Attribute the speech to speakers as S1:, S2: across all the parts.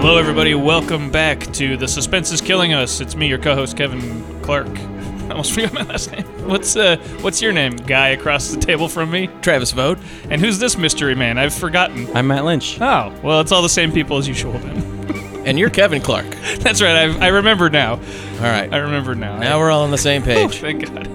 S1: Hello, everybody. Welcome back to The Suspense is Killing Us. It's me, your co-host Kevin Clark. I almost forgot my last name. What's uh, what's your name, guy across the table from me?
S2: Travis Vode.
S1: And who's this mystery man? I've forgotten.
S2: I'm Matt Lynch.
S1: Oh, well, it's all the same people as usual then.
S2: And you're Kevin Clark.
S1: That's right. I, I remember now.
S2: All right.
S1: I remember now.
S2: Now we're all on the same
S1: oh,
S2: page.
S1: thank God.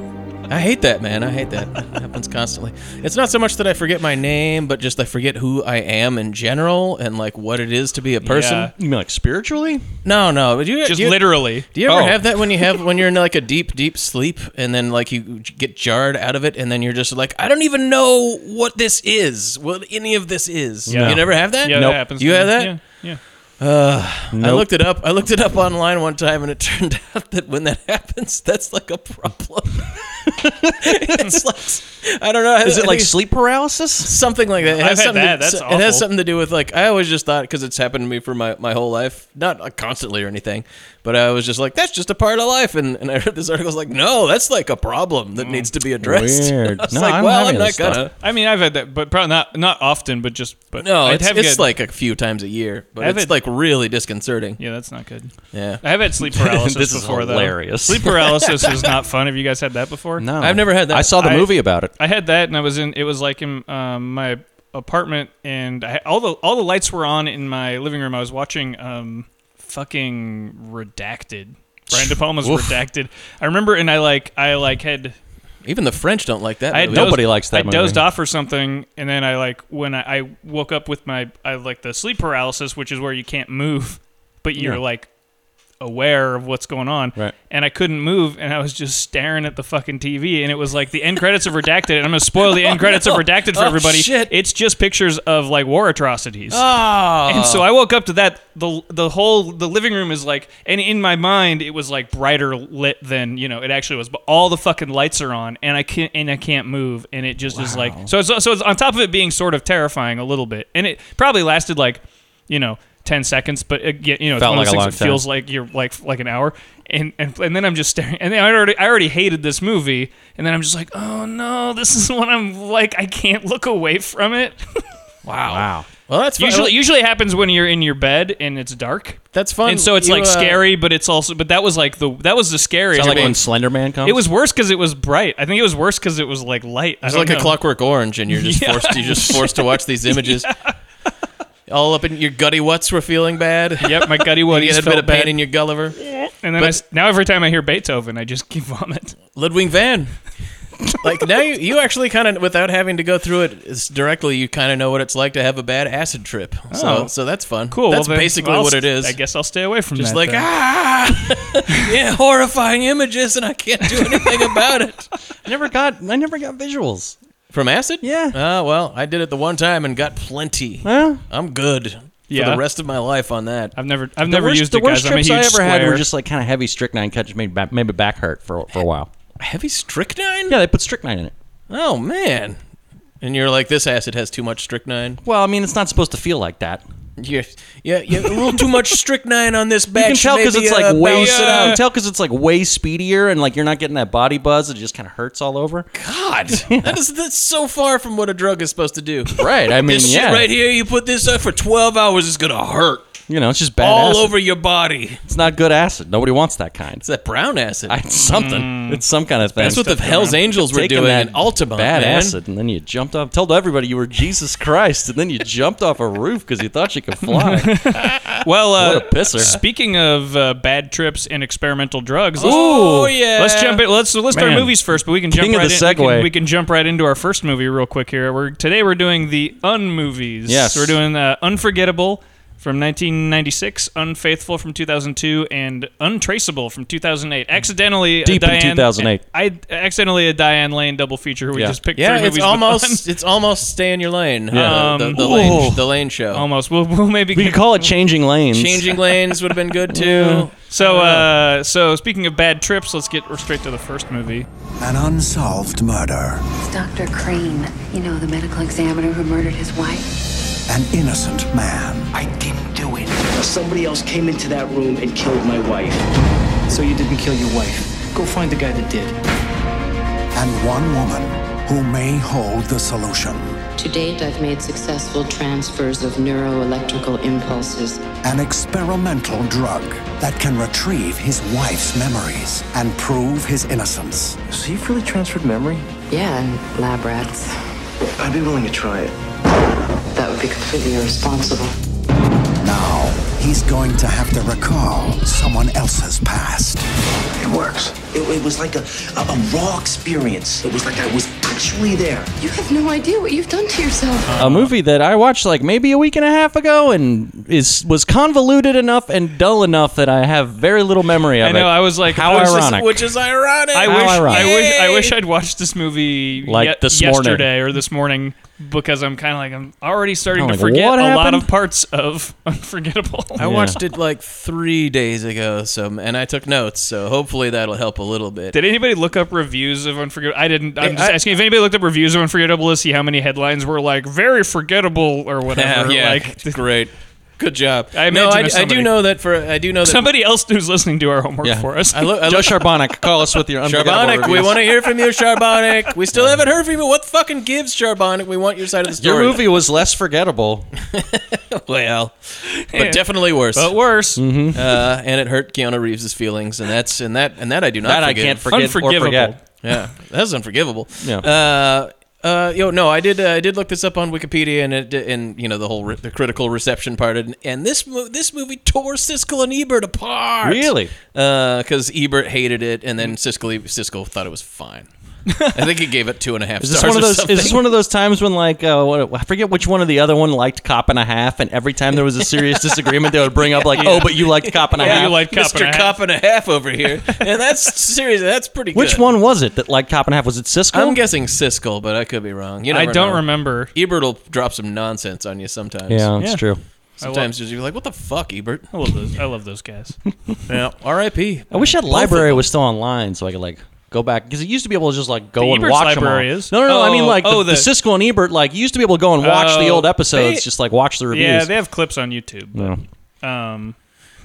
S2: I hate that, man. I hate that. It happens constantly. It's not so much that I forget my name, but just I forget who I am in general and like what it is to be a person.
S1: Yeah.
S3: You mean like spiritually?
S2: No, no. But you,
S1: Just
S2: you,
S1: literally.
S2: do you ever
S3: oh.
S2: have that when you have when you're in like a deep, deep sleep and then like you get jarred out of it and then you're just like, I don't even know what this is, what any of this is.
S1: Yeah.
S2: You never have that?
S1: Yeah,
S3: Nope.
S1: that happens.
S2: You
S1: to
S2: have
S1: me.
S2: that?
S1: Yeah. yeah.
S2: Uh, I
S3: Nope.
S2: looked it up. I looked it up online one time, and it turned out that when that happens, that's like a problem. it's like I don't know.
S3: Is it like sleep paralysis?
S2: something like that? It
S1: I've had
S2: something
S1: that.
S2: To,
S1: That's
S2: it has
S1: awful.
S2: something to do with like I always just thought because it's happened to me for my my whole life, not uh, constantly or anything, but I was just like that's just a part of life. And, and I read this article, I was like, no, that's like a problem that needs to be addressed.
S3: Mm, Weird.
S2: I was
S3: No,
S2: like,
S3: I don't
S2: well, I'm
S3: have any
S2: not
S3: of this
S2: gonna.
S1: I mean, I've had that, but probably not not often, but just but
S2: No,
S1: I'd
S2: it's,
S1: have
S2: it's
S1: good-
S2: like a few times a year, but
S1: I've
S2: it's
S1: had-
S2: like really disconcerting.
S1: yeah, that's not good.
S2: Yeah.
S1: I have had sleep paralysis
S3: This is
S1: before, though.
S3: hilarious.
S1: Sleep paralysis is not fun. Have you guys had that before?
S3: No,
S2: I've never had that.
S3: I saw the
S1: I-
S3: movie about it.
S1: I had that, and I was in. It was like in um, my apartment, and I, all the all the lights were on in my living room. I was watching um, fucking Redacted. Brian De Palma's
S3: Oof.
S1: Redacted. I remember, and I like I like had
S2: Even the French don't like that.
S1: I had
S2: movie.
S1: dozed-
S3: Nobody likes that
S1: I
S3: movie.
S1: dozed off or something, and then I like when I, I woke up with my I like the sleep paralysis, which is where you can't move, but you're
S3: Yeah.
S1: like aware of what's going on.
S3: Right.
S1: And I couldn't move, and I was just staring at the fucking TV, and it was like the end credits of Redacted, and I'm gonna spoil the end credits
S2: no.
S1: of Redacted for
S2: Oh,
S1: everybody.
S2: shit.
S1: It's just pictures of like war atrocities.
S2: Oh.
S1: And
S3: Uh.
S1: so I woke up to that. the The whole the living room is like, and in my mind it was like brighter lit than you know it actually was. But all the fucking lights are on, and I can't and I can't move, and it just is like so. It's, so it's on top of it being sort of terrifying a little bit, and it probably lasted like, you know. 10 seconds but again you know
S3: Felt
S1: it's one of those
S3: like a long
S1: things that feels
S3: time.
S1: like you're like like an hour and, and and then i'm just staring and then i already i already hated this movie and then i'm just like oh no this is what i'm like i can't look away from it
S2: Wow.
S3: Wow.
S2: Well, that's fun.
S1: usually usually happens when you're in your bed and it's dark
S2: that's fun.
S1: and so it's
S2: You,
S1: like
S2: uh,
S1: scary but it's also but that was like the that was the scariest
S3: Sound like
S1: one.
S3: when Slender Man comes.
S1: it was worse because it was bright i think it was worse because it was like light I
S2: It's
S1: don't
S2: like
S1: know.
S2: a Clockwork Orange, and you're just forced. You're just forced to watch these images. All up in your gutty what's were feeling bad.
S1: yep my gutty
S2: You
S1: was
S2: had a bit of pain in your Gulliver.
S1: and then I
S2: but-
S1: s now every time i hear beethoven i just keep vomit
S2: Ludwig van. like now you, you actually kind of without having to go through it is directly you kind of know what it's like to have a bad acid trip. So
S1: Oh.
S2: so that's fun.
S1: cool
S2: That's
S1: well then,
S2: basically
S1: I'll
S2: what it
S1: st-
S2: is.
S1: i guess i'll stay away from
S2: Just
S1: that
S2: like
S1: then.
S2: ah, yeah, horrifying images, and I can't do anything about it.
S3: I never got. I never got visuals.
S2: From acid?
S3: Yeah.
S2: Oh, well, I did it the one time and got plenty.
S3: Huh?
S2: I'm good for
S1: Yeah.
S2: the rest of my life on that.
S1: i've never i've never
S3: the worst,
S1: used
S3: the
S1: it guys
S3: worst
S1: i'm a
S3: trips
S1: huge
S3: I ever had were
S1: square.
S3: just like kind of heavy strychnine cuts, which made ba- made my back hurt for for a while.
S2: Heavy strychnine?
S3: Yeah, they put strychnine in it.
S2: Oh, man. And you're like, this acid has too much strychnine.
S3: Well, I mean, it's not supposed to feel like that.
S2: Yeah, yeah, yeah. A little too much strychnine on this
S3: You
S2: batch.
S3: can tell because
S2: Maybe,
S3: it's
S2: uh,
S3: like way.
S2: balance it out.
S3: You can tell because it's like way speedier, and like you're not getting that body buzz. It just kind of hurts all over.
S2: God, that is that's so far from what a drug is supposed to do.
S3: Right. I mean,
S2: This
S3: yeah.
S2: shit right here, you put this up for 12 hours, it's gonna hurt
S3: You know, it's just bad.
S2: all
S3: acid.
S2: over your body.
S3: It's not good acid. Nobody wants that kind.
S2: It's that brown acid.
S3: I- It's something. It's some kind of thing.
S2: Mm. that's what the
S1: stuff
S2: Hell's
S1: around.
S2: Angels were
S3: Taking
S2: doing
S3: that
S2: in Altamont.
S3: bad
S2: man.
S3: acid, and then you jumped off. Told everybody you were Jesus Christ, and then you jumped off a roof because you thought you could fly.
S1: well uh
S3: What a pisser.
S1: speaking of uh, bad trips and experimental drugs let's-
S2: Oh, yeah.
S1: Let's jump in. Let's let's start
S3: Man.
S1: movies first, but we can jump
S3: King of
S1: right
S3: the
S1: in. We can,
S3: segue.
S1: we can jump right into our first movie real quick here. We're today we're doing the unmovies.
S3: Yes.
S1: we're doing uh, Unforgettable from 1996, Unfaithful from 2002, and Untraceable from 2008. Accidentally, a
S3: Deep in
S1: Diane,
S3: 2008.
S1: I accidentally a Diane Lane double feature. We
S3: Yeah.
S1: just picked
S2: Yeah,
S1: three
S2: it's
S1: movies. with
S2: almost
S1: one.
S2: it's almost stay in your lane. huh?
S3: Yeah.
S2: the, the, the
S3: Um,
S2: lane,
S3: ooh.
S2: the lane show.
S1: almost. We'll, we'll maybe
S3: we could call it changing lanes.
S2: Changing lanes would have been good too.
S1: So, uh, so speaking of bad trips, let's get straight to the first movie.
S4: An unsolved murder.
S5: Dr. Crane, you know, the medical examiner who murdered his wife.
S4: an innocent man.
S5: I didn't do it.
S6: Somebody else came into that room and killed my wife.
S5: So you didn't kill your wife. Go find the guy that did.
S4: and one woman who may hold the solution.
S7: To date, I've made successful transfers of neuroelectrical impulses.
S4: An experimental drug that can retrieve his wife's memories and prove his innocence.
S5: So you've really transferred memory?
S7: Yeah, and lab rats.
S5: I'd be willing to try it.
S7: That would be completely irresponsible.
S4: Now, he's going to have to recall someone else's past.
S8: It works. It, it was like a, a, a raw experience. It was like I was actually there.
S7: You have no idea what you've done to yourself.
S3: a movie that I watched like maybe a week and a half ago and is was convoluted enough and dull enough that I have very little memory of
S1: I
S3: it.
S1: know, I was like,
S3: how
S1: I was just-
S3: ironic.
S2: Which is ironic.
S1: I
S3: How
S1: wish, I
S3: ironic.
S1: wish I wish I'd watched this movie
S3: Like
S1: ye-
S3: this morning.
S1: yesterday or this morning because I'm kind of like I'm already starting
S3: I'm
S1: to
S3: like,
S1: forget
S3: what
S1: a lot
S3: happened?
S1: of parts of Unforgettable.
S2: I
S3: Yeah.
S2: watched it like three days ago, so and I took notes, so hopefully that'll help a little bit.
S1: Did anybody look up reviews of Unforgettable? I didn't. I'm
S2: Hey,
S1: just
S2: I-
S1: asking if anybody looked up reviews of Unforgettable to see how many headlines were like very forgettable or
S2: yeah,
S1: whatever.
S2: yeah,
S1: Like
S2: it's great, good job.
S1: I
S2: no,
S1: imagine if
S2: I, I do
S1: somebody-
S2: know that for I do know that
S1: somebody else who's listening do our homework for us.
S2: I look, I
S3: Joe
S2: look,
S3: Charbonic, call us with your unforgettable
S2: Charbonic, we
S3: reviews.
S2: want to hear from you, Charbonic. We still haven't heard from you. What fucking gives, Charbonic? We want your side of the
S3: Your
S2: story.
S3: movie was less forgettable.
S2: well, but definitely worse.
S1: but worse.
S3: Mm-hmm.
S2: uh, and it hurt Keanu Reeves' feelings, and that's and that and that I do not.
S3: That I
S2: forgive.
S3: can't forget or
S1: Unforgivable.
S3: forget.
S2: Yeah, that's unforgivable.
S3: Yeah.
S2: Uh, uh, yo, no, I did. Uh, I did look this up on Wikipedia, and it, and you know the whole re- the critical reception part, and, and this mo- this movie tore Siskel and Ebert apart.
S3: Really? Mm.
S2: Because Ebert hated it, and then Siskel Siskel thought it was fine. I think he gave it two and a half
S3: Is this
S2: stars.
S3: one of
S2: or
S3: those?
S2: something.
S3: Is this one of those times when like uh, what, I forget which one of the other one liked Cop and a Half, and every time there was a serious disagreement, they would bring up like, oh, but you liked Cop and a
S1: Yeah,
S3: Half.
S1: you like cop and a
S2: Mr.
S1: half.
S2: Cop and a half over here, and that's seriously that's pretty.
S3: which
S2: good.
S3: one was it that liked Cop and a Half? Was it Siskel?
S2: I'm guessing Siskel, but I could be wrong. You
S1: I
S2: never
S1: don't
S2: know.
S1: remember.
S2: Ebert will drop some nonsense on you sometimes.
S3: yeah, it's
S1: Yeah.
S3: true.
S2: Sometimes you'll be like, "What the fuck, Ebert?"
S1: I love those. I love those guys.
S2: Yeah. R.I.P.
S3: I wish that
S2: Both
S3: library
S2: of
S3: was still online so I could like go back because it used to be able to just like go
S1: The
S3: and
S1: Ebert's
S3: watch
S1: library
S3: them all.
S1: is?
S3: No, no, no. I mean
S1: Oh,
S3: like
S1: oh, the-
S3: the, the Siskel and Ebert like you used to be able to go and watch the
S1: Oh,
S3: old episodes,
S1: they-
S3: just like watch the reviews.
S1: yeah, they have clips on YouTube. But,
S3: Yeah.
S1: um,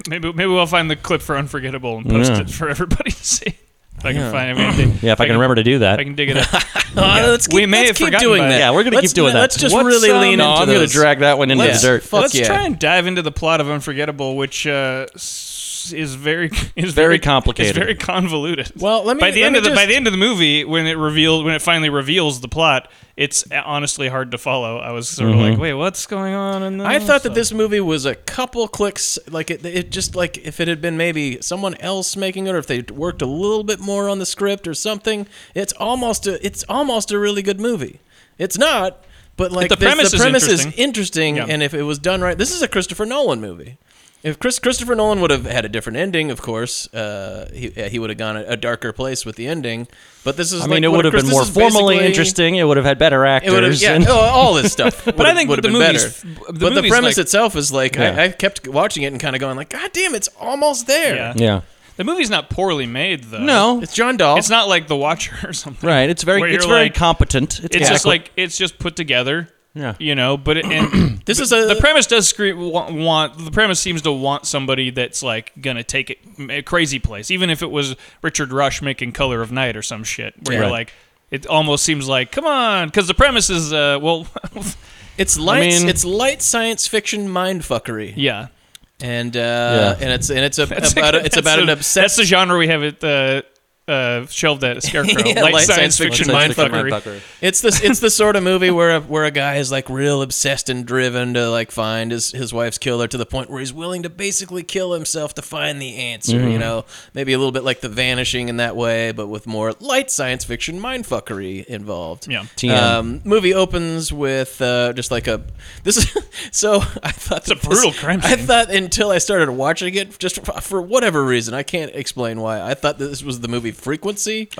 S1: maybe maybe we'll find the clip for Unforgettable and post
S3: Yeah.
S1: it for everybody to see. If I can find, I mean,
S3: Yeah, if I can remember to do
S1: if
S3: that.
S1: I can dig it up.
S2: them. Uh, let's keep,
S1: We may
S2: let's
S1: have
S2: keep
S1: forgotten
S2: doing
S1: about
S2: that.
S1: it.
S3: Yeah, we're gonna
S2: Let's-
S3: keep doing that.
S2: Let's just
S1: What's,
S2: really
S1: um,
S2: lean
S1: No,
S2: into
S3: I'm gonna
S2: those.
S3: drag that one into
S2: Let's-
S3: the dirt.
S2: fuck
S1: Let's
S2: yeah.
S1: try and dive into the plot of Unforgettable, which uh, s- is very is
S3: Very
S1: very,
S3: complicated.
S1: Is very convoluted.
S2: Well, let me-
S1: by the
S2: let
S1: end
S2: me
S1: of the by
S2: just-
S1: the end of the movie when it revealed when it finally reveals the plot, it's uh, honestly hard to follow. I was sort of like,
S3: Mm-hmm.
S1: wait, what's going on? In
S2: I thought that this movie was a couple clicks, like it, it just like if it had been maybe someone else making it, or if they worked a little bit more on the script or something. It's almost a, it's almost a really good movie. It's not, but like
S1: the
S2: there's-
S1: premise is
S2: premise is
S1: interesting.
S2: interesting,
S1: Yeah.
S2: and if it was done right, this is a Christopher Nolan movie. If Chris Christopher Nolan would have had a different ending, of course, uh, he he would have gone a, a darker place with the ending. But this is
S3: I
S2: like
S3: mean, it
S2: what
S3: would have
S2: Chris-
S3: been
S2: this
S3: more
S2: is
S3: formally
S2: basically-
S3: interesting. It would have had better
S2: it would have,
S3: actors.
S2: yeah,
S3: and-
S2: oh, all this stuff. but
S1: I think
S2: would have
S1: the
S2: been
S1: movie's-
S2: better.
S1: the
S2: but the
S1: movie's
S2: premise
S1: like-
S2: itself is like
S3: Yeah.
S2: I, I kept watching it and kind of going like, God damn, it's almost there.
S1: Yeah.
S3: yeah.
S1: the movie's not poorly made though.
S3: No,
S2: It's John Dahl.
S1: it's not like The Watcher or something.
S3: right. It's very
S1: Where
S3: it's
S1: you're
S3: very
S1: like-
S3: competent.
S1: It's just
S3: adequate.
S1: like it's just put together.
S3: Yeah.
S1: you know, but it, and
S2: This uh, is a
S1: the premise does scream want, want the premise seems to want somebody that's like gonna take it m- a crazy place even if it was richard rush making color of night or some shit where
S3: Yeah.
S1: you're
S3: Right.
S1: like it almost seems like come on because the premise is uh well
S2: It's light.
S3: mean-
S2: it's light science fiction mindfuckery,
S1: yeah
S2: and uh,
S3: Yeah.
S2: and it's and it's a,
S1: That's
S2: about a, it's
S1: that's
S2: about an
S1: a- that's
S2: obsessed.
S1: the genre we have it uh uh, shelved at Scarecrow.
S2: Yeah,
S1: light, science, fiction,
S2: science fiction
S1: mindfuckery.
S2: it's this it's the sort of movie where a, where a guy is like real obsessed and driven to like find his his wife's killer to the point where he's willing to basically kill himself to find the answer.
S1: Mm-hmm.
S2: You know, maybe a little bit like The Vanishing in that way, but with more light science fiction mindfuckery involved.
S1: Yeah.
S3: TM.
S2: Um, movie opens with uh, just like a this is so I thought it's
S1: a brutal crime
S2: I
S1: scene.
S2: thought until I started watching it, just for, for whatever reason, I can't explain why. I thought that this was the movie Frequency with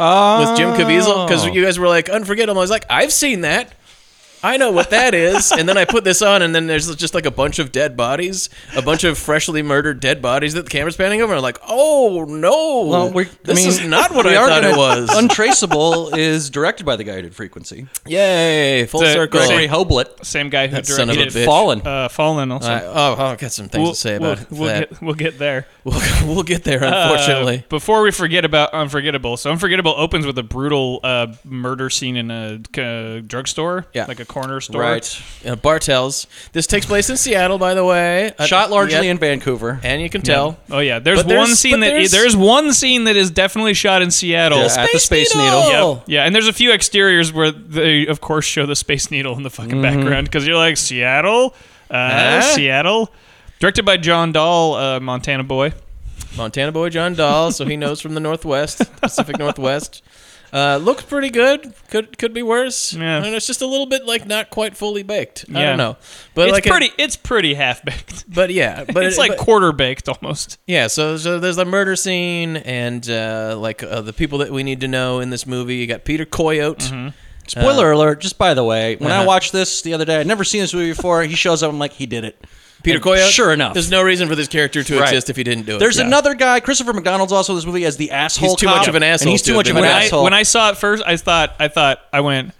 S2: Jim Caviezel because
S3: Oh.
S2: you guys were like Unforgettable. I was like, I've seen that. I know what that is. And then I put this on, and then there's just like a bunch of dead bodies, a bunch of freshly murdered dead bodies that the camera's panning over. And I'm like, oh no,
S3: Well, we're,
S2: this
S3: I mean,
S2: is not what I
S3: we are
S2: thought it
S3: gonna-
S2: was.
S3: Untraceable is directed by the guy who did Frequency,
S2: Yay, full
S1: The-
S2: circle.
S1: Gregory
S3: Gregory Hoblet.
S1: Same guy who
S2: That
S1: directed
S2: son of a bitch.
S3: Fallen.
S1: Uh, Fallen also.
S2: I, oh, I've got some things
S1: We'll,
S2: to say about
S1: we'll, we'll
S2: that.
S1: get we'll get there.
S2: We'll, we'll get there,
S1: Uh,
S2: unfortunately.
S1: before we forget about Unforgettable, so Unforgettable opens with a brutal uh, murder scene in a uh, drugstore,
S3: Yeah.
S1: like a corner store.
S2: Uh, Bartels. This takes place in Seattle, by the way. Uh,
S3: Shot largely
S2: yeah,
S3: in Vancouver.
S2: and you can tell.
S1: Oh yeah, there's,
S2: But there's-
S1: one scene
S2: but
S1: that
S2: there's-
S1: there's, one scene that is definitely shot in Seattle.
S3: Yeah, at the Space Needle.
S1: Yep. Yeah, and there's a few exteriors where they, of course, show the Space Needle in the fucking
S2: Mm-hmm.
S1: background because you're like Seattle, uh, Seattle. Directed by John Dahl, uh, Montana boy.
S2: Montana boy John Dahl, so he knows from the Northwest, Pacific Northwest. Uh, looks pretty good. Could could be worse.
S1: Yeah.
S2: I don't know, it's just a little bit like not quite fully baked. I
S1: Yeah.
S2: don't know, but
S1: it's
S2: like a-
S1: pretty. it's pretty half baked.
S2: but yeah, but
S1: it's like
S2: but-
S1: quarter baked almost.
S2: yeah. So, so there's the murder scene and uh, like uh, the people that we need to know in this movie. You got Peter Coyote.
S3: Mm-hmm. Spoiler alert, just by the way, when
S2: uh-huh.
S3: I watched this the other day, I'd never seen this movie before. He shows up, I'm like, he did it.
S2: Peter
S3: And
S2: Coyote.
S3: Sure enough.
S2: there's no reason for this character to
S3: Right.
S2: exist if he didn't do it.
S3: There's
S2: Yeah.
S3: another guy, Christopher McDonald's also in this movie as the asshole.
S2: He's too
S3: cop,
S2: much of an asshole
S3: And he's
S2: to
S3: too
S2: have
S3: much of
S2: been
S1: when
S3: an
S2: an
S1: I
S3: asshole.
S1: when I saw it first, I thought I thought I went.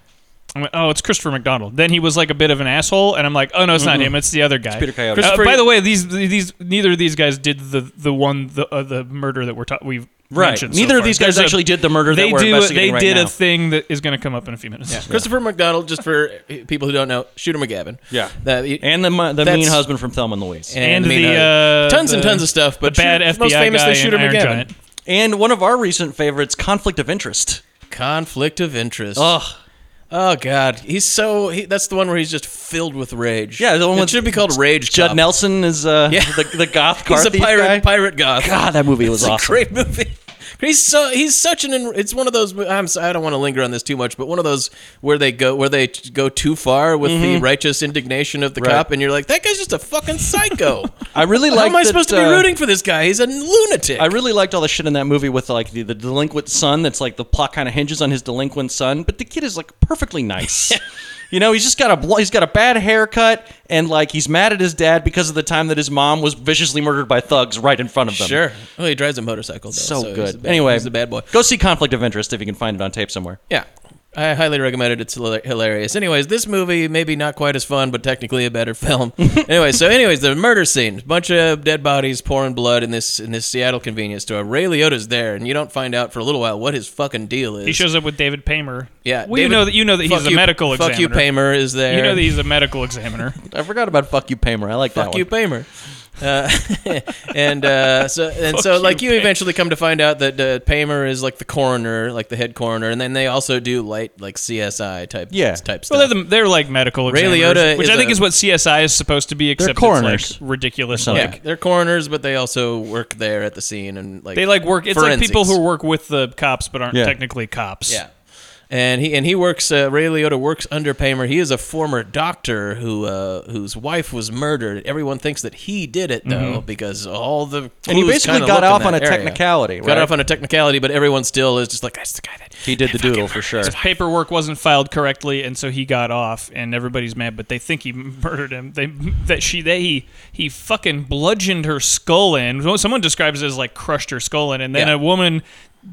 S1: I went, oh, it's Christopher McDonald. Then he was like a bit of an asshole, and I'm like, oh no, it's not him. It's the other guy.
S3: Peter Coyote.
S1: Uh,
S3: Christopher-
S1: by the way, these these neither of these guys did the the one the uh, the murder that we're ta- we've
S3: Right.
S1: mentioned so
S3: Neither of
S1: far.
S3: these guys
S1: There's a-
S3: actually did the murder that
S1: They
S3: we're
S1: do. They
S3: investigating right
S1: did
S3: now.
S1: a thing that is going to come up in a few minutes.
S2: Christopher McDonald, just for people who don't know, Shooter McGavin.
S3: Yeah.
S2: That,
S3: and the mu- the
S2: That's-
S3: mean husband from Thelma and Louise.
S1: And
S3: And,
S2: I mean,
S1: the, uh,
S2: tons and
S1: the-
S2: tons of stuff, but
S1: the bad
S2: shoot-
S1: FBI
S2: most famously
S1: guy
S2: Shooter
S1: in Iron
S2: McGavin.
S1: Giant.
S3: one of our recent favorites, Conflict of Interest.
S2: Conflict of interest.
S3: Ugh.
S2: Oh God, he's so. He, that's the one where he's just filled with rage.
S3: Yeah, the one
S2: it
S3: with-
S2: should be called Rage.
S3: Judd
S2: Cop.
S3: Nelson is uh,
S2: Yeah.
S3: the, the goth
S2: He's a
S3: Carthy
S2: pirate.
S3: guy.
S2: Pirate goth.
S3: God, that movie was
S2: it's
S3: awesome.
S2: a great movie. He's so he's such an. en- It's one of those. I'm. so- I don't want to linger on this too much, but one of those where they go where they t- go too far with
S3: Mm-hmm.
S2: the righteous indignation of the cop, and you're like, that guy's just a fucking psycho.
S3: I really
S2: How
S3: like.
S2: am I
S3: that,
S2: supposed to be
S3: uh,
S2: rooting for this guy? He's a lunatic.
S3: I really liked all the shit in that movie with like the, the delinquent son. That's like the plot kind of hinges on his delinquent son, but the kid is like perfectly nice. you know, he's just got a bl- he's got a bad haircut, and like he's mad at his dad because of the time that his mom was viciously murdered by thugs right in front of them.
S2: Sure. Well, he drives a motorcycle. Though,
S3: so,
S2: he's
S3: good.
S2: a bad-
S3: anyway,
S2: he's a bad boy.
S3: Go see Conflict of Interest if you can find it on tape somewhere.
S2: Yeah. I highly recommend it. It's hila- hilarious. Anyways, this movie maybe not quite as fun, but technically a better film. anyway, so anyways, the murder scene, bunch of dead bodies pouring blood in this in this Seattle convenience store. Ray Liotta's there, and you don't find out for a little while what his fucking deal is.
S1: He shows up with David Paymer.
S2: yeah,
S1: well, you
S2: David-
S1: know that you know that he's
S2: fuck
S1: a
S2: you-
S1: medical
S2: Fuck you,
S1: examiner.
S2: Paymer is there.
S1: You know that he's a medical examiner.
S3: I forgot about Fuck You Paymer. I like that
S2: fuck you, Paymer. Uh, and uh, so and so,
S1: you,
S2: like you
S1: Paymer.
S2: eventually come to find out that uh, Paymer is like the coroner, like the head coroner, and then they also do light like CSI type
S3: Yeah.
S2: type stuff.
S1: Well, they're, the, they're like medical
S2: Ray
S1: examiners,
S2: Liotta
S1: which
S2: is
S1: I think
S2: a-
S1: is what CSI is supposed to be, except
S3: coroners.
S1: it's like ridiculous.
S3: something.
S1: Like,
S2: Yeah, they're coroners, but they also work there at the scene and like
S1: they like work. It's like people
S2: forensics.
S1: who work with the cops but aren't
S3: Yeah.
S1: technically cops.
S2: yeah. And he and he works. Uh, Ray Liotta works under Paymer. He is a former doctor who uh, whose wife was murdered. Everyone thinks that he did it though, because all the
S3: Mm-hmm. And he
S2: clues
S3: basically
S2: kinda look
S3: got
S2: in
S3: off on
S2: that
S3: a
S2: area.
S3: technicality,
S2: Got
S3: right?
S2: off on a technicality, but everyone still is just like that's the guy that
S3: He did the doodle for sure.
S1: His paperwork wasn't filed correctly, and so he got off, and everybody's mad. But they think he murdered him. They that she they he, he fucking bludgeoned her skull in. Someone describes it as like crushed her skull in, and then
S2: Yeah.
S1: a woman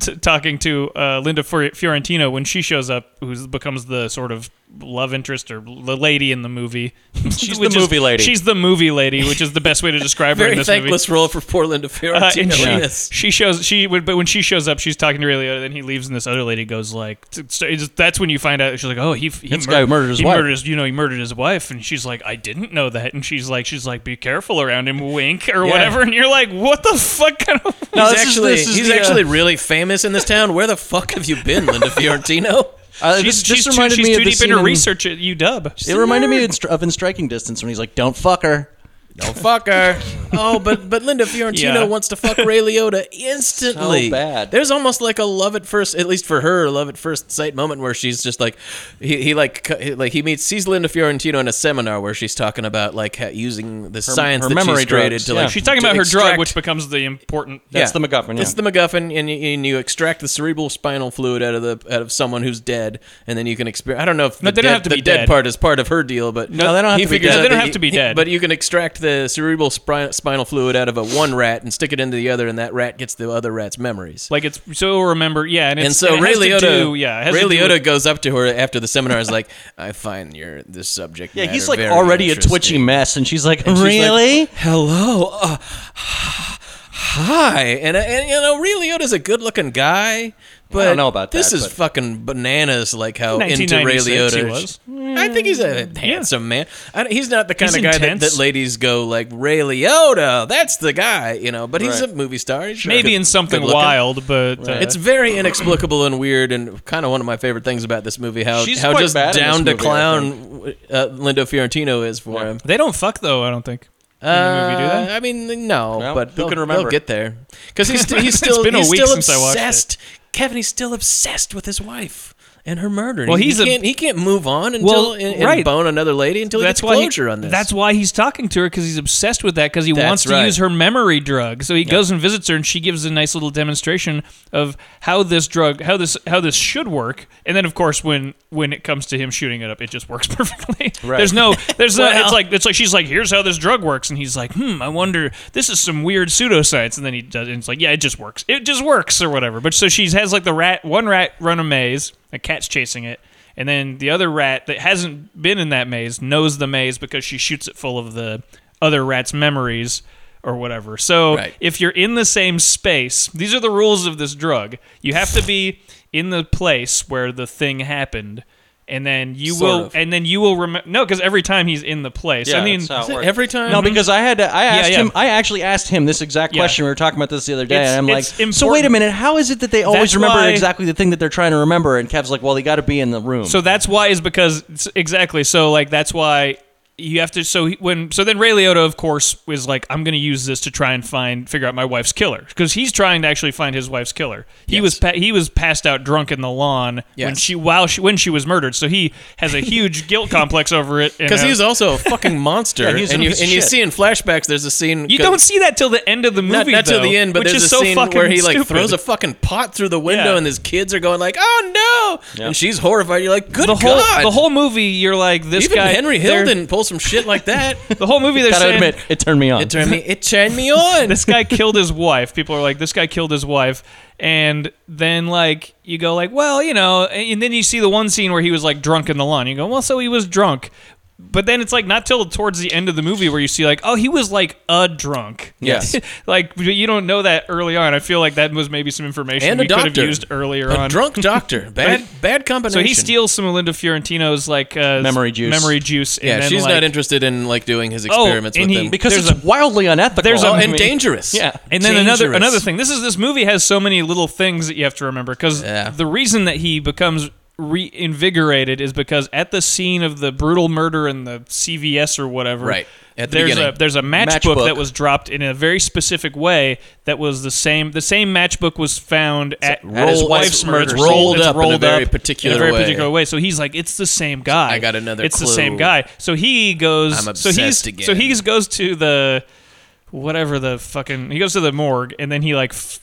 S1: t- talking to uh, Linda Fior- Fiorentino when she shows up, who becomes the sort of love interest or the lady in the movie. she's
S3: the movie lady.
S1: She's the movie lady, which is the best way to describe her in
S2: very
S1: this movie.
S2: thankless role for poor Linda
S1: Uh,
S2: Fiorentino.
S1: and she,
S2: in this.
S1: she shows she would, but when she shows up, she's talking to Ray and then he leaves, and this other lady goes like, t- so it's- "That's when you find out." She's like, "Oh, he, he
S3: This guy murdered his
S1: he
S3: wife."
S1: Murdered his, you know, he murdered his wife," and she's like, "I didn't know that," and she's like, "She's like, be careful around him, wink or whatever," and you're like, "What the fuck kind of?"
S3: No,
S2: He's
S3: this is-
S2: actually
S3: this is
S2: he's
S3: the, uh,
S2: actually really famous in this town. Where the fuck have you been, Linda Fiorentino?
S3: Uh,
S1: she's
S3: this this
S1: she's too,
S3: reminded
S1: she's
S3: me
S1: too
S3: of the
S1: deep into
S3: scene in-
S1: research at UW.
S3: It reminded me of in Striking Distance when he's like, "Don't fuck her."
S2: No fuck her. oh, but but Linda Fiorentino
S1: Yeah.
S2: wants to fuck Ray Liotta instantly.
S3: So bad.
S2: There's almost like a love at first, at least for her, love at first sight moment where she's just like, he, he like cu- he- like he meets sees Linda Fiorentino in a seminar where she's talking about like ha- using the science
S3: her
S2: that
S3: memory
S2: she's created
S3: drugs,
S2: to
S3: yeah.
S2: like
S1: She's talking
S2: to
S1: about her drug,
S2: extract-
S1: which becomes the important.
S3: That's the MacGuffin,
S2: It's
S3: yeah.
S2: the MacGuffin, and you, and you extract the cerebral spinal fluid out of the out of someone who's dead, and then you can experience. I don't know if
S1: No,
S2: the
S1: they don't
S2: dead-
S1: have to
S2: the
S1: be dead.
S2: part is part of her deal, but
S1: No, they don't have
S2: he
S1: to be
S2: figures
S1: dead.
S2: out
S1: They don't
S2: that
S1: have
S2: he-
S1: to be
S2: he-
S1: dead.
S2: But you can extract the cerebral spri- spinal fluid out of a one rat and stick it into the other, and that rat gets the other rat's memories.
S1: Like it's so remember, yeah, and, it's,
S2: and so
S1: it
S2: Ray
S1: has to
S2: Liotta,
S1: do- yeah, it has
S2: Ray
S1: to do with-
S2: Liotta goes up to her after the seminar. Is like, I find your this subject.
S3: Yeah, he's
S2: matter
S3: like
S2: very
S3: already a
S2: interesting."
S3: twitchy mess, and she's like,
S2: And she's like,
S3: really?
S2: Hello. Uh, hi. And, uh, and you know, Ray Liotta's a good-looking guy, but
S3: don't know about
S2: this
S3: that,
S2: is
S3: but-
S2: fucking bananas. Like how into Ray
S1: 1996
S2: Liotta
S1: he was.
S2: I think he's a handsome man. I, don't- he's not the kind
S1: He's
S2: of guy that,
S1: intense.
S2: that ladies go like Ray Liotta. That's the guy, you know. But he's
S3: Right.
S2: a movie star. He's
S1: maybe
S2: good-
S1: in something
S2: good-looking.
S1: wild, but uh,
S2: It's very inexplicable and weird, and kind of one of my favorite things about this movie how
S3: She's
S2: how
S3: quite
S2: just
S3: bad in this
S2: down to
S3: movie, I
S2: clown uh, Lindo Fiorentino is for him.
S1: they don't fuck though. I don't think. In the movie, do
S2: Uh,
S1: they?
S2: I mean, no,
S3: Well,
S2: but
S3: who
S2: they'll,
S3: can remember?
S2: they'll get there because he's, st- he's still
S1: been a
S2: he's
S1: week
S2: still
S1: since I watched it.
S2: obsessed. Kevin, he's still obsessed with his wife and her murder.
S1: Well,
S2: he,
S1: he's
S2: he
S1: a-
S2: can't he can't move on until
S1: Well,
S2: and, and
S1: right.
S2: bone another lady until he gets
S1: why he-
S2: closure on this.
S1: That's why he's talking to her because he's obsessed with that because he
S2: That's
S1: wants
S2: right.
S1: to use her memory drug. So he goes and visits her, and she gives a nice little demonstration of how this drug, how this, how this should work. And then, of course, when when it comes to him shooting it up, it just works perfectly. There's no, there's no. It's like it's like she's like, here's how this drug works, and he's like, hmm, I wonder. This is some weird pseudoscience. And then he does, and it's like, yeah, it just works. It just works or whatever. But so she has like the rat, one rat run a maze, a cat's chasing it. And then the other rat that hasn't been in that maze knows the maze because she shoots it full of the other rat's memories or whatever. So
S2: Right.
S1: if you're in the same space, these are the rules of this drug. You have to be in the place where the thing happened. And then you
S2: Sort
S1: will,
S2: of.
S1: and then you will remember. No, because every time he's in the place. I mean,
S3: that's how it works.
S2: every time.
S3: No, because I had to. I asked
S1: yeah.
S3: him. I actually asked him this exact
S1: Yeah.
S3: question. We were talking about this the other day,
S1: It's-
S3: and I'm like,
S1: it's
S3: "So wait a
S1: important.
S3: minute, how is it that they always
S1: That's
S3: remember
S1: why-
S3: exactly the thing that they're trying to remember?" And Kev's like, "Well, they got to be in the room."
S1: So that's why is because s- exactly. So like that's why you have to. So he, when so then Ray Liotta of course is like I'm going to use this to try and find figure out my wife's killer because he's trying to actually find his wife's killer. He was pa- he was passed out drunk in the lawn when
S2: Yes.
S1: she while she when she was murdered. So he has a huge guilt complex over it and,
S2: because
S1: uh,
S2: he's also a fucking monster,
S3: Yeah, he's a
S2: and you
S3: piece of
S2: and you
S3: shit.
S2: see in flashbacks there's a scene
S1: you don't see that till the end of the
S2: not,
S1: movie.
S2: not till
S1: though,
S2: the end, but
S1: which
S2: there's
S1: is
S2: a
S1: so
S2: scene
S1: fucking
S2: where he like
S1: stupid.
S2: throws a fucking pot through the window,
S1: Yeah.
S2: and his kids are going like, "Oh no!" and she's horrified. You're like, "Good
S1: the whole
S2: God!"
S1: the whole movie. You're like this
S2: even
S1: guy
S2: Henry Hill
S1: they're-
S2: didn't pull some shit like that.
S1: The whole movie they're
S3: gotta
S1: saying
S3: admit, it turned me on.
S2: It turned me. It turned me on.
S1: this guy killed his wife. People are like, this guy killed his wife. And then like you go like, well, you know, and then you see the one scene where he was like drunk in the lawn. You go, well, so he was drunk. But then it's like not till towards the end of the movie where you see like, oh, he was like a drunk.
S3: Yes.
S1: like you don't know that early on. I feel like that was maybe some information
S2: and
S1: we
S2: a doctor
S1: could have used earlier
S2: a
S1: on.
S2: drunk doctor. Bad bad combination.
S1: So he steals some of Linda Fiorentino's like uh,
S3: Memory juice.
S1: Memory juice. And
S2: Yeah,
S1: then,
S2: she's
S1: like- Oh,
S2: not interested in like doing his experiments
S1: and
S2: with
S1: he-
S2: him.
S3: because
S1: there's
S3: it's wildly unethical.
S1: there's a-
S2: Oh,
S1: I
S2: and
S1: mean-
S2: dangerous.
S3: Yeah.
S1: And then another
S2: Dangerous.
S1: another thing. This is this movie has so many little things that you have to remember because
S2: Yeah.
S1: the reason that he becomes reinvigorated is because at the scene of the brutal murder in the CVS or whatever,
S2: Right. At the
S1: there's
S2: beginning.
S1: a there's a matchbook,
S3: Matchbook.
S1: that was dropped in a very specific way that was the same. The same matchbook was found at,
S3: at his
S1: roll-
S3: wife's
S1: wife's
S3: murder
S1: murder.
S3: scene.
S1: scene.
S2: Rolled
S1: It's
S2: up in a very
S1: up
S2: particular
S1: in a very
S2: way.
S1: particular way. So he's like, it's the same guy.
S2: I got another
S1: It's the
S2: clue.
S1: same guy. So he goes.
S2: I'm
S1: so he's
S2: obsessed again.
S1: so he goes to the whatever the fucking he goes to the morgue and then he like f-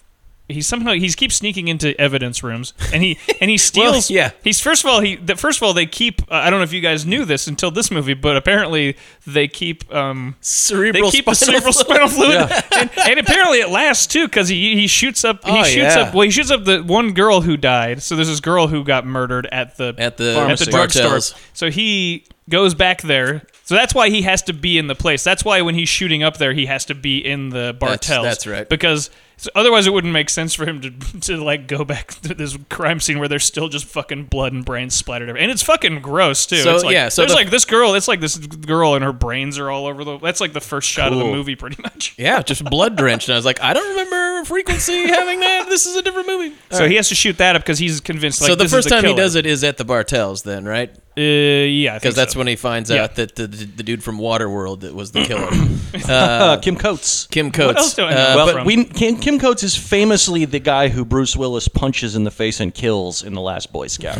S1: he somehow he's keeps sneaking into evidence rooms and he and he steals
S2: yeah.
S1: he's first of all he the, first of all they keep uh, I don't know if you guys knew this until this movie but apparently they keep um they
S2: cerebral
S1: keep the
S2: spinal
S1: cerebral
S2: fluid.
S1: spinal fluid, and, and apparently it lasts too because he he shoots up he
S2: Oh,
S1: shoots
S2: yeah.
S1: up well he shoots up the one girl who died so there's this girl who got murdered at the
S2: At
S1: at
S2: the
S1: the
S2: pharmacy.
S1: drugstore
S2: Bartels.
S1: so he goes back there so that's why he has to be in the place that's why when he's shooting up there he has to be in the
S2: That's-
S1: Bartels
S2: that's right.
S1: because So otherwise, it wouldn't make sense for him to, to like go back to this crime scene where there's still just fucking blood and brains splattered everywhere, and it's fucking gross too.
S2: So,
S1: it's like,
S2: yeah, so
S1: there's
S2: the-
S1: like this girl. It's like this girl and her brains are all over the. That's like the first shot of the
S2: Cool.
S1: movie, pretty much.
S2: Yeah, just blood drenched. And I was like, I don't remember frequency having that. This is a different movie.
S1: So he has to shoot that up because he's convinced. Like,
S2: so the
S1: this
S2: first
S1: is
S2: time he does it is at the Bartels, then, right?
S1: uh, yeah,
S2: Because that's when he finds
S1: Yeah.
S2: out that the, the, the dude from Waterworld that was the killer,
S3: Uh, Kim Coates.
S2: Kim Coates.
S1: else do I know?
S2: Uh,
S1: Well,
S2: but-
S1: from-
S3: We Kim, Kim Coates is famously the guy who Bruce Willis punches in the face and kills in The Last Boy Scout.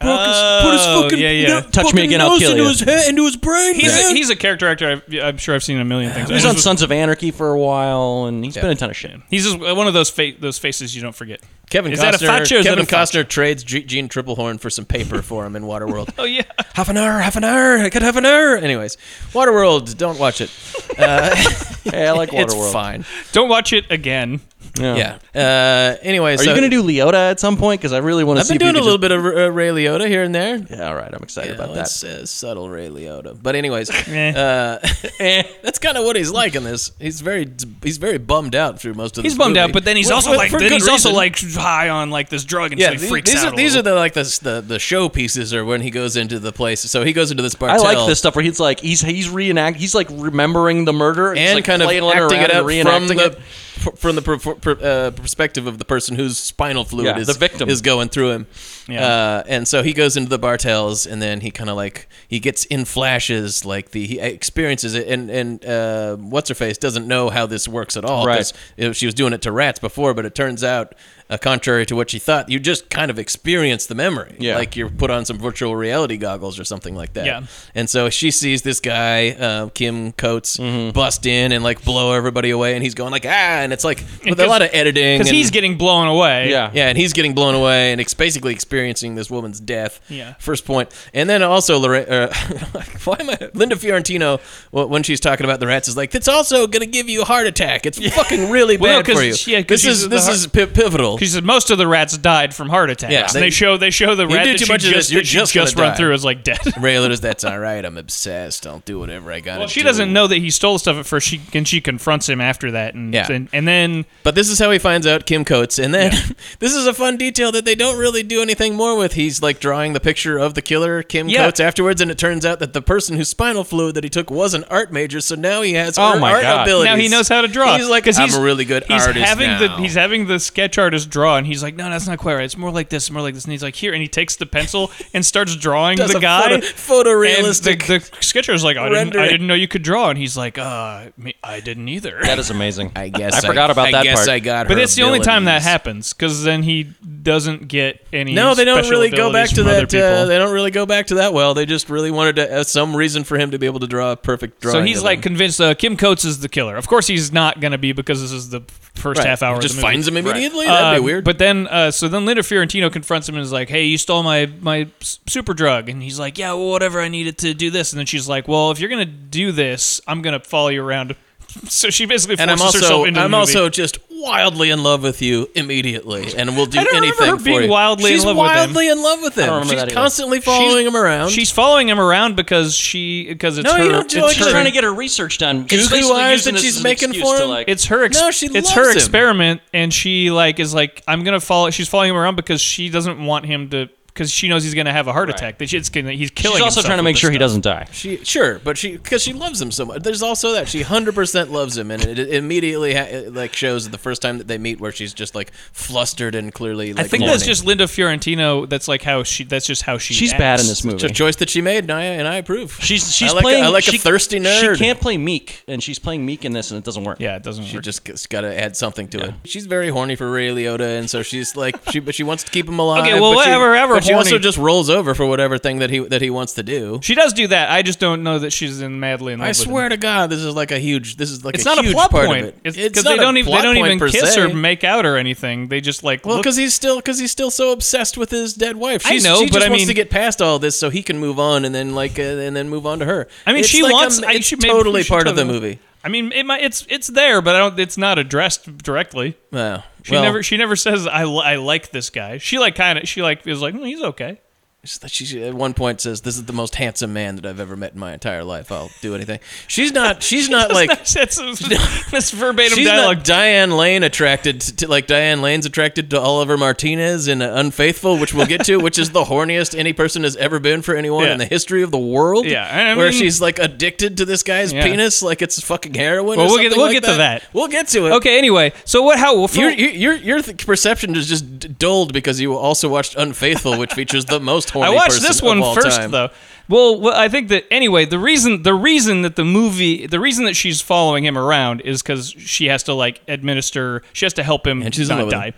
S1: Oh, yeah, yeah.
S3: Touch me again, I'll kill you.
S2: head, into his brain.
S1: He's,
S2: man.
S1: a, he's a character actor. I've, I'm sure I've seen in a million things.
S3: He was
S1: And
S3: on
S1: this
S3: Sons of Anarchy for a while, and he's been in a ton of shit.
S1: He's just one of those fa- those faces you don't forget.
S2: Kevin
S1: is
S2: Costner.
S1: that a facho? Is
S2: Kevin
S1: that a facho?
S2: Costner trades G- Gene Triplehorn for some paper for him in Waterworld.
S1: Oh yeah,
S2: half an hour, half an hour. I could have an hour. Anyways, Waterworld. Don't watch it.
S3: Hey, I like
S2: It's
S3: Waterworld.
S2: fine.
S1: don't watch it again.
S2: Yeah. Uh, anyway,
S3: Are
S2: so
S3: you going to do Leota at some point? Because I really want to
S2: I've
S3: see.
S2: been
S3: if you
S2: doing a
S3: could
S2: little bit of uh, Ray Liotta here and there.
S3: just- Yeah, all right. I'm excited
S2: Yeah,
S3: about
S2: it's,
S3: that.
S2: uh, subtle Ray Liotta. But anyways,
S1: Eh.
S2: uh, that's kind of what he's like in this. He's very he's very bummed out through most of.
S1: He's
S2: this
S1: bummed
S2: movie.
S1: out, but then he's
S2: For-
S1: also
S2: for-
S1: like
S2: for
S1: then
S2: good
S1: he's also
S2: reason.
S1: like high on like this drug, and
S2: Yeah,
S1: so he
S2: the-
S1: freaks
S2: these
S1: out.
S2: are
S1: a
S2: these
S1: little.
S2: are the like the, the the show pieces or when he goes into the place. So he goes into this
S3: I
S2: bartel.
S3: like this stuff where he's like he's he's reenact he's like remembering the murder he's
S2: and
S3: like
S2: kind of
S3: flailing
S2: acting
S3: around
S2: it up
S3: and reenacting
S2: from
S3: it.
S2: the fr- from the per, per, uh, perspective of the person whose spinal fluid
S3: Yeah,
S2: is
S3: the victim.
S2: is going through him.
S1: Yeah.
S2: Uh, and so he goes into the Bartels, and then he kind of like he gets in flashes, like the he experiences it, and and uh, what's her face doesn't know how this works at all.
S3: Right.
S2: 'cause, you know, she was doing it to rats before, but it turns out. Uh, contrary to what she thought, you just kind of experience the memory.
S3: Yeah.
S2: Like you're put on some virtual reality goggles or something like that.
S1: Yeah.
S2: And so she sees this guy, uh, Kim Coates,
S1: Mm-hmm.
S2: bust in and like blow everybody away, and he's going like ah, and it's like with a
S1: Because-
S2: lot of editing.
S1: because
S2: and-
S1: he's getting blown away.
S3: Yeah.
S2: yeah, and he's getting blown away and ex- basically experiencing this woman's death.
S1: Yeah.
S2: First point, and then also Lorra- uh, why am I Linda Fiorentino wh- when she's talking about the rats is like it's also gonna give you a heart attack. It's fucking really
S1: Well,
S2: bad for you.
S1: 'cause- yeah, 'cause
S2: this
S1: she's
S2: is
S1: the
S2: this
S1: heart-
S2: is pi- pivotal.
S1: He said most of the rats died from heart attacks.
S2: Yeah,
S1: they,
S2: they-
S1: they show they show the
S2: You
S1: rat
S2: do
S1: that
S2: too
S1: she
S2: much of
S1: just,
S2: this, you're
S1: that she
S2: just
S1: just
S2: gonna
S1: run
S2: die.
S1: through is like dead.
S2: Raylers, that's all right. I'm obsessed. I'll do whatever I got.
S1: Well, she doesn't know that he stole stuff at first. She and she confronts him after that, and
S2: Yeah.
S1: and, and then
S2: But this is how he finds out Kim Coates, and then this is a fun detail that they don't really do anything more with. He's like drawing the picture of the killer, Kim
S1: Yeah.
S2: Coates, afterwards, and it turns out that the person whose spinal fluid that he took was an art major, so now he has
S3: Oh
S2: her
S3: my
S2: art
S3: God.
S2: abilities.
S1: now he knows how to draw.
S2: He's like,
S1: 'Cause
S2: I'm a really good
S1: he's
S2: artist
S1: Having
S2: now.
S1: the he's having the sketch artist draw, and he's like, no, that's not quite right. It's more like this, more like this. And he's like, here, and he takes the pencil and starts drawing
S2: Does
S1: the
S2: a
S1: guy.
S2: photo- photorealistic
S1: And the, the sketcher's like, I didn't, I
S2: rendering.
S1: didn't know you could draw, and he's like, uh, me, I didn't either.
S3: That is amazing.
S2: I guess
S3: I forgot about
S2: I
S3: that
S2: guess
S3: part.
S2: I got
S1: But
S2: her
S1: it's the only time that
S2: abilities.
S1: happens because then he doesn't get any.
S2: No, they don't
S1: special
S2: really go
S1: abilities
S2: back to
S1: from other
S2: that. Uh,
S1: people.
S2: they don't really go back to that well. They just really wanted to uh, some reason for him to be able to draw a perfect drawing.
S1: so he's
S2: of
S1: like
S2: him.
S1: convinced uh, Kim Coates is the killer. Of course, he's not going to be because this is the first
S2: Right.
S1: half hour.
S2: He
S1: of
S2: just
S1: the movie.
S2: finds him immediately.
S1: Uh,
S2: That'd be weird.
S1: But then, uh, so then Linda Fiorentino confronts him and is like, "Hey, you stole my my s- super drug," and he's like, "Yeah, well, whatever. I needed to do this." And then she's like, "Well, if you're gonna do this, I'm gonna follow you around." So she basically forces
S2: and I'm also
S1: herself into the
S2: I'm
S1: movie.
S2: also just wildly in love with you immediately, and will do
S1: I don't remember
S2: anything
S1: her
S2: for
S1: being
S2: you.
S1: wildly in
S2: She's
S1: love with him.
S2: wildly in love with him.
S3: remember
S2: She's
S3: that either.
S2: constantly following him around.
S1: She's following him around because she because it's
S2: No,
S1: her.
S2: you don't do
S1: it's
S2: it. She's
S1: her-
S2: trying to
S3: get her research done.
S2: She's Googly basically eyes using that this she's as an making excuse for to, him? like-
S1: It's her. Ex-
S2: No, she
S1: it's
S2: loves
S1: her
S2: him.
S1: experiment, and she like is like, I'm gonna follow. She's following him around because she doesn't want him to. Because she knows he's gonna have a heart attack. That she's gonna, he's killing.
S3: She's also
S1: himself
S3: trying to
S1: with
S3: make
S1: this
S3: sure he
S1: stuff.
S3: doesn't die.
S2: she sure, but she because she loves him so much. There's also that she hundred percent loves him, and it, it immediately ha- it, like shows the first time that they meet where she's just like flustered and clearly. Like,
S1: I think that's
S2: mourning.
S1: just Linda Fiorentino. That's like how she. That's just how she.
S3: She's
S1: acts.
S3: bad in
S2: It's
S3: this
S2: a
S3: movie.
S2: choice that she made, and I and I approve.
S3: She's she's
S2: I like
S3: playing.
S2: A, I like
S3: she,
S2: a thirsty nerd.
S3: She can't play meek, and she's playing meek in this, and it doesn't work.
S1: Yeah, it doesn't.
S2: She
S1: work.
S2: just got to add something to it. She's very horny for Ray Liotta, and so she's like, she but she wants to keep him alive.
S1: Okay, well,
S2: but she-
S1: whatever, ever
S2: But she also
S1: horny.
S2: just rolls over for whatever thing that he that he wants to do.
S1: She does do that. I just don't know that she's in madly in love.
S2: I
S1: with him.
S2: swear to God, this is like a huge. This is like
S1: it's
S2: a
S1: not a
S2: huge
S1: plot
S2: part
S1: point.
S2: Of it.
S1: It's because they
S2: not a
S1: don't even they
S2: plot
S1: don't
S2: point
S1: even
S2: per
S1: kiss
S2: se.
S1: or make out or anything. They just like
S2: Well,
S1: look-
S2: because he's still because he's still so obsessed with his dead wife.
S1: I
S2: She's,
S1: know,
S2: she
S1: but
S2: just
S1: I
S2: wants
S1: mean-
S2: to get past all this so he can move on, and then like uh, and then move on to her.
S1: I mean,
S2: It's
S1: she
S2: like a-
S1: wants. I,
S2: it's
S1: she, maybe
S2: totally
S1: she
S2: part of the
S1: totally-
S2: movie.
S1: I mean, it might, it's it's there, but I don't. It's not addressed directly.
S2: Wow.
S1: She never she never says I, li- I like this guy. She like kind of she like is like "Mm, he's okay.
S2: It's that She at one point says, "This is the most handsome man that I've ever met in my entire life. I'll do anything." She's not. She's not like.
S1: that's, that's verbatim
S2: She's
S1: dialogue.
S2: not Diane Lane attracted to, to- like Diane Lane's attracted to Oliver Martinez in Unfaithful, which we'll get to, which is the horniest any person has ever been for anyone
S1: Yeah.
S2: in the history of the world.
S1: Yeah, I
S2: where
S1: mean-
S2: she's like addicted to this guy's
S1: Yeah.
S2: penis, like it's fucking heroin.
S1: Well,
S2: or
S1: we'll get-
S2: something
S1: we'll
S2: like
S1: get to that.
S2: We'll get to it.
S1: okay. Anyway, so what? How? Well, for-
S2: Your, your, your, your th- perception is just d- dulled because you also watched Unfaithful, which features the most horny
S1: I watched
S2: person
S1: this
S2: of
S1: one
S2: all
S1: first,
S2: time.
S1: though. Well, well, I think that anyway. The reason the reason that the movie the reason that she's following him around is because she has to like administer. She has to help him
S2: she's in
S1: not
S2: love with
S1: die.
S2: him.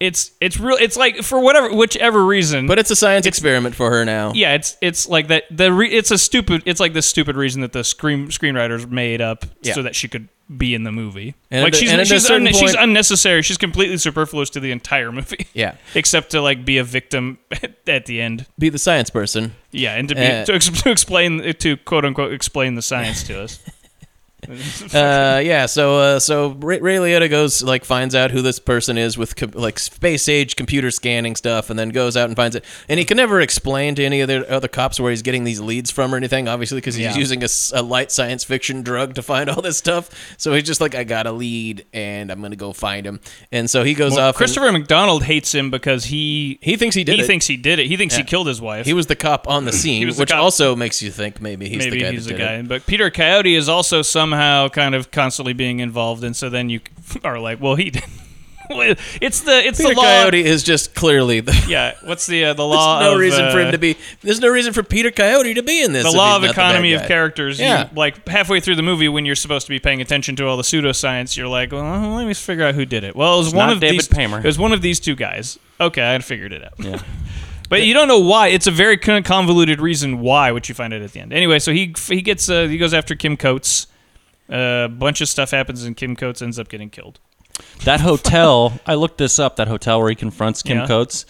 S1: It's it's real. It's like for whatever whichever reason.
S2: But it's a science experiment for her now.
S1: yeah, it's it's like that. The re, it's a stupid. It's like this stupid reason that the screen screenwriters made up
S2: Yeah.
S1: so that she could be in the movie.
S2: And
S1: like
S2: at a-
S1: she's
S2: and at a
S1: she's,
S2: certain
S1: un- she's
S2: point-
S1: unnecessary. She's completely superfluous to the entire movie.
S2: Yeah.
S1: except to like be a victim at the end.
S2: Be the science person.
S1: Yeah, and to be,
S2: Uh,
S1: to, ex- to explain to quote unquote explain the science to us.
S2: uh, yeah. So uh, so Ray, Ray Liotta goes like finds out who this person is with com- like space age computer scanning stuff, and then goes out and finds it. And he can never explain to any of the other cops where he's getting these leads from or anything, obviously because he's
S1: Yeah.
S2: using a, s- a light science fiction drug to find all this stuff. So he's just like, I got a lead, and I'm gonna go find him. And so he goes
S1: Well,
S2: off. and-
S1: Christopher McDonald hates him because he
S2: He thinks he did
S1: he
S2: it.
S1: thinks he did it. He thinks he killed his wife.
S2: he was the cop on the scene,
S1: was the
S2: which
S1: cop.
S2: also makes you think maybe he's
S1: maybe
S2: the guy.
S1: he's
S2: that
S1: the
S2: did it.
S1: guy. But Peter Coyote is also somehow kind of constantly being involved, and so then you are like, well, he did. It's the it's
S2: Peter
S1: the law.
S2: Coyote is just clearly the.
S1: Yeah, what's the uh, the
S2: There's
S1: law?
S2: no
S1: of,
S2: reason for
S1: uh,
S2: him to be. There's no reason for Peter Coyote to be in this.
S1: the
S2: if
S1: law
S2: he's
S1: of
S2: not the bad
S1: economy of
S2: guy.
S1: characters. you-
S2: Yeah.
S1: like halfway through the movie, when you're supposed to be paying attention to all the pseudoscience, you're like, well, let me figure out who did it. Well, it was one
S3: not
S1: of
S3: David
S1: these.
S3: Paymer.
S1: It was one of these two guys. Okay, I figured it out. Yeah. But you don't know why. It's a very con- convoluted reason why, which you find out at the end. Anyway, so he he gets uh, he goes after Kim Coates. Uh, A bunch of stuff happens, and Kim Coates ends up getting killed.
S3: That hotel, I looked this up. That hotel where he confronts Kim
S1: Yeah.
S3: Coates.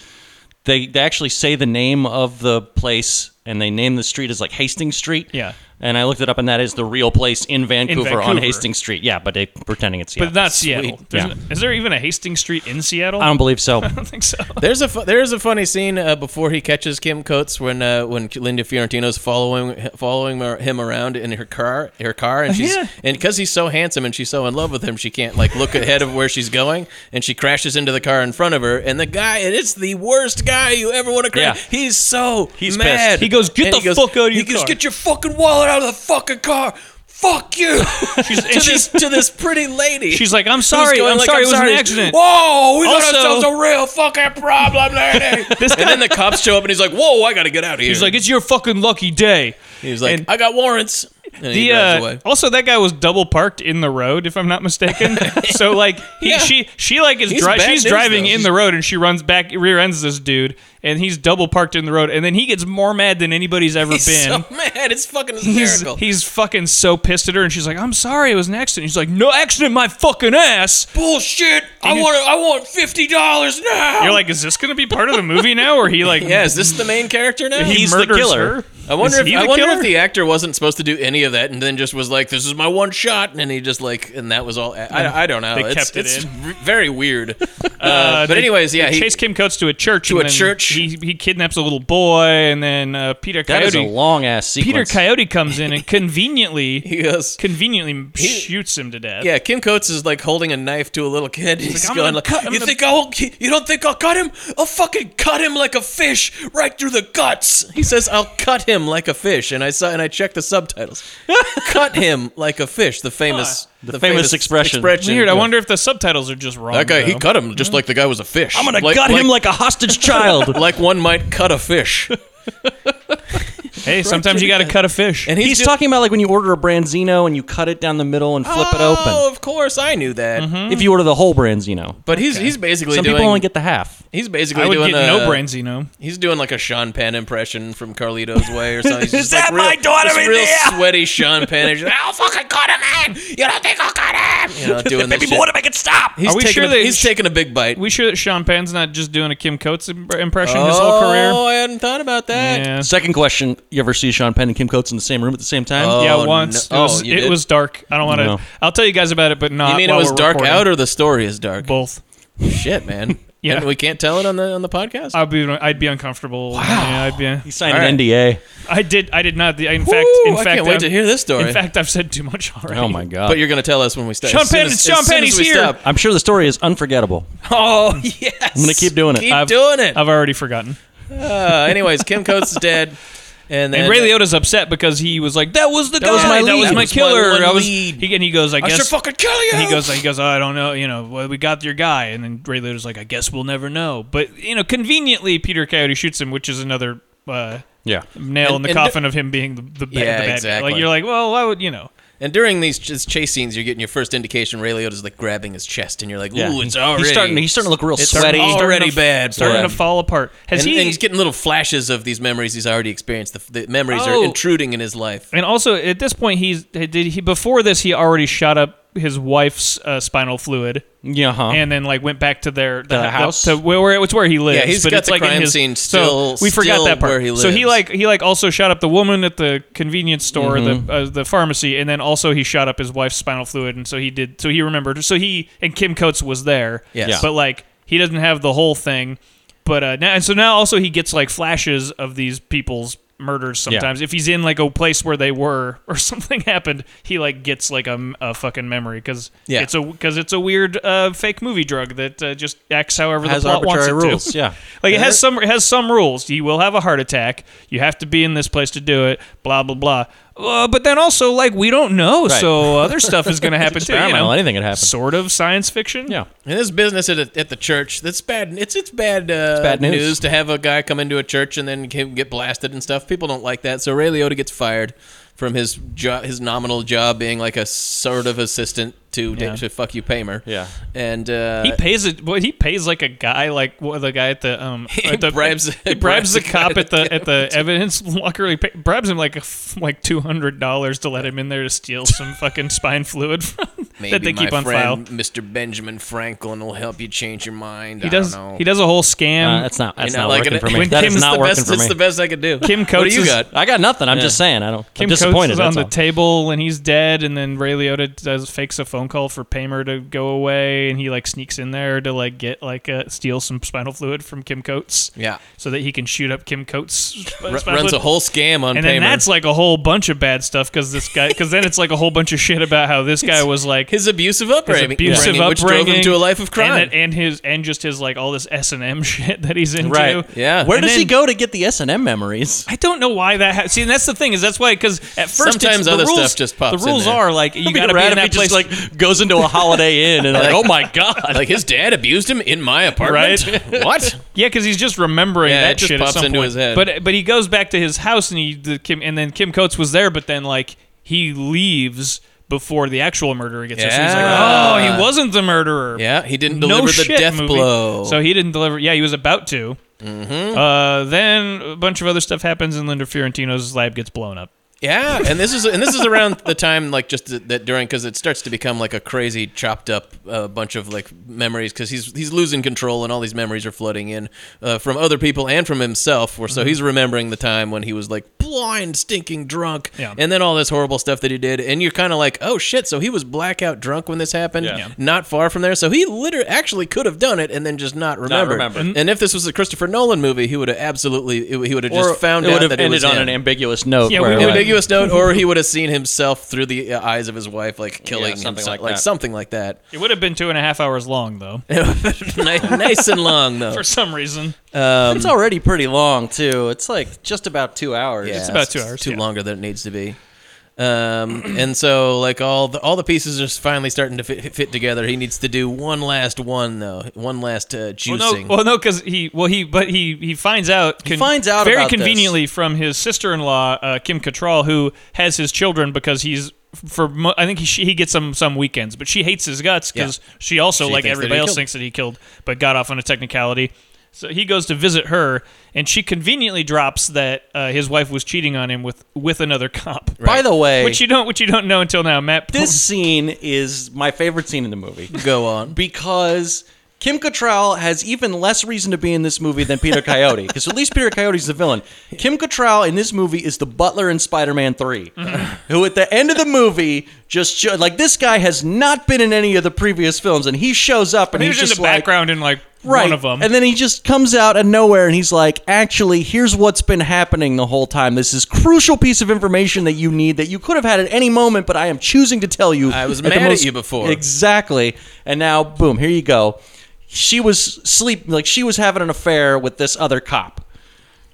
S3: They they actually say the name of the place and they name the street as like Hastings Street.
S1: Yeah.
S3: And I looked it up, and that is the real place in Vancouver, on
S1: Vancouver.
S3: Hastings Street. Yeah, but they pretending it's yeah.
S1: But not Seattle. There's
S3: Yeah.
S1: no- is there even a Hastings Street in Seattle?
S3: I don't believe so.
S1: I don't think so.
S2: There's a fu- there's a funny scene uh, before he catches Kim Coates when uh, when Linda Fiorentino's following following her- him around in her car her car and she's
S1: Oh, yeah.
S2: and because he's so handsome and she's so in love with him she can't like look ahead of where she's going and she crashes into the car in front of her and the guy and it's the worst guy you ever want to crash
S3: Yeah.
S2: he's so
S3: He's
S2: mad
S3: pissed.
S1: He goes, "Get
S2: And
S1: the
S2: he goes-
S1: fuck out of
S2: he
S1: your
S2: goes
S1: car."
S2: get your fucking wallet out of the fucking car fuck you to
S1: and she's-
S2: this to this pretty lady
S1: She's like, "I'm
S2: Who's
S1: sorry,
S2: going
S1: I'm
S2: like,
S1: sorry, it was an accident."
S2: whoa we got
S1: Also-
S2: ourselves a real fucking problem, lady. and then the cops show up and he's like, whoa, I gotta get out of here.
S1: He's like, it's your fucking lucky day.
S2: he's like,
S1: and-
S2: I got warrants. And he
S1: the
S2: drives
S1: uh,
S2: away.
S1: also that guy was double parked in the road if i'm not mistaken so like he,
S2: Yeah.
S1: she she like is
S2: He's
S1: dri-
S2: bad
S1: she's
S2: news,
S1: driving
S2: though.
S1: in the road and she runs back rear ends this dude and he's double parked in the road and then he gets more mad than anybody's ever
S2: He's
S1: been
S2: so mad. It's fucking
S1: He's,
S2: hysterical.
S1: he's fucking so pissed at her, and she's like, "I'm sorry, it was an accident." He's like, "No accident, my fucking ass."
S2: bullshit. I
S1: you-
S2: want. I want fifty dollars now.
S1: You're like, "Is this gonna be part of the movie now?" Or he like,
S2: yeah, is this the main character now?
S1: he
S3: He's the
S1: murders
S3: killer.
S1: her.
S2: I wonder
S1: Is
S2: if
S1: he
S2: I
S1: the
S2: wonder
S1: killer?
S2: if the actor wasn't supposed to do any of that, and then just was like, "This is my one shot," and he just like, and that was all. I, I, I don't know.
S1: They
S2: it's,
S1: kept it
S2: it's
S1: in.
S2: v- very weird.
S1: Uh,
S2: but
S1: they-
S2: anyways, yeah,
S1: they
S2: he-
S1: chase Kim Coates to a church.
S2: To
S1: and
S2: a
S1: then
S2: church.
S1: He, he kidnaps a little boy, and then uh, Peter
S3: That
S1: Coyote.
S3: is a long ass
S1: Peter
S3: sequence.
S1: Coyote comes in and conveniently,
S2: he goes.
S1: conveniently shoots him to death.
S2: Yeah, Kim Coates is like holding a knife to a little kid. He's
S1: like, "I'm
S2: going
S1: gonna
S2: like,
S1: cut- I'm
S2: "You
S1: gonna-
S2: think I'll? You don't think I'll cut him? I'll fucking cut him like a fish, right through the guts." He says, "I'll cut him like a fish," and I saw and I checked the subtitles. cut him like a fish. The famous, the,
S3: famous expression.
S1: Weird. I wonder if the subtitles are just wrong.
S2: That guy, he
S1: though.
S2: cut him just like the guy was a fish.
S3: I'm gonna gut him like a hostage child.
S2: like one might cut a fish.
S1: Hey, sometimes you got to cut a fish.
S2: And
S3: He's
S2: do-
S3: talking about like when you order a branzino and you cut it down the middle and flip it
S2: Oh,
S3: open.
S2: of course, I knew that.
S1: Mm-hmm.
S3: If you order the whole branzino,
S2: But he's he's basically
S3: some
S2: doing.
S3: people only get the half.
S2: he's basically
S1: I would
S2: doing
S1: get
S2: a,
S1: no brains, you know.
S2: He's doing like a Sean Penn impression from Carlito's Way or something. He's
S3: Is
S2: just, like,
S3: that
S2: real-
S3: my daughter
S2: just
S3: in
S2: real
S3: there?
S2: sweaty Sean Penn. He's just, I'll fucking cut him in. You don't think I'll cut him? You know, doing this shit.
S3: make it stop?
S2: He's
S1: Are we
S2: taking
S1: sure
S2: a,
S1: they-
S2: he's taking a big bite.
S1: We sure that Sean Penn's not just doing a Kim Coates im- impression
S2: oh,
S1: his whole career?
S2: I hadn't thought about that.
S1: Yeah.
S3: Second question: You ever see Sean Penn and Kim Coates in the same room at the same time?
S2: Oh,
S1: yeah, once.
S2: no.
S1: It,
S2: Oh,
S1: was,
S2: you
S1: it
S2: did?
S1: was dark. I don't want to.
S3: No.
S1: I'll tell you guys about it, but not.
S2: You mean it
S1: while
S2: was
S1: we're
S2: dark
S1: recording.
S2: out or the story is dark?
S1: both?
S2: Shit, man.
S1: Yeah. Uh,
S2: And we can't tell it on the on the podcast.
S1: I'd be I'd be uncomfortable. Wow. I'd
S3: He
S1: be,
S3: signed
S2: All right.
S3: an NDA.
S1: I did I did not. In fact,
S2: Woo,
S1: in
S2: I
S1: fact,
S2: can't wait
S1: I'm-
S2: to hear this story.
S1: In fact, I've said too much already.
S3: Oh my god!
S2: but you're going to tell us when we stop.
S1: Sean
S2: as soon
S1: Penn-
S2: as-
S1: it's
S2: as
S1: Sean
S2: soon
S1: Penn,
S2: as
S1: he's
S2: we
S1: here.
S2: stop.
S3: I'm sure the story is unforgettable.
S2: Oh yes. I'm
S3: gonna keep doing it.
S2: Keep
S3: I've-
S2: doing it.
S1: I've already forgotten.
S2: Uh, anyways, Kim Coates is dead, and then
S1: And Ray Liotta's upset because he was like, "That was the guy.
S2: was my
S1: That
S2: lead.
S1: was
S2: That
S1: my
S2: was my
S1: killer.
S2: one
S1: I was."
S2: lead.
S1: He, and he goes, "I
S2: I
S1: guess."
S2: should fucking kill you.
S1: and he goes, "He goes. I don't know. You know, well, we got your guy." And then Ray Liotta's like, "I guess we'll never know." But you know, conveniently, Peter Coyote shoots him, which is another uh,
S3: Yeah.
S1: nail in
S2: And-
S1: the
S2: and-
S1: coffin of him being the, the, ba-
S2: Yeah,
S1: the bad guy.
S2: exactly.
S1: Like you're like, well, why would you know?
S2: And during these ch- chase scenes, you're getting your first indication Ray Liotta's like grabbing his chest, and you're like, "Ooh,
S3: Yeah.
S2: it's already."
S3: He's starting. He's starting to look real
S2: it's
S3: sweaty.
S2: already
S1: Starting to-
S2: bad. for
S1: Starting
S2: him.
S1: to fall apart. Has
S2: And,
S1: he?
S2: and he's getting little flashes of these memories he's already experienced. The, the memories
S1: Oh.
S2: are intruding in his life.
S1: And also at this point, he's did he before this he already shot up his wife's uh, spinal fluid
S3: Yeah. Huh.
S2: Uh-huh.
S1: and then like went back to their the,
S3: house?
S1: to where, where it's where he lives.
S2: he's
S1: but
S2: got
S1: it's
S2: the
S1: like in
S2: crime
S1: his,
S2: scene still-
S1: So we forgot
S2: still
S1: that part.
S2: where he
S1: So he
S2: lives. Mm-hmm.
S1: like he like also shot up the woman at the convenience store, the uh, the pharmacy, and then also he shot up his wife's spinal fluid, and so he did. So he remembered. So he and Kim Coates was there.
S2: Yes. Yeah.
S1: but like he doesn't have the whole thing. But uh, now and so now also he gets like flashes of these people's murders sometimes if he's in like a place where they were or something happened he like gets like a, m- a fucking memory because
S2: Yeah.
S1: it's a because it's a weird uh, fake movie drug that uh, just acts however
S3: Has
S1: the plot wants it
S3: arbitrary rules.
S1: to.
S3: Yeah. Uh-huh.
S1: like it has some it has some rules. You will have a heart attack. You have to be in this place to do it. Blah blah blah. Uh, but then also like we don't know, so other stuff is going to happen too. You
S3: experimental.
S1: know?
S3: Anything could happen.
S1: Sort of science fiction.
S3: Yeah.
S2: And this business at, at the church, that's bad. It's it's bad, uh,
S3: bad news.
S2: to have a guy come into a church and then him get blasted and stuff. People don't like that. So Ray Liotta gets fired from his job, his nominal job being like a sort of assistant to to fuck you Paymer.
S3: Yeah.
S2: and uh,
S1: He pays it. Boy, he pays like a guy, like what, the guy at the um. at the,
S2: bribes-
S1: He bribes the cop at the at the evidence locker. He pay, bribes him like a f- like two hundred dollars to let him in there to steal some fucking spine fluid from, that they
S2: my
S1: keep on file.
S2: friend, Mr. Benjamin Franklin will help you change your mind.
S1: He
S2: I
S1: does.
S2: don't know.
S1: He does a whole scam.
S3: Uh, that's not. That's
S2: You know,
S3: not
S2: like
S3: working
S2: an-
S3: for me.
S1: when
S3: That
S1: Kim's
S3: is not
S2: the
S3: working
S2: best,
S3: for
S2: It's
S3: me.
S2: the best I could do.
S1: Kim
S2: What do
S1: Coates
S2: you
S1: is-
S2: got?
S3: I got nothing. I'm just saying. I don't.
S1: Kim
S3: I'm
S1: Coates
S3: disappointed.
S1: is on
S3: that's
S1: the
S3: all.
S1: table and he's dead, and then Ray Liotta does fakes a phone call for Paymer to go away, and he like sneaks in there to like get like uh, steal some spinal fluid from Kim Coates,
S2: Yeah.
S1: so that he can shoot up Kim Coates. sp-
S2: R-
S1: spinal
S2: runs a
S1: fluid.
S2: whole scam on
S1: and
S2: Paymer.
S1: then that's like a whole bunch of bad stuff because this guy because then it's like a whole bunch of shit about how this guy was like
S2: his abusive upbringing,
S1: abusive
S2: upbringing, which drove him
S1: upbringing
S2: to a life of crime.
S1: and, that- and his and just his like all this S and M shit that he's into.
S3: Right.
S2: Yeah.
S3: Where
S1: And
S3: does he
S1: then-
S3: go to get the S and M memories?
S1: I don't know why that. Ha- See, and that's the thing is that's why because at first it's-
S2: Sometimes
S1: the
S2: other
S1: rules-
S2: stuff just pops in
S1: The rules
S2: there.
S1: are like you got to be in that place like
S3: like goes into a Holiday Inn and like, oh my god,
S2: like his dad abused him in my apartment.
S1: Right?
S2: what?
S1: yeah because he's just remembering
S2: Yeah,
S1: that
S2: it just
S1: shit
S2: pops
S1: at some
S2: into
S1: point.
S2: his head.
S1: But but he goes back to his house and he the, Kim and then Kim Coates was there, but then like he leaves. Before the actual murderer gets there, so he's like,
S2: Yeah.
S1: "Oh, he wasn't the murderer."
S2: Yeah, he didn't deliver the
S1: shit
S2: death
S1: movie.
S2: blow. Mm-hmm.
S1: So he didn't deliver. Yeah, he was about to. Uh, then a bunch of other stuff happens, and Linda Fiorentino's lab gets blown up.
S2: yeah, and this is and this is around the time like just th- that during because it starts to become like a crazy chopped up uh, bunch of like memories because he's he's losing control and all these memories are flooding in uh, from other people and from himself. Where so he's remembering the time when he was like blind, stinking drunk,
S1: Yeah.
S2: and then all this horrible stuff that he did, and you're kind of like, oh shit, so he was blackout drunk when this happened,
S3: Yeah. Yeah.
S2: not far from there. So he literally actually could have done it and then just not remember.
S3: remember.
S2: And if this was a Christopher Nolan movie, he would have absolutely he would have just found
S3: it
S2: out
S3: would have
S2: that it
S3: ended
S2: was
S3: on
S2: him
S3: an ambiguous note.
S1: Yeah,
S3: where,
S1: we-
S3: like,
S2: ambiguous note, or he would have seen himself through the uh, eyes of his wife, like killing
S3: something
S2: himself,
S3: like
S2: like,
S3: that.
S2: something like that.
S1: It would have been two and a half hours long, though,
S2: nice, nice and long though.
S1: for some reason.
S2: um,
S3: it's already pretty long too. It's like just about two hours.
S2: Yeah,
S1: about two hours,
S2: Too
S1: yeah.
S2: longer than it needs to be. Um, and so like all the all the pieces are just finally starting to fit, fit together. He needs to do one last one though, one last uh,
S1: Well, no,
S2: juicing.
S1: well, no, because he, well, he, but he, he finds out, con-
S3: finds out
S1: very
S3: about this.
S1: conveniently from his sister-in-law uh, Kim Cattrall, who has his children because he's for mo- I think he she, he gets some some weekends, but she hates his guts because she also
S2: She
S1: like
S2: thinks that
S1: everybody
S2: he
S1: else
S2: killed.
S1: thinks that he killed, but got off on a technicality. So he goes to visit her, and she conveniently drops that uh, his wife was cheating on him with with another cop.
S3: By the way,
S1: which you don't, which you don't know until now, Matt.
S3: this scene is my favorite scene in the movie
S2: Go on.
S3: because. Kim Cattrall has even less reason to be in this movie than Peter Coyote, because at least Peter Coyote's the villain.
S1: Mm-hmm.
S3: Kim Cattrall in this movie is the butler in Spider-Man 3, who at the end of the movie just show, like this guy has not been in any of the previous films, and he shows up and
S1: He
S3: he's
S1: was in
S3: just
S1: the
S3: like,
S1: background in like
S3: right.
S1: one of them.
S3: And then he just comes out of nowhere and he's like, actually, here's what's been happening the whole time. This is crucial piece of information that you need that you could have had at any moment, but I am choosing to tell you.
S2: I was
S3: at the
S2: mad at
S3: most-
S2: you before.
S3: Exactly. And now, boom, here you go. She was sleep like she was having an affair with this other cop.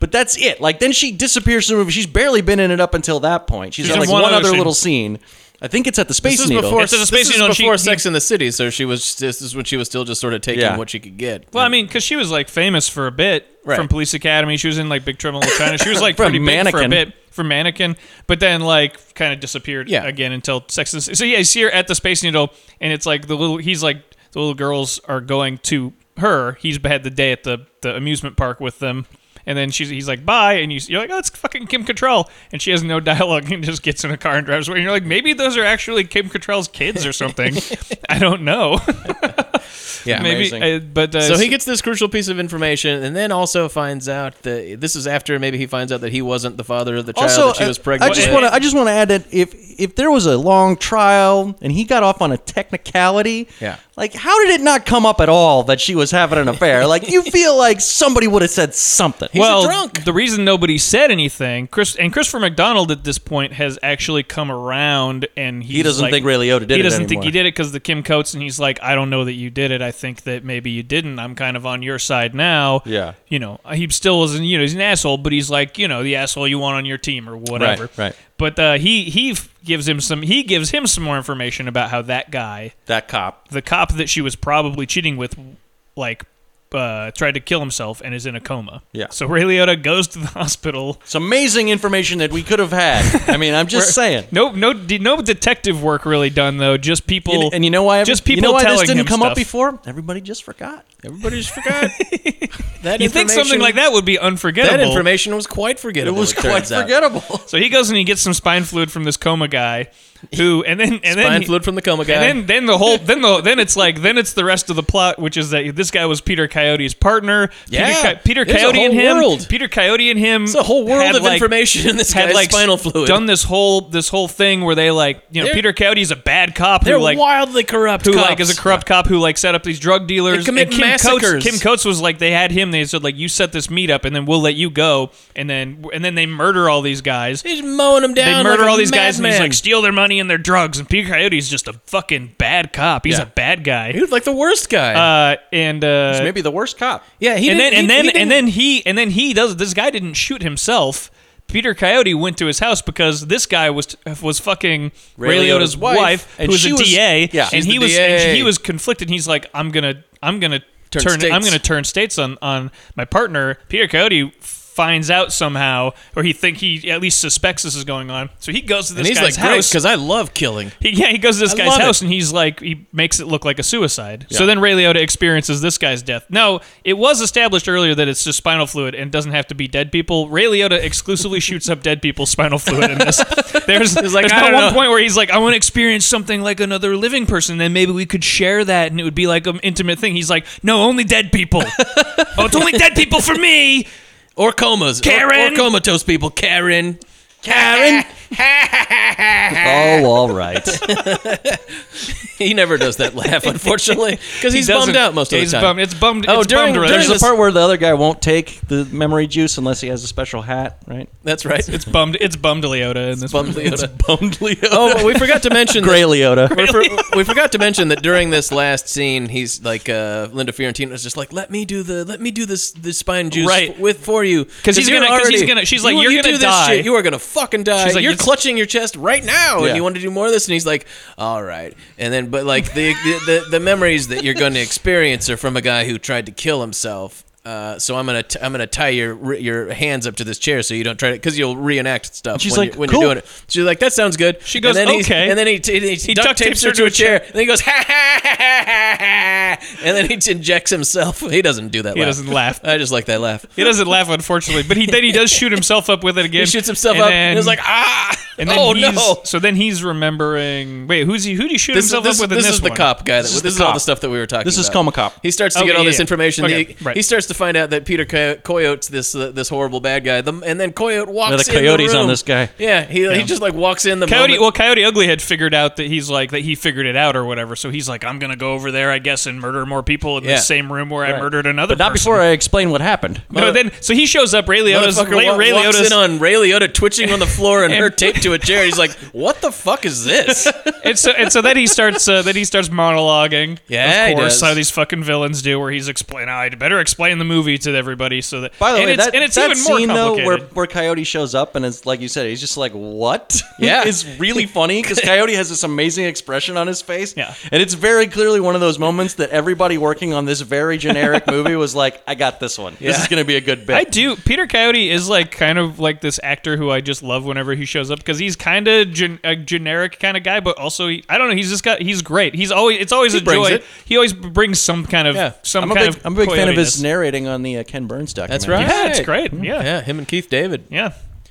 S3: But that's it. Like then she disappears from the movie. She's barely been in it up until that point. She's,
S1: She's
S3: had
S1: in
S3: like
S1: one
S3: one,
S1: other
S3: other
S1: scene.
S3: little scene. I think it's at the Space
S2: This is
S3: Needle.
S2: before,
S1: It's a space
S2: this is
S1: needle, and she-
S2: before
S1: he-
S2: Sex in the City, so she was. This is when she was still just sort of taking
S3: Yeah.
S2: what she could get.
S1: well, I mean, because she was like famous for a bit
S2: Right.
S1: from Police Academy. She was in like Big Trouble in Little China. She was like
S3: From
S1: pretty big for a
S3: Mannequin.
S1: bit for Mannequin, but then like kind of disappeared
S2: Yeah.
S1: again until Sex and the City. So yeah, you see her at the Space Needle, and it's like the little he's like the little girls are going to her. He's had the day at the the amusement park with them. And then she's, he's like, bye. And you, you're like, oh, it's fucking Kim Cattrall. And she has no dialogue and just gets in a car and drives away. And you're like, maybe those are actually Kim Cattrall's kids or something. I don't know.
S2: yeah,
S1: maybe.
S3: Amazing.
S1: Uh, but uh,
S2: So he gets this crucial piece of information, and then also finds out that this is after maybe he finds out that he wasn't the father of the child that she
S3: I-
S2: was pregnant.
S3: I just
S2: with.
S3: want to I just want to add that if if there was a long trial and he got off on a technicality,
S2: Yeah.
S3: like how did it not come up at all that she was having an affair? like you feel like somebody would have said something.
S1: well,
S2: drunk.
S1: the reason nobody said anything, Chris and Christopher McDonald at this point has actually come around, and he's
S3: doesn't
S1: like-
S3: think Ray Liotta did
S1: He
S3: it
S1: doesn't think
S3: anymore.
S1: he did it because the Kim Coates, and he's like, I don't know that you did it. I think that maybe you didn't. I'm kind of on your side now.
S3: Yeah.
S1: you know, he still isn't. You know, he's an asshole, but he's like, you know, the asshole you want on your team or whatever.
S3: Right, right.
S1: But uh, he he f- gives him some he gives him some more information about how that guy
S3: that cop.
S1: the cop that she was probably cheating with, like, uh, tried to kill himself and is in a coma.
S3: Yeah.
S1: So Ray Liotta goes to the hospital.
S3: It's amazing information that we could have had. I mean, I'm just saying.
S1: No, no, de- no detective work really done though. Just people.
S3: And, and you know why?
S1: Just
S3: you
S1: people
S3: know why
S1: telling
S3: this didn't
S1: him
S3: come
S1: stuff.
S3: up before? Everybody just forgot.
S2: Everybody just forgot. that
S1: You think something like that would be unforgettable?
S2: That information was quite forgettable. It turns out.
S1: So he goes and he gets some spine fluid from this coma guy, who and then and then
S2: Spine
S1: he-
S2: fluid from the coma guy.
S1: And then, then the whole then the then it's like then it's the rest of the plot, which is that this guy was Peter Coyote's partner.
S2: Yeah.
S1: Peter, Co- Peter
S2: There's a
S1: Coyote and
S2: whole
S1: him.
S2: world.
S1: Peter Coyote and him. It's
S2: a whole world of information in this guy's spinal fluid.
S1: Done this whole this whole thing where they like you know
S2: They're-
S1: Peter Coyote's a bad cop
S2: they're
S1: who like
S2: wildly corrupt.
S1: who
S2: cops.
S1: like is a corrupt cop who like set up these drug dealers
S2: They commit
S1: and Kim
S2: massacres.
S1: Coates, Kim Coates was like they had him. They said like you set this meetup and then we'll let you go and then and then they murder all these guys.
S2: He's mowing them
S1: They
S2: down.
S1: murder
S2: like a
S1: all these guys and he's
S2: madman.
S1: like steal their money and their drugs. And Peter Coyote's just a fucking bad cop. He's
S2: Yeah.
S1: a bad guy.
S2: he was like the worst guy.
S1: Uh, and uh,
S3: Maybe the worst cop.
S2: yeah, he
S1: and then
S2: didn't-
S1: and
S2: he-
S1: then
S2: he
S1: and
S2: didn't-
S1: then he and then he does. This guy didn't shoot himself. Peter Coyote went to his house because this guy was was fucking Ray,
S3: Ray
S1: Liotta's
S3: Liotta's
S1: wife,
S3: wife, and
S1: who was
S3: she
S1: a
S3: was-
S1: DA,
S3: yeah.
S1: and
S3: She's
S1: he
S2: the
S1: was
S2: DA.
S1: and he was conflicted. He's like, I'm gonna I'm gonna turn, I'm
S2: states.
S1: gonna turn states on on my partner. Peter Coyote finds out somehow, or he think he at least suspects this is going on. So he goes to this
S2: and he's
S1: guy's
S2: like great
S1: house
S2: because I love killing.
S1: he, yeah, he goes to this
S2: I
S1: guy's
S2: love
S1: house
S2: it.
S1: and he's like, he makes it look like a suicide. So then Ray Liotta experiences this guy's death. No, it was established earlier that it's just spinal fluid and doesn't have to be dead people. Ray Liotta exclusively shoots up dead people's spinal fluid in this. There's,
S2: like,
S1: there's
S2: "I
S1: not
S2: don't
S1: one
S2: know."
S1: point where he's like, I want to experience something like another living person. Then maybe we could share that and it would be like an intimate thing. He's like, no, only dead people. oh, it's only dead people for me.
S2: Or comas. Or- Or,
S1: Karen!
S2: comatose people. Karen.
S3: Karen. oh, all right.
S2: He never does that laugh, unfortunately, because
S1: He
S2: he's bummed
S1: doesn't-
S2: out most of
S1: he's
S2: the time.
S1: Bummed. It's bummed.
S2: Oh,
S1: it's
S2: during-
S1: bummed, right?
S2: during
S3: There's the
S2: this-
S3: part where the other guy won't take the memory juice unless he has a special hat, right?
S2: That's right. It's
S1: bummed. It's bummed Leota in this
S2: bummed.
S1: one.
S2: Leota.
S3: Bummed Leo.
S2: Oh, but we forgot to mention.
S3: Gray
S2: that-
S3: Leota.
S2: we for- we forgot to mention that during this last scene, he's like uh, Linda Fiorentino is just like, "Let me do the, let me do this, this spine juice
S1: Right.
S2: f- with for you."
S1: 'Cause he's
S2: you're
S1: gonna- 'cause he's gonna- she's like,
S2: you,
S1: "You're
S2: you
S1: gonna
S2: do this
S1: die."
S2: shit, you are gonna fucking die.
S1: She's like,
S2: you're
S1: "It's-
S2: clutching your chest right now,
S3: Yeah.
S2: and you want to do more of this." And he's like, "All right." And then, but like the the, the, the memories that you're going to experience are from a guy who tried to kill himself. Uh, so I'm gonna t- I'm gonna tie your your hands up to this chair so you don't try to because you'll reenact stuff
S3: She's
S2: when,
S3: like,
S2: you, when
S3: "Cool."
S2: you're doing it. She's like, "That sounds good." She
S1: goes,
S2: and then he's-
S1: "Okay."
S2: and then he t- he, he duct, tapes her to a chair. And then he goes, ha ha ha ha ha, ha," and then he injects himself. He doesn't do that.
S1: He
S2: laugh.
S1: doesn't laugh.
S2: I just like that laugh.
S1: He doesn't laugh, unfortunately, but he then he does shoot himself up with it again.
S2: He shoots himself
S1: and
S2: up.
S1: Then,
S2: and it's like ah.
S1: And then
S2: Oh,
S1: he's,
S2: no.
S1: So then he's remembering. Wait, who's he? Who did he shoot
S2: This, is-
S1: himself
S2: this,
S1: up with in
S2: this
S1: this
S2: is the
S1: one?
S2: cop guy. That, this is,
S3: the
S2: all
S3: cop.
S2: the stuff that we were talking
S3: This
S2: about.
S3: is Coma Cop.
S2: He starts to
S1: Okay,
S2: get all
S1: yeah,
S2: this
S1: yeah.
S2: information.
S1: Okay,
S2: he,
S1: right.
S2: he starts to find out that Peter Co- Coyote's this uh, this horrible bad guy. The, and then Coyote walks
S3: Yeah, the
S2: in
S3: coyote's
S2: the
S3: on
S2: room.
S3: this guy.
S2: Yeah, he, he just like walks in the
S1: Coyote,
S2: moment-
S1: well, Coyote Ugly had figured out that he's like that he figured it out or whatever. So he's like, I'm gonna go over there, I guess, and murder more people in
S2: Yeah.
S1: the same room where I murdered another.
S3: But not
S1: person.
S3: before I explain what happened.
S1: No, then so he shows up. Ray Liotta's
S2: Motherfucker
S1: Ray,
S2: wa-
S1: Ray
S2: walks
S1: Liotta's-
S2: in on Ray Liotta twitching on the floor and her
S1: And-
S2: taped to a chair. He's like, "What the fuck is this?"
S1: and so and so then he starts uh, then he starts monologuing.
S2: Yeah, he
S1: of course,
S2: does.
S1: how these fucking villains do, where he's explain. "Oh, I'd better explain the movie to everybody so that.
S3: By the
S1: and
S3: way,
S1: it's,
S3: that,
S1: and it's
S3: that
S1: even
S3: scene
S1: more
S3: though
S1: complicated.
S3: where, where Coyote shows up and it's like you said, he's just like, "What?"
S2: Yeah.
S3: is really funny because Coyote has this amazing expression on his face,
S1: Yeah.
S3: and it's very clearly one of those moments that everybody working on this very generic movie was like, "I got this one. This is going to be a good bit."
S1: I do. Peter Coyote is like kind of like this actor who I just love whenever he shows up because he's kind of gen- a generic kind of guy, but also he, I don't know. He's just got he's great. He's always it's always a
S2: brings
S1: joy.
S2: it.
S1: He always brings some kind of
S2: Yeah.
S1: some
S3: I'm a
S1: kind
S3: big,
S1: of.
S3: I'm a big fan of his
S1: coyote-ness.
S3: narrating on the uh, Ken Burns documentary.
S2: That's right.
S1: Yeah, it's great. Yeah, yeah.
S2: Yeah, him and Keith David.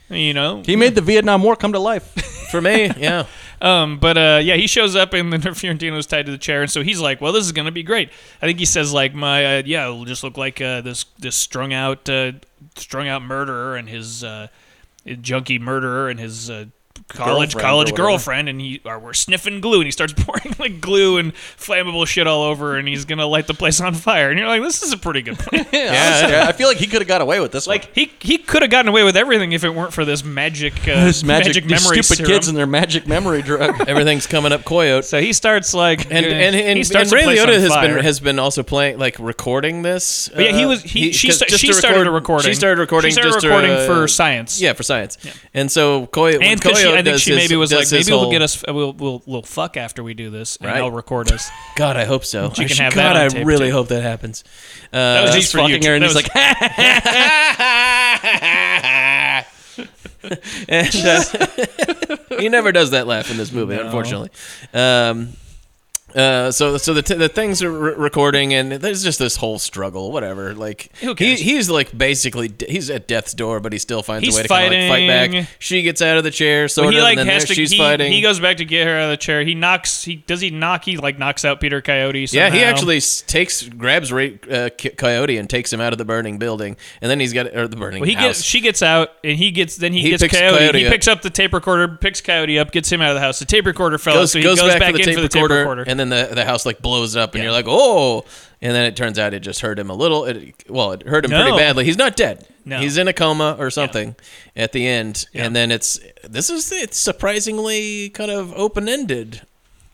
S1: You know,
S3: He made the Vietnam War come to life.
S2: For me, yeah.
S1: Um, but uh, yeah, he shows up and then Fiorentino's tied to the chair, and so he's like, "Well, this is gonna be great." I think he says like, "My uh, yeah, it'll just look like uh, this this strung out uh, strung out murderer and his uh, junkie murderer and his uh, college
S3: Girlfriend or
S1: college
S3: whatever.
S1: girlfriend," and he or we're sniffing glue, and he starts pouring like glue and flammable shit all over, and he's gonna light the place on fire. And you're like, "This is a pretty good plan."
S3: yeah, I feel like he could have got away with this. one.
S1: Like he he could have gotten away with everything if it weren't for this magic uh,
S3: This magic, these
S1: memory
S3: stupid
S1: serum.
S3: kids and their magic memory drug.
S2: Everything's coming up Coyote.
S1: So he starts like
S2: and
S1: uh,
S2: and, and,
S1: he starts to
S2: and Ray
S1: place
S2: Liotta
S1: on
S2: has
S1: fire.
S2: been has been also playing like recording this. uh,
S1: But yeah, he was he, she,
S2: 'cause
S1: sta-
S2: just
S1: she
S2: to
S1: started
S2: record-
S1: recording.
S2: She started recording.
S1: She started
S2: just to,
S1: recording
S2: uh,
S1: for science.
S2: Yeah, for science. And so Coyote when
S1: and 'cause she,
S2: Coyote
S1: I think
S2: does
S1: she
S2: his-
S1: maybe was
S2: does
S1: like,
S2: his
S1: maybe we'll
S2: whole-
S1: get us, we'll we'll, we'll fuck after we do this, and
S2: Right.
S1: they'll record us.
S2: God, I hope so.
S1: you can
S2: I-
S1: have that
S2: God,
S1: on
S2: I
S1: tape,
S2: really
S1: too.
S2: hope that happens. Uh,
S1: That was
S3: He's
S1: just for you.
S3: fucking her, and
S1: That
S3: he's
S1: was-
S3: like,
S2: and uh,
S1: uh,
S2: he never does that laugh in this movie, unfortunately. Um, uh, so so the, t- the things are re- recording, and there's just this whole struggle, whatever. Like
S1: Who cares?
S2: He, he's like basically d- he's at death's door, but he still finds
S1: He's
S2: a way to kinda, like,
S1: fighting.
S2: fight back. She gets out of the chair, so
S1: he like
S2: and then
S1: has to.
S2: there she's
S1: he,
S2: fighting.
S1: he goes back to get her out of the chair. He knocks. He does. He knock. He like knocks out Peter Coyote.
S2: yeah, he
S1: somehow.
S2: actually s- takes grabs Ray, uh, C- Coyote and takes him out of the burning building, and then he's got or the burning
S1: Well, he
S2: house.
S1: gets. She gets out, and he gets. Then he,
S2: He
S1: gets
S2: picks
S1: Coyote.
S2: Coyote
S1: He
S2: up.
S1: picks up the tape recorder, picks Coyote up, gets him out of the house. The tape recorder fell,
S2: goes,
S1: so he
S2: goes, back,
S1: back
S2: for the
S1: in
S2: tape
S1: for the
S2: recorder,
S1: tape recorder.
S2: and then the, the house like blows up, and
S1: Yeah.
S2: you're like, oh. And then it turns out it just hurt him a little. It, well, it hurt him
S1: No.
S2: pretty badly. He's not dead.
S1: No.
S2: He's in a coma or something at the end, and then it's this is it's surprisingly kind of Uh, open ended.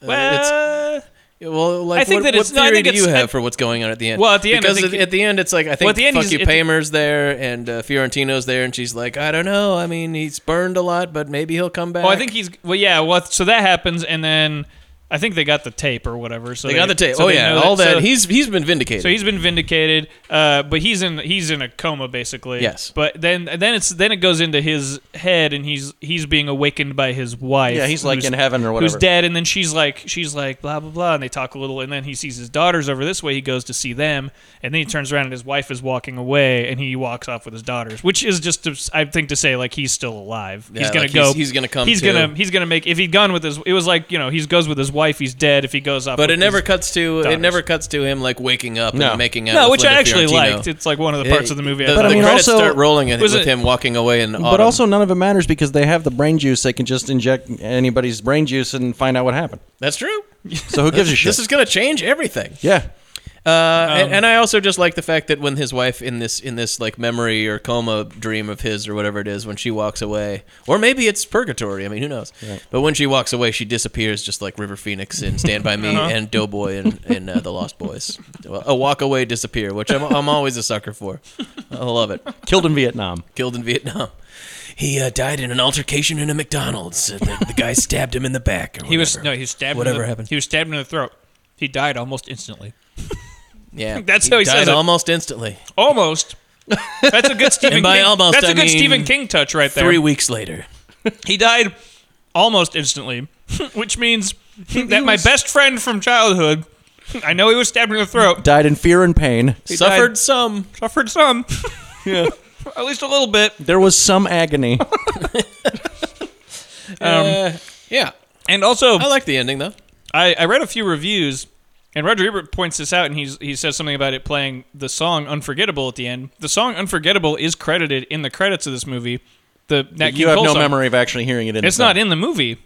S1: well,
S2: well, like
S1: I think
S2: what,
S1: that
S2: what
S1: it's- no, I
S2: theory
S1: think
S2: do you
S1: it's-
S2: have
S1: I-
S2: for what's going on at the end?
S1: Well, at the end, I
S2: because
S1: think
S2: at,
S1: it-
S2: at the end it's like I think
S1: at the end,
S2: fuck
S1: he's-
S2: you,
S1: at the-
S2: Paymer's there, and uh, Fiorentino's there, and she's like, I don't know. I mean, he's burned a lot, but maybe he'll come back.
S1: Oh, I think he's well. Yeah. Well, so that happens, and then I think they got the tape or whatever. So
S2: they got the tape.
S1: so
S2: oh
S1: they
S2: yeah,
S1: know
S2: all that.
S1: so-
S2: he's he's been vindicated.
S1: so he's been vindicated, uh, but he's in he's in a coma basically.
S2: Yes.
S1: But then then it's then it goes into his head, and he's he's being awakened by his wife.
S3: Yeah, he's, like,
S1: who's-
S3: in heaven or
S1: Who's
S3: whatever.
S1: dead, and then she's like she's like blah blah blah, and they talk a little, and then he sees his daughters over this way. He goes to see them, and then he turns around and his wife is walking away, and he walks off with his daughters, which is just to, I think to say like he's still alive.
S2: Yeah,
S1: he's gonna
S2: like,
S1: go.
S2: he's- he's gonna come
S1: He's
S2: to.
S1: gonna he's gonna make if he'd gone with his. It was like you know he goes with his wife. He's dead. If he goes off,
S2: But
S1: with
S2: it never
S1: his-
S2: cuts to
S1: daughters.
S2: it never cuts to him like waking up
S3: No.
S2: and making out.
S1: No,
S2: with
S1: which I
S2: Linda
S1: actually
S2: Fiorentino.
S1: liked. It's like one of the parts
S2: Yeah,
S1: of the movie.
S2: The,
S1: I
S2: the
S3: I mean,
S2: credits
S3: also-
S2: start rolling and
S1: was
S2: with
S1: it-
S2: him walking away and
S3: But also, none of it matters because they have the brain juice. They can just inject anybody's brain juice and find out what happened.
S2: that's true.
S3: So who gives a shit?
S2: This is gonna change everything.
S3: yeah.
S2: Uh,
S1: Um,
S2: and, and I also just like the fact that when his wife in this in this like memory or coma dream of his or whatever it is, when she walks away, or maybe it's purgatory. I mean, who knows? But when she walks away, she disappears just like River Phoenix in Stand by Me
S1: Uh-huh.
S2: and Doughboy and, and uh, The Lost Boys. A walk away, disappear, which I'm I'm always a sucker for. I love it.
S3: Killed in Vietnam.
S2: killed in Vietnam. He uh, died in an altercation in a McDonald's. Uh, The, the guy stabbed him in the back. Or
S1: he was
S2: whatever.
S1: no, he was stabbed. in
S2: Whatever
S1: the,
S2: happened.
S1: He was stabbed in the throat. He died almost instantly.
S2: Yeah,
S1: That's how he
S2: died
S1: says it.
S2: almost instantly.
S1: Almost. That's a good Stephen
S2: And by
S1: King.
S2: almost,
S1: that's a
S2: I
S1: good
S2: mean
S1: Stephen King touch right there.
S2: Three weeks later,
S1: He died almost instantly, which means that my best friend from childhood, I know he was stabbed in the throat,
S3: Died in fear and pain.
S2: suffered
S1: died-
S2: some.
S1: suffered some. At least a little bit.
S3: There was some agony.
S1: Um,
S2: Uh, yeah,
S1: and also,
S2: I like the ending though.
S1: I, I read a few reviews, and Roger Ebert points this out, and he's, he says something about it playing the song "Unforgettable" at the end. The song "Unforgettable" is credited in the credits of this movie. The Nat King
S3: you have
S1: Cole
S3: no
S1: song.
S3: memory of actually hearing it in. the
S1: It's not
S3: film.
S1: in the movie.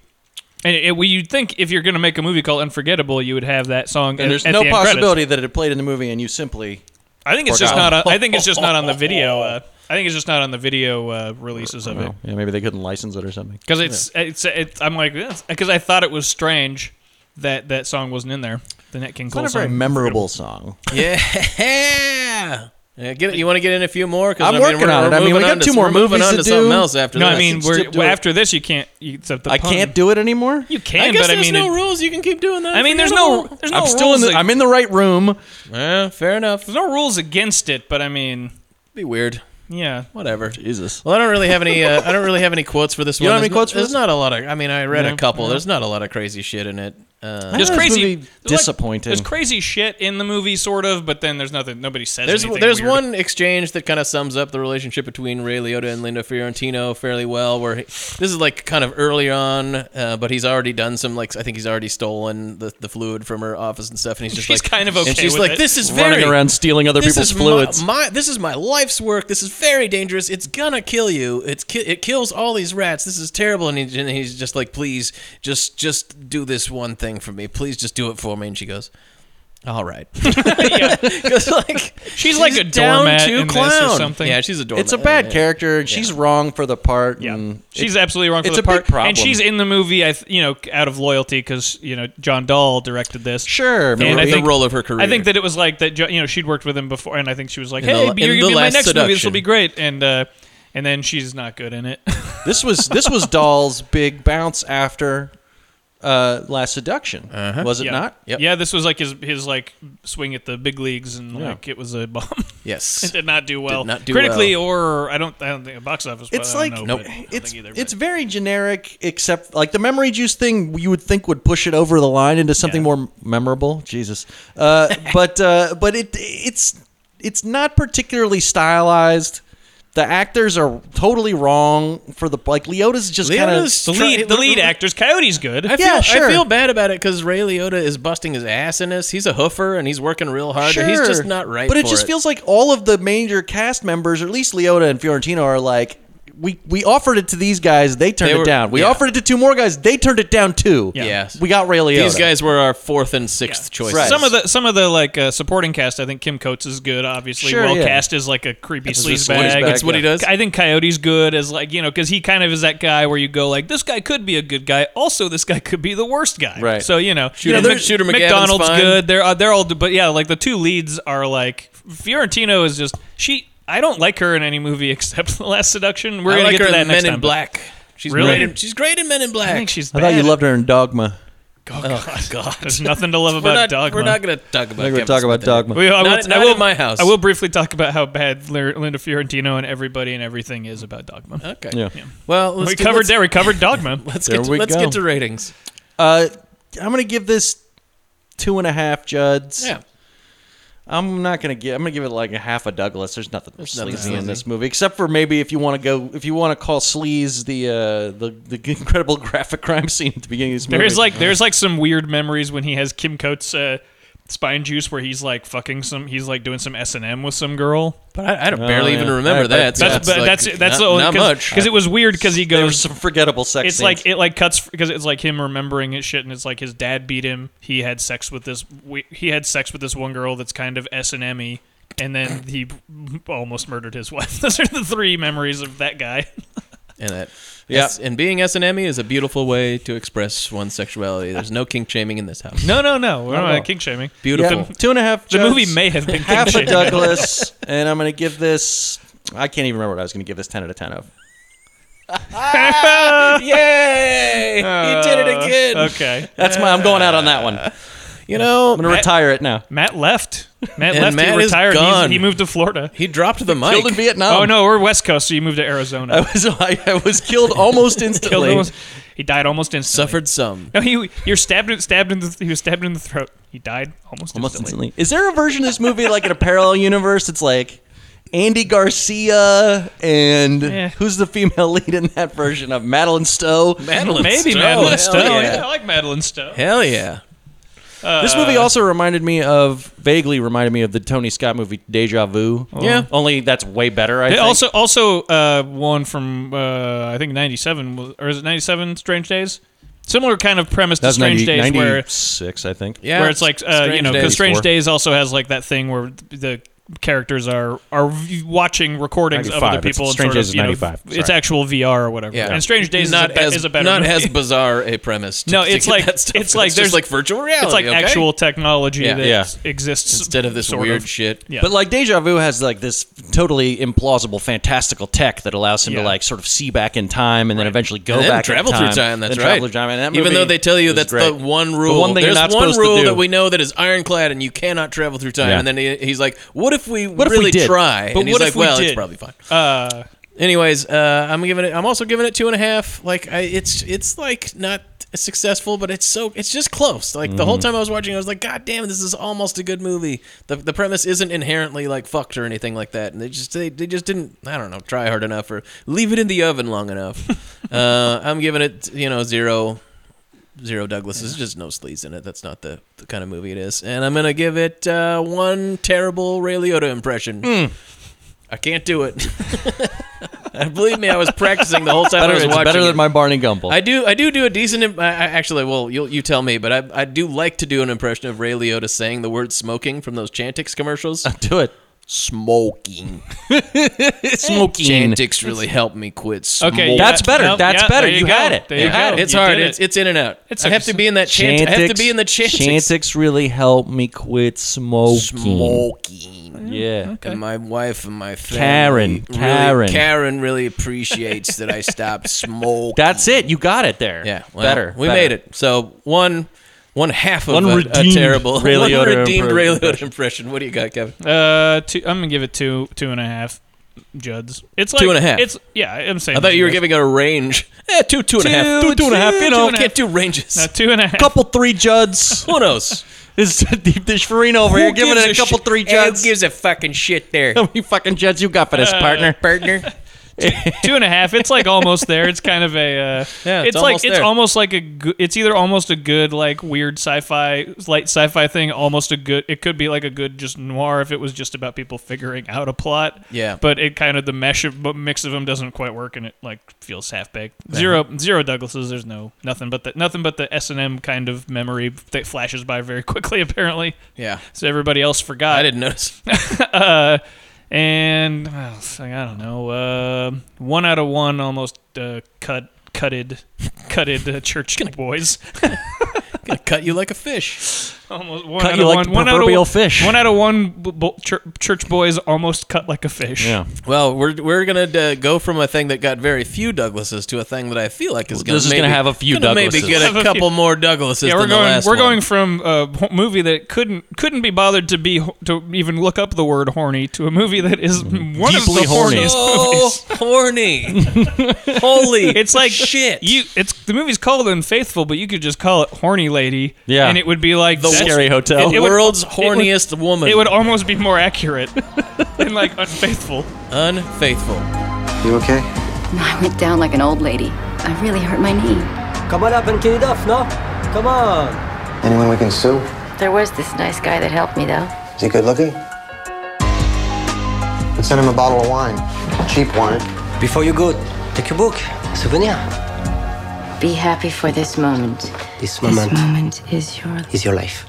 S1: And it, it, well, you'd think if you're going to make a movie called Unforgettable, you would have that song. at-
S3: And there's
S1: at
S3: no
S1: the end credits.
S3: possibility that it played in the movie, and you simply
S1: I think it's just
S3: Forgot.
S1: not. On, I think it's just not on the video. Uh, I think it's just not on the video uh, releases
S3: Oh.
S1: of it.
S3: yeah, maybe they couldn't license it or something.
S1: Because it's, it's it's I'm like because I thought it was strange that that song wasn't in there. The Nat King
S3: It's not
S1: Cole
S3: a very
S1: song.
S3: memorable song.
S2: Yeah. Yeah, get it. You want to get in a few more? 'Cause,
S3: I'm
S2: I mean,
S3: working
S2: we're-
S3: on it.
S2: we're
S3: I mean, we
S2: moving
S3: got
S2: on to-
S3: two more
S2: we're moving
S3: movies
S2: on
S3: to
S2: to
S3: do.
S2: something else after
S1: No,
S2: this.
S1: I mean
S3: Let's
S1: we're,
S3: just do it.
S1: after this you can't. You, except the
S3: I
S1: pun.
S3: can't do it anymore.
S1: You can,
S2: I guess
S1: but I
S2: there's
S1: mean,
S2: no
S1: it-
S2: rules. You can keep doing that.
S1: I mean, there's no there's no
S3: I'm
S1: rules.
S3: still in the.
S1: ag-
S3: I'm in the right room.
S2: Yeah, fair enough.
S1: there's no rules against it, but I mean,
S2: Be weird.
S1: yeah.
S2: Whatever.
S3: Jesus.
S2: Well, I don't really have any. Uh, I don't really have any quotes for this
S3: You
S2: one.
S3: don't
S2: There's
S3: have any quotes
S2: not-
S3: for
S2: There's
S3: this?
S2: not a lot of. I mean, I read a couple. There's not a lot of crazy shit in it. Uh,
S1: There's
S3: this
S1: crazy,
S3: movie
S1: there's like-
S3: disappointing.
S1: there's crazy shit in the movie, sort of, but then there's nothing. Nobody says
S2: there's
S1: anything
S2: there's
S1: weird.
S2: one exchange that kind of sums up the relationship between Ray Liotta and Linda Fiorentino fairly well. Where he, this is like kind of early on, uh, but he's already done some like I think he's already stolen the, the fluid from her office and stuff, and he's just
S1: She's
S2: like
S1: kind of okay
S2: And she's
S1: with
S2: like,
S1: it.
S2: this is
S3: running
S2: very
S3: around stealing other
S2: this
S3: people's
S2: is
S3: fluids.
S2: My, my this is my life's work. This is very dangerous. It's gonna kill you. It's ki- it kills all these rats. This is terrible. And, he, and he's just like, please, just just do this one thing for me. Please, just do it for me. And she goes. All right, because like
S1: She's like a
S2: down
S1: doormat
S2: to
S1: in this or something.
S2: Yeah, she's a doormat.
S3: it's a bad
S2: Yeah.
S3: character, and she's wrong for the part.
S2: mm,
S1: Yeah,
S3: and
S1: she's
S3: it-
S1: absolutely wrong for
S3: it's
S1: the
S3: a big
S1: part,
S3: problem.
S1: and she's in the movie. I, th- you know, out of loyalty because you know John Dahl directed this.
S3: sure.
S1: and I
S2: the
S1: think-
S2: role of her career.
S1: I think that it was like that. Jo- You know, she'd worked with him before, and I think she was like,
S2: In the
S1: "Hey, you're
S2: la- in
S1: gonna
S2: The
S1: be in my
S2: Last
S1: next movie. This will
S2: Seduction.
S1: be great." And uh, and then she's not good in it.
S3: this was this was Dahl's big bounce after uh, Last Seduction, was it
S1: yeah.
S3: not?
S1: Yeah, this was like his his like swing at the big leagues, and like it was a bomb. it
S2: yes.
S1: did not do well
S2: not do
S1: critically, or I don't I don't think a box office. but
S3: It's
S1: I
S3: like
S1: don't know,
S3: nope.
S1: but I don't
S3: it's
S1: think either,
S3: it's
S1: but-
S3: very generic, except like the memory juice thing. You would think would push it over the line into something
S1: Yeah.
S3: more memorable. Jesus, uh, but uh, but it it's it's not particularly stylized. The actors are totally wrong for the like. Leota's just kind of
S2: Leota's
S1: the lead the lead actor's Coyote's good.
S2: I feel,
S3: Yeah, sure.
S2: I feel bad about it because Ray Liotta is busting his ass in this. He's a hoofer and he's working real hard. and He's just not right.
S3: But it
S2: for
S3: just feels like all of the major cast members, or at least Leota and Fiorentino, are like, we we offered it to these guys, they turned
S2: They
S3: it
S2: were-
S3: down. We
S2: yeah.
S3: offered it to two more guys, they turned it down too.
S1: Yeah.
S2: Yes.
S3: we got Ray Liotta.
S2: These guys were our fourth and sixth choices.
S3: Right.
S1: Some of the some of the like uh, supporting cast, I think Kim Coates is good. Obviously,
S3: Sure,
S1: well
S3: yeah.
S1: cast is like a creepy
S2: That's just
S1: sleazebag.
S2: what he's back, That's what he yeah. does?
S1: I think Coyote's good as like you know because he kind of is that guy where you go like this guy could be a good guy, also this guy could be the worst guy.
S3: Right.
S1: So you know,
S2: Shooter-
S1: you know,
S2: Mc- Shooter McGavin's
S1: McDonald's
S2: fine.
S1: good. They're uh, they're all but yeah, like the two leads are like Fiorentino is just she. I don't like her in any movie except The Last Seduction. We're
S2: I
S1: gonna
S2: like
S1: get
S2: her
S1: to that
S2: in
S1: next
S2: Men in
S1: time, but
S2: Black. She's
S1: Really?
S2: great. In, she's great in Men in Black.
S1: I think she's.
S3: I
S1: bad.
S3: thought you loved her in Dogma.
S1: Oh God. There's nothing to love
S2: we're
S1: about
S2: not,
S1: Dogma.
S2: We're not going to talk about.
S3: We're
S2: Kevin
S3: gonna talk
S2: Smith
S3: about
S2: in it.
S3: Dogma.
S1: We, I will,
S2: Not-
S1: I
S2: not
S1: will-
S2: in my house.
S1: I will briefly talk about how bad Lir- Linda Fiorentino and everybody and everything is about Dogma.
S2: Okay.
S3: Yeah.
S2: Well, let's
S1: we
S2: get,
S1: covered
S2: let's,
S1: that. We covered Dogma.
S2: Let's
S3: There
S2: get to,
S3: we
S2: let's
S3: go.
S2: get to ratings.
S3: Uh, I'm gonna give this two and a half Juds.
S2: Yeah.
S3: I'm not gonna give. I'm gonna give it like a half a Douglas. There's nothing
S2: nothing
S3: sleazy in
S2: sleazy.
S3: this movie, except for maybe if you want to go, if you want to call sleaze the uh, the the incredible graphic crime scene at the beginning of this movie.
S1: There's like there's like some weird memories when he has Kim Coates uh, spine juice where he's like fucking some he's like doing some S and M with some girl.
S2: But I, I don't barely
S3: yeah.
S2: even remember
S3: Alright,
S2: that.
S3: but
S2: so
S1: That's
S2: it's
S1: but
S2: like
S1: that's that's
S2: not,
S1: the only
S2: not much.
S1: because it was weird because he
S3: There was
S1: goes.
S3: some forgettable sex.
S1: It's
S3: scenes.
S1: like it like cuts because it's like him remembering his shit and it's like his dad beat him. He had sex with this we, he had sex with this one girl that's kind of S and M y. And then he almost murdered his wife. Those are the three memories of that guy.
S2: and that.
S3: Yeah.
S2: Yes, and being S and M E is a beautiful way to express one's sexuality. There's no kink shaming in this house.
S1: No, no, no. We're
S3: at all.
S1: not king shaming.
S2: Beautiful.
S3: Yeah, two and a half.
S1: The
S3: Juds,
S1: movie may have been
S3: half a
S1: king-shaming.
S3: Douglas, and I'm gonna give this. I can't even remember what I was gonna give this ten out of ten of.
S2: Yay! he did it again.
S1: Uh, Okay.
S3: That's my. I'm going out on that one. I'm
S2: You know,
S3: gonna retire it now.
S1: Matt left. Matt
S2: And
S1: left.
S2: Matt
S1: he
S2: is
S1: retired. He's-
S2: gone.
S1: He moved to Florida.
S2: he dropped the mic.
S3: Killed in Vietnam.
S1: Oh no, we're West Coast, so you moved to Arizona.
S3: I
S2: Oh,
S3: was I, I was killed almost
S1: Killed
S3: instantly.
S1: almost- he died almost instantly.
S2: Suffered some.
S1: No, he you're stabbed in- stabbed in the he was stabbed in the throat. He died almost,
S3: Almost
S1: instantly.
S3: instantly. Is there a version of this movie like in a parallel universe? It's like Andy Garcia and
S1: Eh.
S3: who's the female lead in that version of Madeline Stowe?
S2: Madeline
S1: Maybe
S2: Stowe,
S1: Madeline
S2: hell
S1: Stowe.
S2: yeah.
S1: Yeah, I like Madeline Stowe.
S2: Hell yeah.
S3: This movie
S1: uh,
S3: also reminded me of vaguely reminded me of the Tony Scott movie Deja Vu.
S2: Yeah.
S3: only that's way better. I
S1: They
S3: think.
S1: also also uh, one from uh, I think ninety seven or is it ninety seven Strange Days? Similar kind of premise to
S3: that's
S1: Strange
S3: 90,
S1: Days where
S3: 96, I think.
S2: Yeah.
S1: where it's like uh, you
S2: Strange
S1: know
S2: Days.
S1: because Strange
S3: Four.
S1: Days also has like that thing where the characters are are v- watching recordings of
S3: 95.
S1: other people.
S3: It's-
S1: and
S3: Strange
S1: sort
S3: Days
S1: of,
S3: is
S1: you know,
S3: 95.
S1: It's
S3: Sorry.
S1: actual VR or whatever.
S2: Yeah.
S1: And Strange Days is,
S2: not
S1: a, be-
S2: as
S1: is a better
S2: not
S1: movie.
S2: as bizarre a premise. To,
S1: No,
S2: to
S1: it's
S2: get
S1: like-
S2: that stuff.
S1: it's like
S2: just
S1: there's-
S2: like virtual reality.
S1: it's like
S2: okay?
S1: actual technology
S2: Yeah.
S1: that
S3: Yeah.
S1: exists
S2: instead of this
S1: sort
S2: weird
S1: of.
S2: shit.
S1: Yeah.
S3: But like Deja Vu has like this totally implausible fantastical tech that allows him to
S1: Yeah.
S3: like sort of see back in time and then eventually go
S2: And then
S3: back
S2: travel
S3: in
S2: through time. That's
S3: then
S2: right.
S3: Travel through time. And that
S2: Even
S3: movie
S2: though they tell you
S3: was
S2: that's
S3: great.
S2: the one rule.
S3: one thing you're
S2: There's
S3: not
S2: one
S3: supposed to
S2: rule
S3: do.
S2: that we know that is ironclad, and you cannot travel through time.
S3: Yeah.
S2: And then he, he's like, "What if we
S3: if we
S2: really
S3: did?
S2: try?"
S1: But
S2: and he's
S1: what
S2: like,
S1: if we
S2: "Well, it's
S1: did?"
S2: probably fine."
S1: Uh,
S2: Anyways, uh, I'm giving it. I'm also giving it two and a half. Like, I, it's it's like not successful, but it's so it's just close. Like the whole time I was watching, I was like, "God damn, this is almost a good movie." The, the premise isn't inherently like fucked or anything like that, and they just they, they just didn't I don't know try hard enough or leave it in the oven long enough. uh, I'm giving it you know zero zero Douglas. There's just no sleaze in it. That's not the, the kind of movie it is. And I'm gonna give it uh, one terrible Ray Liotta impression.
S3: Hmm.
S2: I can't do it. And Believe me, I was practicing the whole time I
S3: better,
S2: was
S3: it's
S2: watching.
S3: better
S2: it.
S3: than my Barney Gumble.
S2: I do. I do do a decent. Im- I, I actually, well, you you tell me, but I I do like to do an impression of Ray Liotta saying the word smoking from those Chantix commercials.
S3: do it.
S2: smoking.
S3: Smoking.
S2: Chantix really helped me quit smoking.
S1: okay,
S3: That's better.
S1: no,
S3: That's
S1: yeah,
S3: better.
S1: there
S3: You
S1: go.
S3: had it.
S1: There
S3: You
S1: you
S3: had
S1: go.
S3: it.
S2: It's
S1: You
S2: hard.
S1: did
S2: It's
S1: it.
S2: it's in and out.
S1: It's
S2: I have to be in that Chantix. I have to be in the Chantix.
S3: Chantix really helped me quit smoking.
S2: Smoking.
S3: Yeah.
S2: And my wife and my family.
S3: Karen,
S2: really-
S3: Karen.
S2: Karen really appreciates that I stopped smoking.
S3: That's it. You got it there.
S2: Yeah, well,
S3: better.
S2: We
S3: better.
S2: made it. So one, one half of
S3: One
S2: a, a
S3: redeemed
S2: terrible,
S3: Ray
S2: one
S3: Liotta
S2: redeemed
S3: impro-
S2: Ray Liotta
S3: impression.
S2: impression. What do you got, Kevin?
S1: Uh, two, I'm gonna give it two, two and a half. Juds. It's like
S2: Two and a half.
S1: It's yeah. I'm saying.
S2: I thought you were giving it a range. Eh, two, two and a half,
S3: Two, two and a half, you
S2: You
S3: know.
S2: know, can't do ranges.
S1: no, two and a half.
S3: Couple three Juds.
S2: Who knows?
S3: This is deep dish Farina over here giving it a couple three Juds.
S2: Who gives a fucking shit there,
S3: How many fucking Juds you got for
S1: Uh,
S3: this partner?
S2: partner?
S1: two and a half. It's like almost there. It's kind of a. Uh,
S2: Yeah, it's
S1: like
S2: almost
S1: it's
S2: there.
S1: almost like a. Go- it's either almost a good like weird sci-fi light sci-fi thing. Almost a good. It could be like a good just noir if it was just about people figuring out a plot.
S2: Yeah.
S1: But it kind of the mesh of but mix of them doesn't quite work, and it like feels half baked. Zero zero Douglases. There's no nothing but the nothing but the S and M kind of memory that flashes by very quickly. Apparently,
S2: Yeah,
S1: so everybody else forgot.
S2: I didn't notice.
S1: Uh, and well, it's like, I don't know. Uh, one out of one almost uh, cut cutted cutted uh, church boys.
S2: Gonna cut you like a fish.
S1: Almost one
S3: Cut
S1: out
S3: you
S1: of
S3: like
S1: one,
S3: the
S1: one out of
S3: proverbial
S1: one-
S3: fish.
S1: One out of one b- bo- chur- church boys almost cut like a fish.
S3: Yeah.
S2: Well, we're we're gonna uh, go from a thing that got very few Douglases to a thing that I feel like is gonna
S3: this is
S2: maybe,
S3: gonna have a few
S2: gonna
S3: Douglases.
S2: Maybe
S1: Have
S2: get
S1: a
S2: a couple
S1: few.
S2: more Douglases.
S1: Yeah, we're
S2: than the
S1: going.
S2: last
S1: We're
S2: one.
S1: going from a ho- movie that couldn't couldn't be bothered to be ho- to even look up the word horny to a movie that is one
S3: Mm-hmm. Deeply
S1: of the
S3: horny. Oh.
S1: horniest
S2: so
S1: movies.
S2: Oh, horny. Holy,
S1: It's like
S2: shit.
S1: You, it's the movie's called Unfaithful, but you could just call it Horny Lady.
S3: Yeah.
S1: and it would be like
S3: The
S1: that's-
S3: Scary Hotel.
S2: the
S1: would-
S2: world's
S1: it would-
S2: horniest woman.
S1: It would almost be more accurate than like Unfaithful.
S2: unfaithful.
S5: You okay?
S9: I went down like an old lady. I really hurt my knee.
S10: Come on up and get it off, no? Come on.
S5: Anyone we can sue?
S7: There was this nice guy that helped me, though.
S5: Is he good looking? And send him a bottle of wine, cheap wine.
S10: Before you go, take a book, a souvenir.
S7: Be happy for this moment.
S10: This
S7: This
S10: moment
S7: moment is your
S10: is your life.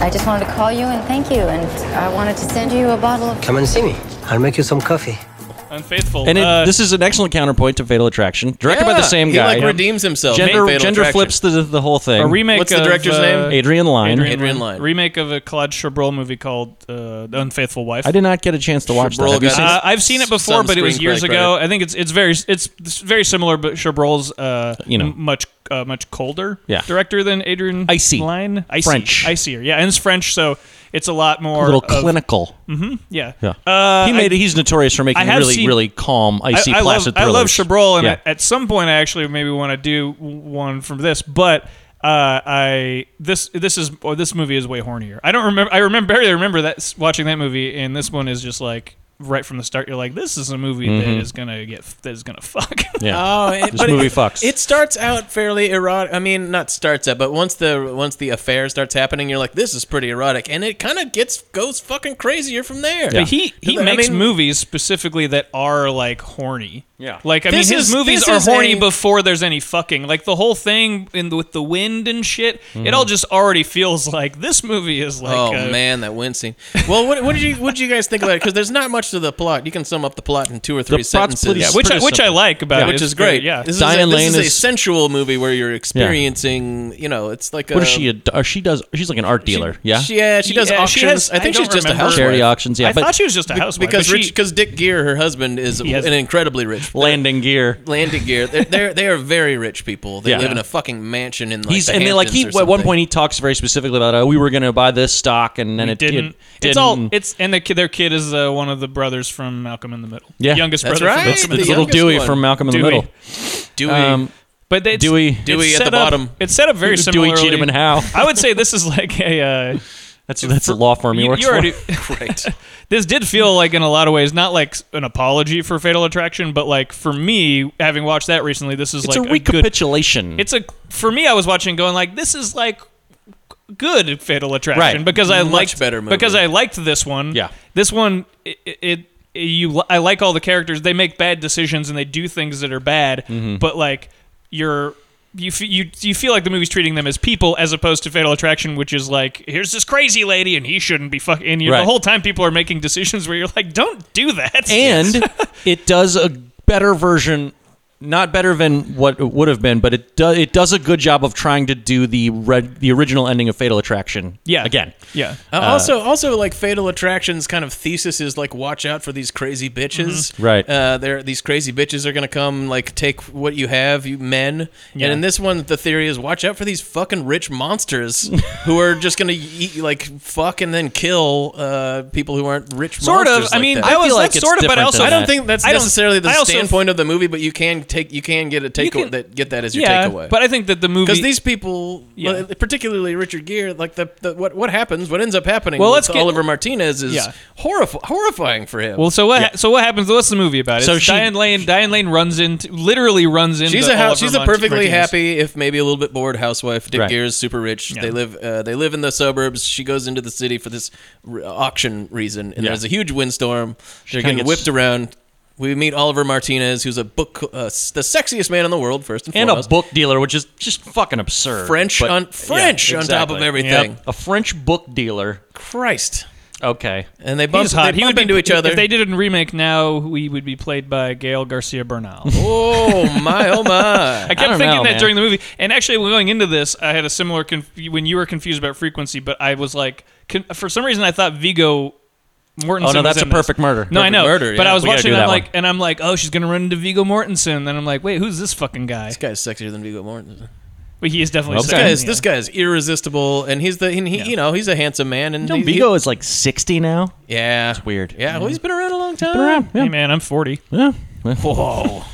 S9: I just wanted to call you and thank you, and I wanted to send you a bottle of.
S10: Come and see me. I'll make you some coffee.
S1: Unfaithful.
S3: And it,
S1: uh,
S3: this is an excellent counterpoint to Fatal Attraction, directed by
S2: Yeah,
S3: the same
S2: he,
S3: guy.
S2: like, redeemes himself.
S3: Gender,
S2: Fatal
S3: gender
S2: Attraction.
S3: flips the, the whole thing.
S1: a remake.
S2: What's the
S1: of,
S2: director's
S1: uh,
S2: name?
S3: Adrian Lyne.
S2: Adrian Lyne.
S1: Remake of a Claude Chabrol movie called uh, The Unfaithful Wife.
S3: I did not get a chance to watch
S2: Chabrol
S3: that. Have you
S2: got-
S3: seen-
S1: Uh, I've seen it before,
S2: Some
S1: but it was years
S2: screenplay
S1: ago. I think it's it's very it's very similar, but Chabrol's uh,
S3: You know.
S1: m- much uh, much colder
S3: Yeah.
S1: director than Adrian
S3: Icy.
S1: Lyne. Icy.
S3: French.
S1: icier, yeah, and it's French, so it's a lot more
S3: a little
S1: of-
S3: clinical.
S1: Yeah,
S3: Yeah.
S1: Mm-hmm. Uh,
S3: he made.
S1: I,
S3: he's notorious for making
S1: I have
S3: really,
S1: seen-
S3: really calm,
S1: I,
S3: icy,
S1: I love
S3: placid
S1: I love
S3: thrillers.
S1: Chabrol, and
S3: Yeah.
S1: I- at some point I actually maybe want to do one from this, but Uh, I this this is or this movie is way hornier. I don't remember. I remember barely remember that watching that movie, and this one is just like right from the start. You're like, this is a movie that is gonna get that is gonna fuck.
S3: Mm-hmm. Yeah.
S2: Oh, it,
S3: This
S2: but
S3: movie
S2: it,
S3: fucks.
S2: It starts out fairly erotic. I mean, not starts out, but once the once the affair starts happening, you're like, this is pretty erotic, and it kind of gets goes fucking crazier from there.
S1: But he he
S2: I
S1: makes
S2: mean-
S1: movies specifically that are like horny.
S3: Yeah.
S1: Like I
S2: This
S1: mean, his
S2: is-
S1: movies
S2: this
S1: are
S2: is
S1: horny
S2: a-
S1: before there's any fucking. Like the whole thing in the, with the wind and shit. It
S3: Mm-hmm.
S1: all just already feels like this movie is like. uh,
S2: Oh
S1: a-
S2: man, that wind scene. Well, what, what did you what did you guys think about it? Because there's not much to the plot. You can sum up the plot in two or three
S3: plot's
S2: sentences,
S3: pretty
S1: Yeah, which I,
S3: pretty
S1: which I
S3: simple.
S1: like about
S2: Yeah,
S1: it,
S2: which
S1: It's
S2: is great.
S1: very- Yeah.
S2: this
S3: Diane
S2: is a, this
S3: Lane
S2: is, a
S3: is-
S2: sensual movie where you're experiencing. You know, it's like
S3: What
S2: a,
S3: is she? A, oh, she does. She's like an art dealer. yeah.
S2: um, She, yeah, she does
S1: Yeah,
S2: auctions.
S1: she has-
S2: I think
S1: I
S2: she's
S1: don't
S2: just a
S1: remember.
S2: housewife.
S3: Charity auctions. Yeah.
S1: I
S3: but
S1: thought she was just a housewife
S2: because
S1: but
S2: rich,
S1: she-
S2: because Dick Gear, her husband, is
S1: He has-
S2: an incredibly rich.
S3: landing gear.
S2: Landing Gear, they're, they're they are very rich people. They
S3: Yeah.
S2: live in a fucking mansion in like
S3: He's
S2: the
S3: and then like he
S2: Hamptons or
S3: at one
S2: something.
S3: point he talks very specifically about uh, we were going to buy this stock and then
S1: we
S3: it
S1: didn't.
S3: It,
S1: It's all.
S3: didn't.
S1: It's and the, kid- their kid is uh, one of the brothers from Malcolm in the Middle.
S3: Yeah.
S1: youngest
S2: That's
S1: brother.
S2: right.
S1: From
S3: That's
S1: Malcolm in
S3: the,
S1: the
S2: the
S3: little
S2: youngest
S3: Dewey
S2: one.
S3: from Malcolm in the
S1: Dewey.
S3: Middle.
S2: Dewey,
S3: Um,
S1: But it's,
S3: Dewey-
S1: it's
S2: Dewey at
S1: set
S2: the
S1: up-
S2: bottom.
S1: It's set up very similarly.
S3: Dewey Cheatham and Howe.
S1: I would say this is like a. Uh,
S3: That's that's the law firm he
S1: you,
S3: works
S1: you
S3: for.
S1: already.
S2: great.
S1: this did feel like in a lot of ways not like an apology for Fatal Attraction, but like for me, having watched that recently, this is
S3: It's
S1: like
S3: a recapitulation.
S1: good. It's a for me. I was watching, going like, this is like good Fatal Attraction
S3: Right.
S1: because I
S2: Much
S1: liked
S2: better movie.
S1: because I liked this one.
S3: Yeah.
S1: this one it. it you, li- I like all the characters. They make bad decisions and they do things that are bad.
S2: Mm-hmm.
S1: But like, you're you f- you you feel like the movie's treating them as people as opposed to Fatal Attraction, which is like, here's this crazy lady and he shouldn't be fucking. And you
S3: Right.
S1: the whole time people are making decisions where you're like, don't do that.
S3: and it does a better version not better than what it would have been but it does it does a good job of trying to do the red the original ending of fatal attraction
S1: yeah,
S3: again
S1: yeah.
S2: Uh, also, also like Fatal Attraction's kind of thesis is like, watch out for these crazy bitches.
S3: Mhm. Right.
S2: Uh, they're these crazy bitches are gonna come like take what you have, you men. And in this one, the theory is watch out for these fucking rich monsters who are just gonna eat, like fuck and then kill uh, people who aren't rich.
S1: sort of.
S2: monsters
S1: I
S2: like
S1: mean,
S2: that.
S1: I
S3: I
S1: was
S3: feel like
S1: like
S3: it's
S1: sort of, but
S3: different
S1: also
S3: than
S2: I
S3: that.
S2: don't think that's
S1: I don't-
S2: necessarily the
S1: I also-
S2: standpoint of the movie, but you can take you can get a take
S1: can-
S2: that get that as your
S1: yeah.
S2: takeaway.
S1: But I think that the movie
S2: because these people,
S1: Yeah.
S2: li- particularly Richard Gere, like the, the what what happens, what ends up happening
S1: Well,
S2: with
S1: let's get-
S2: Oliver Martinez is
S1: Yeah.
S2: horrif- horrifying for him.
S1: Well, so what? So what happens? What's the movie about?
S3: So
S1: it's
S3: she-
S1: Diane Lane. Diane Lane runs into, literally runs into.
S2: she's a
S1: Oliver
S2: house, she's a
S1: Mont-
S2: perfectly
S1: Martinez.
S2: happy, if maybe a little bit bored housewife. Dick
S3: Right.
S2: Gere's super rich.
S1: Yeah.
S2: They live uh, they live in the suburbs. She goes into the city for this r- auction reason, and
S3: Yeah.
S2: there's a huge windstorm. They're
S3: kinda
S2: getting
S3: gets-
S2: whipped around. We meet Oliver Martinez, who's a book uh, s- the sexiest man in the world, first and,
S3: and a
S2: foremost.
S3: book dealer which is just fucking absurd
S2: French
S3: but-
S2: on French
S3: Yeah,
S2: on top of
S3: exactly.
S2: everything.
S3: a french book dealer
S2: Christ.
S3: okay
S2: And they bump,
S1: He's hot.
S2: They
S1: He
S2: bump
S1: would be,
S2: into each other.
S1: If they did a remake now, he would be played by Gail Garcia Bernal.
S2: Oh my, oh my!
S1: I kept
S3: don't
S1: thinking
S3: know,
S1: that
S3: man.
S1: during the movie. And actually, going into this, I had a similar conf- when you were confused about frequency, but I was like, con- for some reason, I thought Vigo. Mortensen
S3: Oh,
S1: was
S3: no, that's
S1: in
S3: a
S1: this.
S3: perfect murder.
S1: No, I
S3: Perfect
S1: know,
S2: murder,
S1: but
S2: yeah.
S1: I was
S3: We gotta
S1: watching.
S3: do
S1: And
S3: that
S1: I'm
S3: one.
S1: like, and I'm like, oh, she's gonna run into Vigo Mortensen. Then I'm like, wait, who's this fucking guy?
S2: This guy's sexier than Viggo Mortensen.
S1: But he is definitely
S2: This
S1: second,
S2: guy is
S1: yeah.
S2: this guy is irresistible, and he's the and he, you know he's a handsome man and
S3: you know,
S2: he- he-
S3: vigo is like 60 now
S2: yeah it's
S3: weird.
S2: yeah well Mm-hmm. he's been around a long time
S3: yeah.
S1: Hey, man, I'm 40.
S3: yeah.
S2: whoa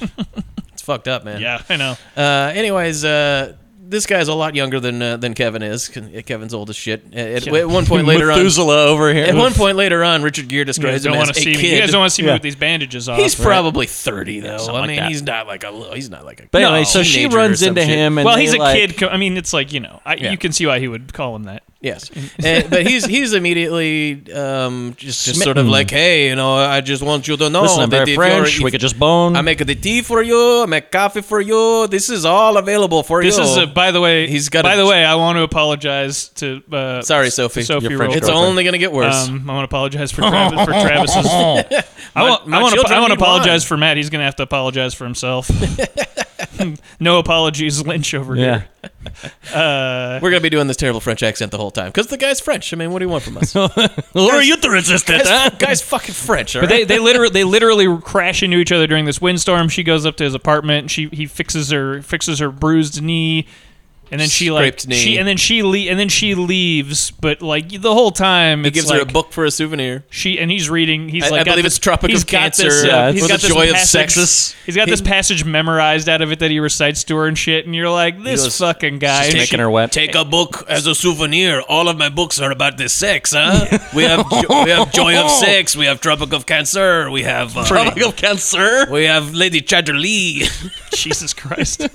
S2: it's fucked up man
S1: Yeah, I know.
S2: uh, anyways uh, this guy's a lot younger than uh, than Kevin is Kevin's old as shit at, at,
S1: Yeah.
S2: at one point later on
S3: Methuselah over here
S2: at one point later on Richard Gere
S1: You guys
S2: describes
S1: don't
S2: him
S1: want
S2: as
S1: to
S2: a
S1: see me. You
S2: kid
S1: guys don't want to see me
S3: Yeah.
S1: with these bandages off.
S2: he's
S1: right?
S2: probably thirty though
S3: something
S2: I
S3: like
S2: mean
S3: that.
S2: he's not like a little- he's not like a
S3: but anyway
S2: No.
S3: so she
S2: teenager or
S3: runs
S2: some
S3: into
S2: shit.
S3: him and
S1: well,
S3: they,
S1: he's a
S3: like-
S1: kid. co- I mean, it's like you know, I,
S2: Yeah.
S1: you can see why he would call him that.
S2: Yes, and, but he's he's immediately um, just, just sort of
S3: Smitten.
S2: like, hey, you know, I just want you to know
S3: listen i'm
S2: that
S3: very
S2: if you're-
S3: french
S2: if-
S3: we could just bone
S2: I make the tea for you, I make coffee for you. This is all available for
S1: This
S2: you.
S1: is a. By the way,
S2: He's got
S1: By
S2: a-
S1: the way, I want to apologize to. Uh,
S2: Sorry, Sophie.
S1: to Sophie
S3: Your French
S1: Roll.
S2: it's
S3: girlfriend.
S2: only gonna get worse.
S1: Um, I want to apologize for Travis. For Travis's,
S3: Oh.
S1: I want.
S2: my
S1: I want.
S2: children
S1: I want to
S2: need wine.
S1: apologize for Matt. He's gonna have to apologize for himself. no apologies, Lynch over
S3: yeah
S1: here. Uh,
S2: We're gonna be doing this terrible French accent the whole time because the guy's French. I mean, what do you want from us? The
S3: who are you to resist it huh?
S2: guy's fucking French. all
S1: But
S2: right?
S1: they, they literally they literally crash into each other during this windstorm. She goes up to his apartment. She he fixes her fixes her bruised knee. And then she like
S2: Scraped knee.
S1: she and then she le- and then she leaves, but like the whole time
S2: He
S1: it's
S2: gives
S1: like,
S2: her a book for a souvenir.
S1: She and he's reading. He's
S2: I-
S1: like,
S2: I
S1: got
S2: believe
S1: this-
S2: it's Tropic
S1: he's
S2: of
S1: got
S2: Cancer,
S1: This,
S2: uh,
S1: he's
S2: For
S1: got
S2: the
S1: this
S2: Joy of
S1: passage-
S2: Sex.
S1: He's got this
S2: He-
S1: passage memorized out of it that he recites to her and shit. And you're like, this
S2: goes,
S1: fucking guy. And she-
S3: Making her wet.
S2: Take a book as a souvenir. All of my books are about this sex, huh? we have jo- we have Joy of Sex. We have Tropic of Cancer. We have uh,
S3: Tropical cancer.
S2: We have Lady Chatterley.
S1: Jesus Christ!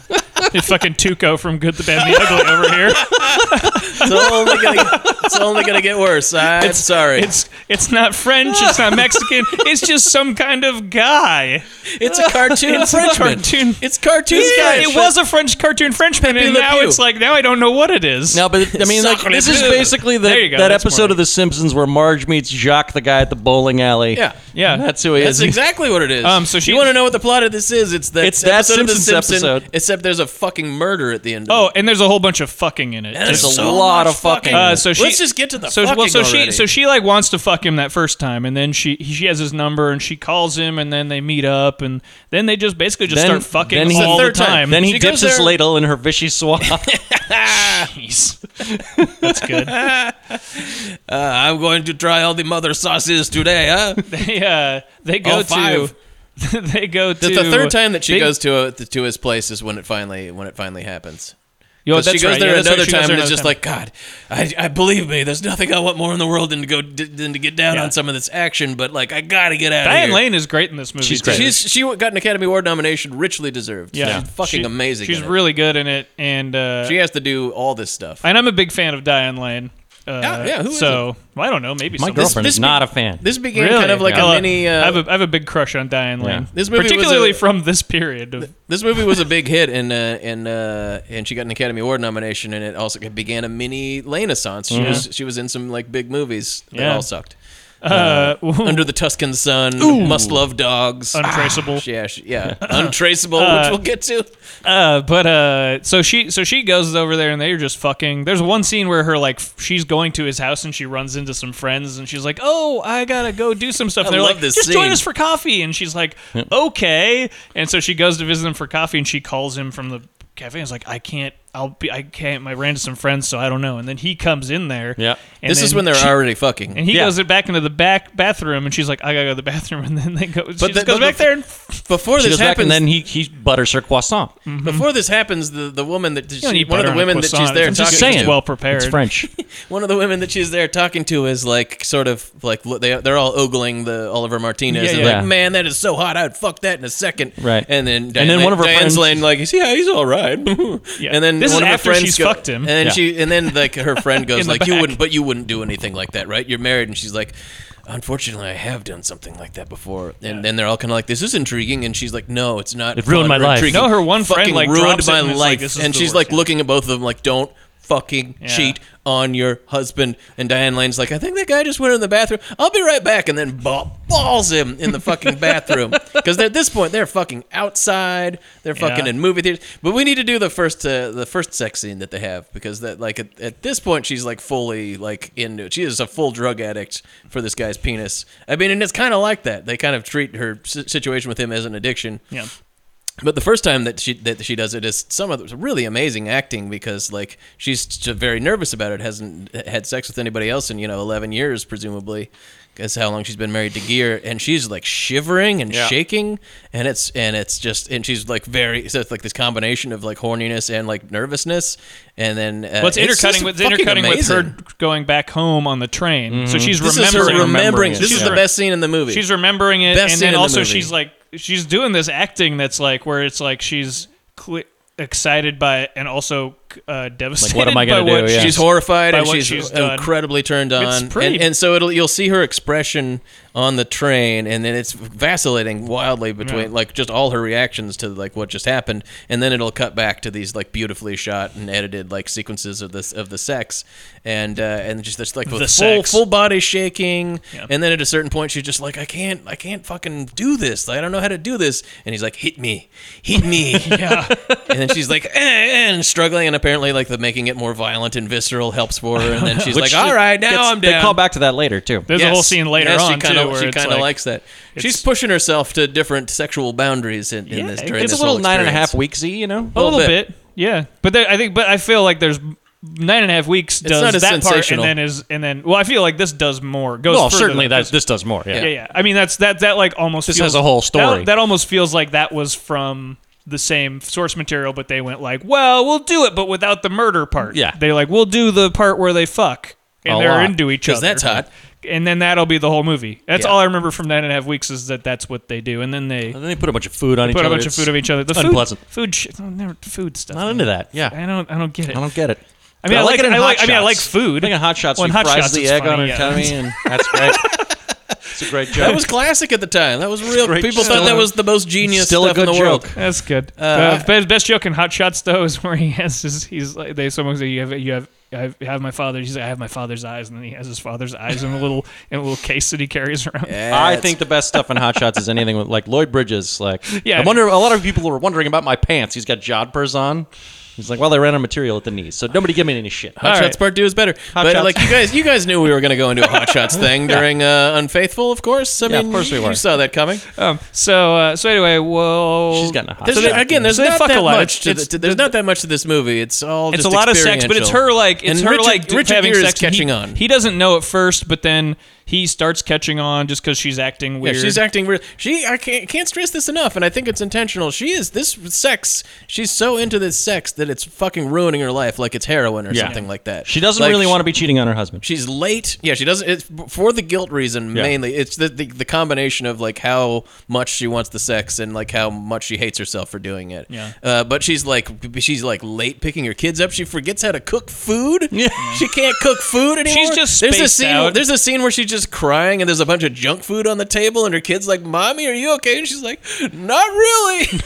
S1: it's fucking Tuco from Good, the Bad, and the Ugly over here.
S2: it's only gonna it's only gonna get worse. I'm sorry. It's,
S1: It's it's not French. It's not Mexican. It's just some kind of guy.
S2: a cartoon
S1: It's a
S2: Frenchman.
S1: cartoon-
S2: It's cartoon
S1: Yeah,
S2: French.
S1: it was a French cartoon Frenchman,
S2: Pepe
S1: and
S2: Le
S1: now
S2: Pew.
S1: it's like now I don't know what it is.
S3: No, but I mean, like
S1: Sacre
S3: this is
S1: bleu.
S3: basically the,
S1: There you go,
S3: that
S1: that's
S3: episode
S1: more
S3: of The Simpsons where Marge meets Jacques, the guy at the bowling alley.
S2: Yeah.
S1: Yeah.
S3: that's who he
S2: That's
S3: is.
S2: exactly what it is.
S1: Um, so she-
S2: you want to know what the plot of this is? It's that
S3: It's that
S2: episode of the
S3: Simpsons
S2: Simpsons
S3: episode.
S2: Except there's a fucking murder at the end. Of
S1: Oh,
S2: it.
S1: and there's a whole bunch of fucking in it.
S2: There's
S1: too.
S3: a lot
S2: much
S3: of fucking-
S1: Uh, so she,
S2: Let's just get to the
S1: so,
S2: fucking
S1: well, so
S2: already.
S1: she so she like wants to fuck him that first time, and then she she has his number and she calls him, and then they meet up, and then they just basically just
S3: Then-
S1: start fucking
S3: then he-
S1: all
S2: The
S1: the,
S2: third time.
S1: time.
S3: Then he
S2: She goes
S3: dips his
S2: there-
S3: ladle in her Vichy swab.
S1: Jeez. that's good.
S2: Uh, I'm going to try all the mother sauces today, huh?
S1: They uh, they go
S2: All five.
S1: to they go to
S2: the, the third time that she
S1: they-
S2: goes to uh to his place is when it finally when it finally happens.
S1: Yo,
S2: But she
S1: Oh, that's
S2: goes
S1: right.
S2: there
S1: Yeah, that's right.
S2: another
S1: She goes
S2: time
S1: there
S2: and it's
S1: another
S2: just
S1: time.
S2: like God. I, I believe me. There's nothing I want more in the world than to go than to get down
S1: Yeah.
S2: on some of this action. But like I gotta get out of
S1: Diane
S2: here.
S1: Lane is great in this movie.
S3: She's
S1: too.
S3: great.
S2: She's she got an Academy Award nomination, richly deserved.
S1: yeah,
S2: she's fucking
S1: She-
S2: amazing.
S1: She's
S2: in it.
S1: really good in it, and uh,
S2: She has to do all this stuff.
S1: and I'm a big fan of Diane Lane. Uh,
S2: Yeah, yeah, who
S1: so well, I don't know. Maybe
S3: My
S1: someone-
S3: girlfriend
S2: this
S3: is not
S2: be-
S3: a fan.
S2: this began
S1: Really?
S2: kind of like
S1: Yeah.
S2: a mini.
S1: I,
S2: Uh,
S1: have a, I have a big crush on Diane Lane.
S3: Yeah.
S2: This movie was
S1: particularly
S2: a-
S1: from this period. Of,
S2: this movie was a big hit, and uh, and uh, and she got an Academy Award nomination, and it also began a mini Renaissance. She was she was in some like big movies that
S1: Mm-hmm. Yeah.
S2: all sucked.
S1: uh,
S2: Under the Tuscan Sun, Must Love Dogs, Ah,
S1: Untraceable.
S2: Yeah, she, yeah, Untraceable, which we'll get to.
S1: uh, but uh, so she so she goes over there and they're just fucking. There's one scene where her like f- she's going to his house and she runs into some friends and she's like, "Oh, I gotta go do some stuff." And
S2: I
S1: they're
S2: love
S1: like,
S2: this
S1: "Just join
S2: scene."
S1: us for coffee." And she's like, "Okay." And so she goes to visit him for coffee and she calls him from the cafe. And is like, "I can't. I'll be. I can't. I ran into some friends, so I don't know." And then he comes in there.
S3: Yeah.
S1: and
S2: this is
S1: then
S2: when they're
S1: she-
S2: already fucking.
S1: And he
S3: Yeah.
S1: goes back into the back bathroom, and she's like, "I gotta go to the bathroom," and then they go. she
S2: the-
S1: just goes
S2: but
S1: back
S2: the-
S1: there, and
S2: before
S3: she
S2: this
S3: goes back and
S2: happens, Mm-hmm.
S3: then he, he butters her croissant.
S2: before this happens, the, the woman that
S1: mm-hmm. don't
S2: she,
S1: need
S2: one of
S1: butter
S2: the
S1: on a
S2: women that
S1: croissant.
S2: she's there
S1: I'm
S2: talking
S1: just
S2: to,
S1: saying. It's well prepared.
S3: It's French.
S2: one of the women that she's there talking to is like sort of like lo- they they're all ogling the Oliver Martinez
S1: Yeah,
S2: and
S1: yeah.
S2: like
S3: Yeah.
S2: man that is so hot I'd fuck that in a second
S3: Right.
S2: and then
S3: And then one of her
S2: Diane's
S3: friends-
S2: Lane, like see yeah he's all right and then
S1: This is
S2: one of her
S1: after
S2: friends
S1: she's
S2: go-
S1: fucked him.
S2: and then
S3: Yeah.
S2: she and then like her friend goes
S1: In the
S2: like you
S1: back.
S2: wouldn't but you wouldn't do anything like that right you're married and she's like. Unfortunately, I have done something like that before, and then they're all kind of like, "This is intriguing," and she's like, "No, it's not.
S3: It ruined
S2: fun
S3: my
S2: or
S3: life."
S2: intriguing.
S1: No, her one friend,
S2: Fucking
S1: like,
S2: ruined
S1: drops it
S2: my
S1: and is like,
S2: life,"
S1: "This is
S2: and
S1: the
S2: she's
S1: worst."
S2: like looking at both of them, like, "Don't fucking
S1: Yeah.
S2: cheat on your husband. And Diane Lane's like, I think that guy just went in the bathroom. I'll be right back. And then ba- balls him in the fucking bathroom. Because at this point, they're fucking outside. They're fucking
S1: Yeah.
S2: in movie theaters. But we need to do the first uh, the first sex scene that they have because that like at, at this point she's like fully like into it. She is a full drug addict for this guy's penis. I mean, and it's kind of like that. They kind of treat her si- situation with him as an addiction.
S1: yeah.
S2: But the first time that she that she does it is some of it's really amazing acting because like she's just very nervous about it, hasn't had sex with anybody else in you know eleven years presumably, is how long she's been married to Gear, and she's like shivering and shaking, and it's and it's just and she's like very so it's like this combination of like horniness and like nervousness, and then uh,
S1: Well, it's,
S2: just
S1: intercutting with it's
S2: fucking
S1: intercutting with
S2: amazing. Mm-hmm.
S1: her going back home on the train. So she's
S2: This is her
S1: remembering.
S2: remembering. This is
S1: She's
S2: the
S1: re-
S2: best scene in the movie.
S1: She's remembering it,
S2: Best
S1: and
S2: scene in
S1: then
S2: the
S1: also
S2: movie.
S1: she's like she's doing this acting that's like where it's like she's cle excited by it and also uh, devastated
S3: am
S1: by
S3: I gonna
S1: what
S3: do? Yeah.
S2: she's horrified
S1: by
S2: and
S1: what
S2: she's,
S1: she's done.
S2: incredibly turned on
S1: pretty-
S2: and, and so it'll you'll see her expression on the train and then it's vacillating wildly between like just all her reactions to like what just happened and then it'll cut back to these like beautifully shot and edited like sequences of this of the sex and uh and just that's like with
S1: The
S2: full
S1: sex.
S2: full body shaking and then at a certain point she's just like i can't i can't fucking do this i don't know how to do this and he's like hit me hit me and then she's like eh, eh, and struggling and apparently like the making it more violent and visceral helps for her and then she's like
S3: Which
S2: all right now
S3: gets-
S2: i'm down
S3: They call back to that later too.
S1: There's a whole scene later
S2: yes,
S1: on
S2: she kinda,
S1: too where
S2: she
S1: it's
S2: kind of
S1: like,
S2: likes that she's
S1: it's-
S2: pushing herself to different sexual boundaries in, in this during
S3: It's
S2: this
S3: a little
S2: whole
S3: nine and a
S2: experience.
S3: half weeksy, you know.
S1: a little
S2: little
S1: bit. Yeah, but there, I think, but I feel like there's nine and a half weeks
S2: not as
S1: does that part, and
S2: sensational.
S1: then is and then. Well, I feel like this does more. Goes
S3: Well,
S1: further
S3: certainly
S1: than
S3: that this does more. Yeah.
S1: Yeah, yeah. I mean, that's that that like almost
S3: This
S1: feels,
S3: has a whole story.
S1: That, that almost feels like that was from the same source material, but they went like, well, we'll do it, but without the murder part.
S3: Yeah.
S1: they like we'll do the part where they fuck and
S3: A
S1: they're
S3: lot,
S1: into each
S2: 'cause
S1: other.
S2: that's hot.
S1: And then that'll be the whole movie. That's all I remember from nine and a half weeks is that that's what they do, and then they.
S3: And then they put a bunch of food on each
S1: Put a
S3: other.
S1: bunch of
S3: It's
S1: food of each other. The food-
S3: unpleasant.
S1: Food, sh- no, never, food stuff.
S3: Not into that. Yeah.
S1: I don't. I don't get it.
S3: I don't get it.
S1: I mean,
S3: But
S1: I like.
S3: it in
S1: I
S3: Hot
S1: like. I mean, I
S3: Shots.
S1: like food.
S3: I think in hot shots,
S1: Well,
S3: she
S1: in Hot
S3: fries
S1: Shots
S3: the
S1: it's
S3: egg on her
S1: funny, yeah.
S3: tummy, and that's great. it's a great joke.
S2: That was classic at the time. That was real.
S3: Great
S2: People
S3: joke.
S2: thought that was the most genius
S3: still
S2: stuff
S3: a good
S2: in the
S3: joke.
S2: world.
S1: That's good. Uh, best, best joke in Hot Shots though is where he has his. He's like they. Someone say you have you have. I have my father. He's like, I have my father's eyes, and then he has his father's eyes in a little in a little case that he carries around.
S3: I think the best stuff in Hot Shots is anything with like Lloyd Bridges. Like,
S1: Yeah.
S3: I wonder. A lot of people were wondering about my pants. He's got jodhpurs on. He's like, well, they ran out of material at the knees, so nobody give me any shit.
S2: Hot
S1: All
S2: Shots
S1: right.
S2: Part Two is better. but
S3: Shots.
S2: like you guys, you guys knew we were going to go into a Hot Shots thing during uh, Unfaithful, of course. I
S3: Yeah,
S2: mean,
S3: of course we
S2: you-
S3: were.
S2: You saw that coming.
S1: Um. So uh, so anyway, well,
S3: She's gotten a hot
S2: There's,
S3: shot.
S2: again, there's
S1: so they
S2: not
S1: fuck a
S2: that
S1: lot.
S2: much. To
S1: It's-
S2: the, to- there's not that much to this movie. It's all
S1: it's a
S2: just
S1: lot of sex, but it's
S2: experiential.
S1: her like it's
S2: and
S1: her
S2: Richard,
S1: like
S2: Richard
S1: having
S2: Gere
S1: sex.
S2: is
S1: and
S2: catching
S1: he,
S2: on.
S1: He doesn't know at first, but then he starts catching on just because she's acting
S2: Yeah,
S1: weird.
S2: she's acting weird. She, I can't, can't stress this enough, and I think it's intentional. She is this sex. She's so into this sex that it's fucking ruining her life, like it's heroin or
S3: Yeah.
S2: something like that.
S3: She doesn't
S2: Like,
S3: really want to be cheating on her husband.
S2: She's late. Yeah, she doesn't. It's for the guilt reason
S3: Yeah.
S2: mainly. It's the, the the combination of like how much she wants the sex and like how much she hates herself for doing it.
S1: Yeah.
S2: Uh, but she's like she's like late picking her kids up. She forgets how to cook food. Yeah. She can't cook food anymore.
S1: just
S2: there's a
S1: spaced
S2: scene.
S1: out.
S2: There's a scene where she's just crying and there's a bunch of junk food on the table and her kids like, "Mommy, are you okay?" And she's like, "Not really."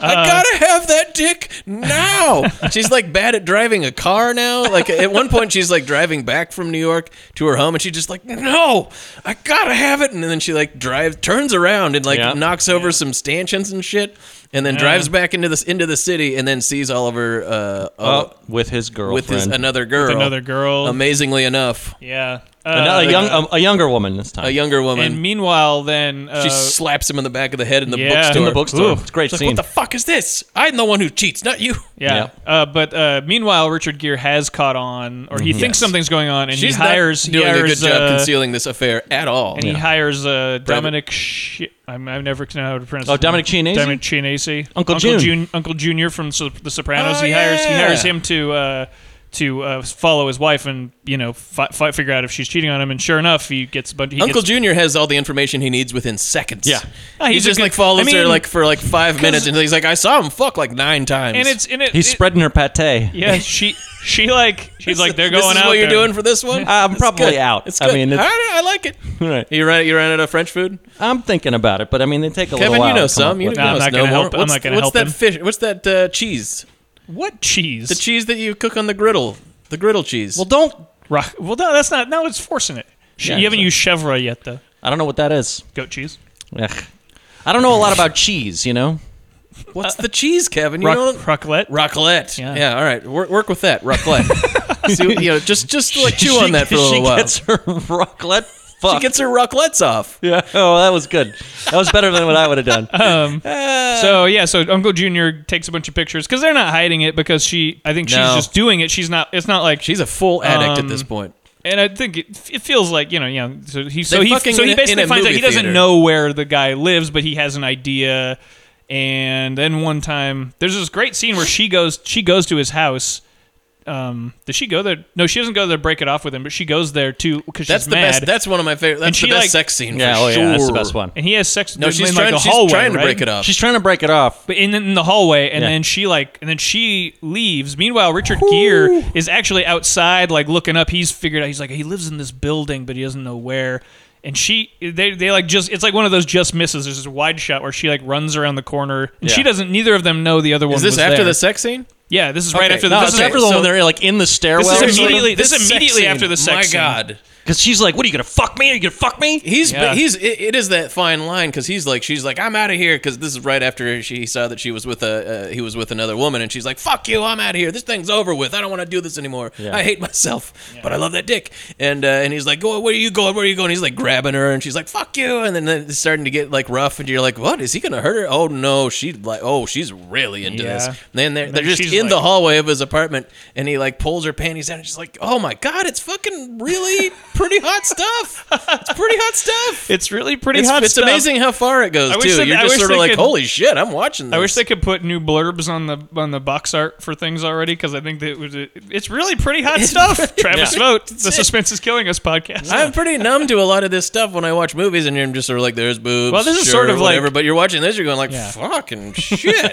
S2: I gotta have that dick now. she's like bad at driving a car now. Like at one point, she's like driving back from New York to her home, and she's just like, "No, I gotta have it." And then she like drives, turns around, and like
S3: Yeah.
S2: knocks over some stanchions and shit, and then drives back into this into the city, and then sees Oliver uh, uh,
S3: Oh, with his girlfriend,
S2: with his another girl,
S1: another girl.
S2: Amazingly enough,
S1: yeah. Uh,
S3: Ano- a, young, a, a younger woman this time.
S2: a younger woman.
S1: and meanwhile, then uh,
S2: she slaps him in the back of the head in the
S1: yeah.
S2: bookstore.
S1: In
S3: in the bookstore.
S1: Ooh.
S3: it's a great
S2: She's like,
S3: scene.
S2: what the fuck is this? I'm the one who cheats, not you.
S1: Yeah. Uh, but uh, meanwhile, Richard Gere has caught on, or he thinks something's going on, and
S2: Mhm. She's
S1: he hires.
S2: not doing
S1: he hires,
S2: a good job
S1: uh,
S2: concealing this affair at all.
S1: And he hires uh, Dominic. Sh- I'm, I've never know how to pronounce.
S3: Oh,
S1: his
S3: Dominic
S1: name.
S3: Chianese?
S1: Dominic Chianese.
S3: Uncle
S1: Uncle
S3: June.
S1: Jun- Uncle Junior from so- The Sopranos.
S2: Oh,
S1: he hires. He hires
S2: yeah.
S1: him to. Uh, to uh, follow his wife and you know fi- fi- figure out if she's cheating on him, and sure enough, he gets. But he
S2: Uncle
S1: gets,
S2: Junior has all the information he needs within seconds.
S3: Yeah.
S1: Ah,
S2: he
S1: he's a
S2: just
S1: good-
S2: like follows
S1: I mean,
S2: her like for like five minutes, and he's like, "I saw him fuck like nine times."
S1: and it's and it,
S3: He's
S1: it-
S3: spreading her pate.
S1: Yeah, she she like she's like they're
S2: this
S1: going
S2: is
S1: out.
S2: what you're
S1: there."
S2: doing for this one?
S3: I'm
S2: It's
S3: probably
S2: good.
S3: out.
S2: It's
S3: I
S2: good. I
S3: mean,
S2: mean,
S3: it's-
S2: I, like it.
S3: Right.
S2: You ran you ran out of French food,
S3: I'm thinking about it, but I mean, they take a
S2: Kevin.
S3: little while.
S2: You know
S3: to come up
S2: some. You
S3: with
S2: know
S1: I'm not
S2: no
S1: gonna
S2: more.
S1: help- I'm
S2: What's-
S1: not gonna
S2: What's
S1: help
S2: that
S1: him.
S2: fish? What's that uh, cheese?
S1: What cheese?
S2: The cheese that you cook on the griddle. The griddle cheese.
S3: Well, don't.
S1: Rock. Well, no, that's not. No, it's forcing it. Sh-
S3: Yeah,
S1: you haven't
S3: so-
S1: used chevre yet, though.
S3: I don't know what that is.
S1: Goat cheese.
S3: Ugh. I don't know a lot about cheese. You know.
S2: what's the cheese, Kevin? You
S1: Rock,
S2: don't
S1: raclette.
S2: Raclette.
S1: Yeah.
S2: Yeah. all right. Work, work with that. Raclette. See, what- you know, just just like chew on that for a
S3: she
S2: little while.
S3: gets her raclette. Fuck.
S2: she gets her raclettes off.
S3: Yeah. Oh, that was good. That was better than what I would have done.
S1: So yeah, so Uncle Junior takes a bunch of pictures because they're not hiding it because she. I think she's
S2: No.
S1: just doing it. She's not. It's not like
S2: She's a full
S1: Um,
S2: addict at this point.
S1: And I think it, it feels like you know, yeah. So he so he
S2: fucking
S1: so
S2: in
S1: he
S2: a-
S1: basically
S2: in a
S1: finds out
S2: movie
S1: he doesn't
S2: theater.
S1: know where the guy lives, but he has an idea. And then one time, there's this great scene where she goes she goes to his house. Um, does she go there? No, she doesn't go there. to Break it off with him, but she goes there too because
S2: That's
S1: she's
S2: the
S1: mad.
S2: best. That's one of my favorite. That's
S1: she,
S2: the best
S1: like-
S2: sex scene.
S3: yeah.
S2: for
S3: Oh,
S2: sure.
S3: yeah. That's the best one.
S1: and he has sex.
S2: No,
S1: in,
S2: she's
S1: like,
S2: trying.
S1: the
S2: she's
S1: hallway,
S2: trying to
S1: right?
S2: break it up.
S3: She's trying to break it off.
S1: But in, in the hallway, and
S3: Yeah.
S1: then she like, and then she leaves. Meanwhile, Richard Gere is actually outside, like looking up. He's figured out. He's like, he lives in this building, but he doesn't know where. And she, they, they like just. It's like one of those just misses. There's this wide shot where she like runs around the corner, and she
S3: Yeah.
S1: doesn't. Neither of them know the other one.
S2: Is this
S1: was
S2: after
S1: there.
S2: the sex scene?
S1: Yeah, this is right
S2: Okay,
S1: after.
S2: no,
S1: the, this is
S2: okay,
S1: after
S3: the
S1: the.
S2: so-
S3: one they're like in the stairwell.
S1: This is
S3: or
S1: immediately-
S3: something?
S1: this
S2: sex
S1: immediately
S2: scene,
S1: after the sex
S2: My
S1: scene.
S2: God.
S3: Because she's like, "What are you gonna fuck me? Are you gonna fuck me?"
S2: He's
S1: Yeah.
S2: he's it, it is that fine line because he's like she's like I'm out of here because this is right after she saw that she was with a uh, he was with another woman and she's like fuck you I'm out of here this thing's over with I don't want to do this anymore I hate myself but I love that dick and uh, and he's like go where are you going where are you going he's like grabbing her and she's like fuck you and then it's starting to get like rough and you're like what is he gonna hurt her oh no she like oh she's really into this
S1: Yeah.
S2: and then they're,
S1: And
S2: they're
S1: then
S2: just
S1: she's
S2: in in
S1: like-
S2: the hallway of his apartment, and he like pulls her panties down, and she's like, "Oh my god, it's fucking really pretty hot stuff. It's pretty hot stuff.
S1: It's really pretty
S2: it's,
S1: hot
S2: it's
S1: stuff.
S2: amazing how far it goes
S1: I wish
S2: too.
S1: they-
S2: You're
S1: I
S2: just
S1: wish
S2: sort of
S1: they
S2: like,
S1: could-
S2: "Holy shit, I'm watching this."
S1: I wish they could put new blurbs on the on the box art for things already because I think that it was it's really pretty hot stuff. Travis Vote, the suspense is killing us podcast.
S2: I'm pretty numb to a lot of this stuff when I watch movies, and you're just sort of like, "There's boobs."
S1: Well, this is
S2: sure,
S1: sort of like-
S2: whatever, but you're watching this, you're going like,
S1: Yeah.
S2: "Fucking shit."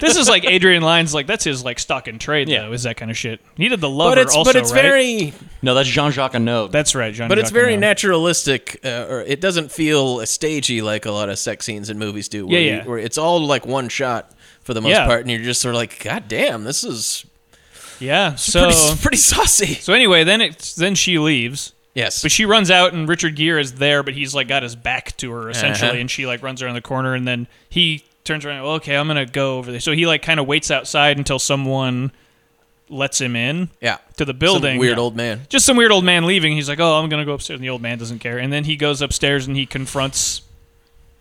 S1: this is like Adrian Lyne's like that's his like stock in trade though is that kind of shit. He did the lover
S2: But it's
S1: also
S2: but it's
S1: right?
S2: very
S3: No, that's Jean Jacques Anot.
S1: that's right John.
S2: but it's
S1: Giacomo.
S2: very naturalistic, uh, or it doesn't feel stagey like a lot of sex scenes in movies do. Where
S1: Yeah,
S2: you-
S1: yeah.
S2: where it's all like one shot for the most
S1: Yeah.
S2: part, and you're just sort of like, God damn, this is
S1: Yeah. So
S2: pretty, pretty saucy.
S1: so anyway, then it's then she leaves.
S2: Yes,
S1: But she runs out, and Richard Gere is there, but he's like got his back to her essentially,
S2: Uh-huh.
S1: and she like runs around the corner, and then he turns around. Well, okay, I'm gonna go over there. So he like kind of waits outside until someone lets him in.
S2: yeah,
S1: To the
S2: Some
S1: building.
S2: weird
S1: Yeah.
S2: old man.
S1: Just some weird old man leaving. He's like, "Oh, I'm gonna go upstairs," and the old man doesn't care. And then he goes upstairs and he confronts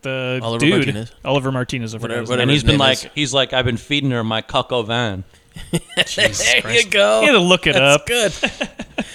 S1: the
S2: Oliver
S1: dude,
S2: Martinez.
S1: Oliver Martinez, I forgot
S2: Whatever-
S1: his
S2: whatever
S1: name.
S3: and
S2: his
S3: he's been
S2: name
S3: like,
S2: is.
S3: he's like, I've been feeding her my coco van.
S2: there you go.
S1: You had to look it
S2: That's
S1: up.
S2: good.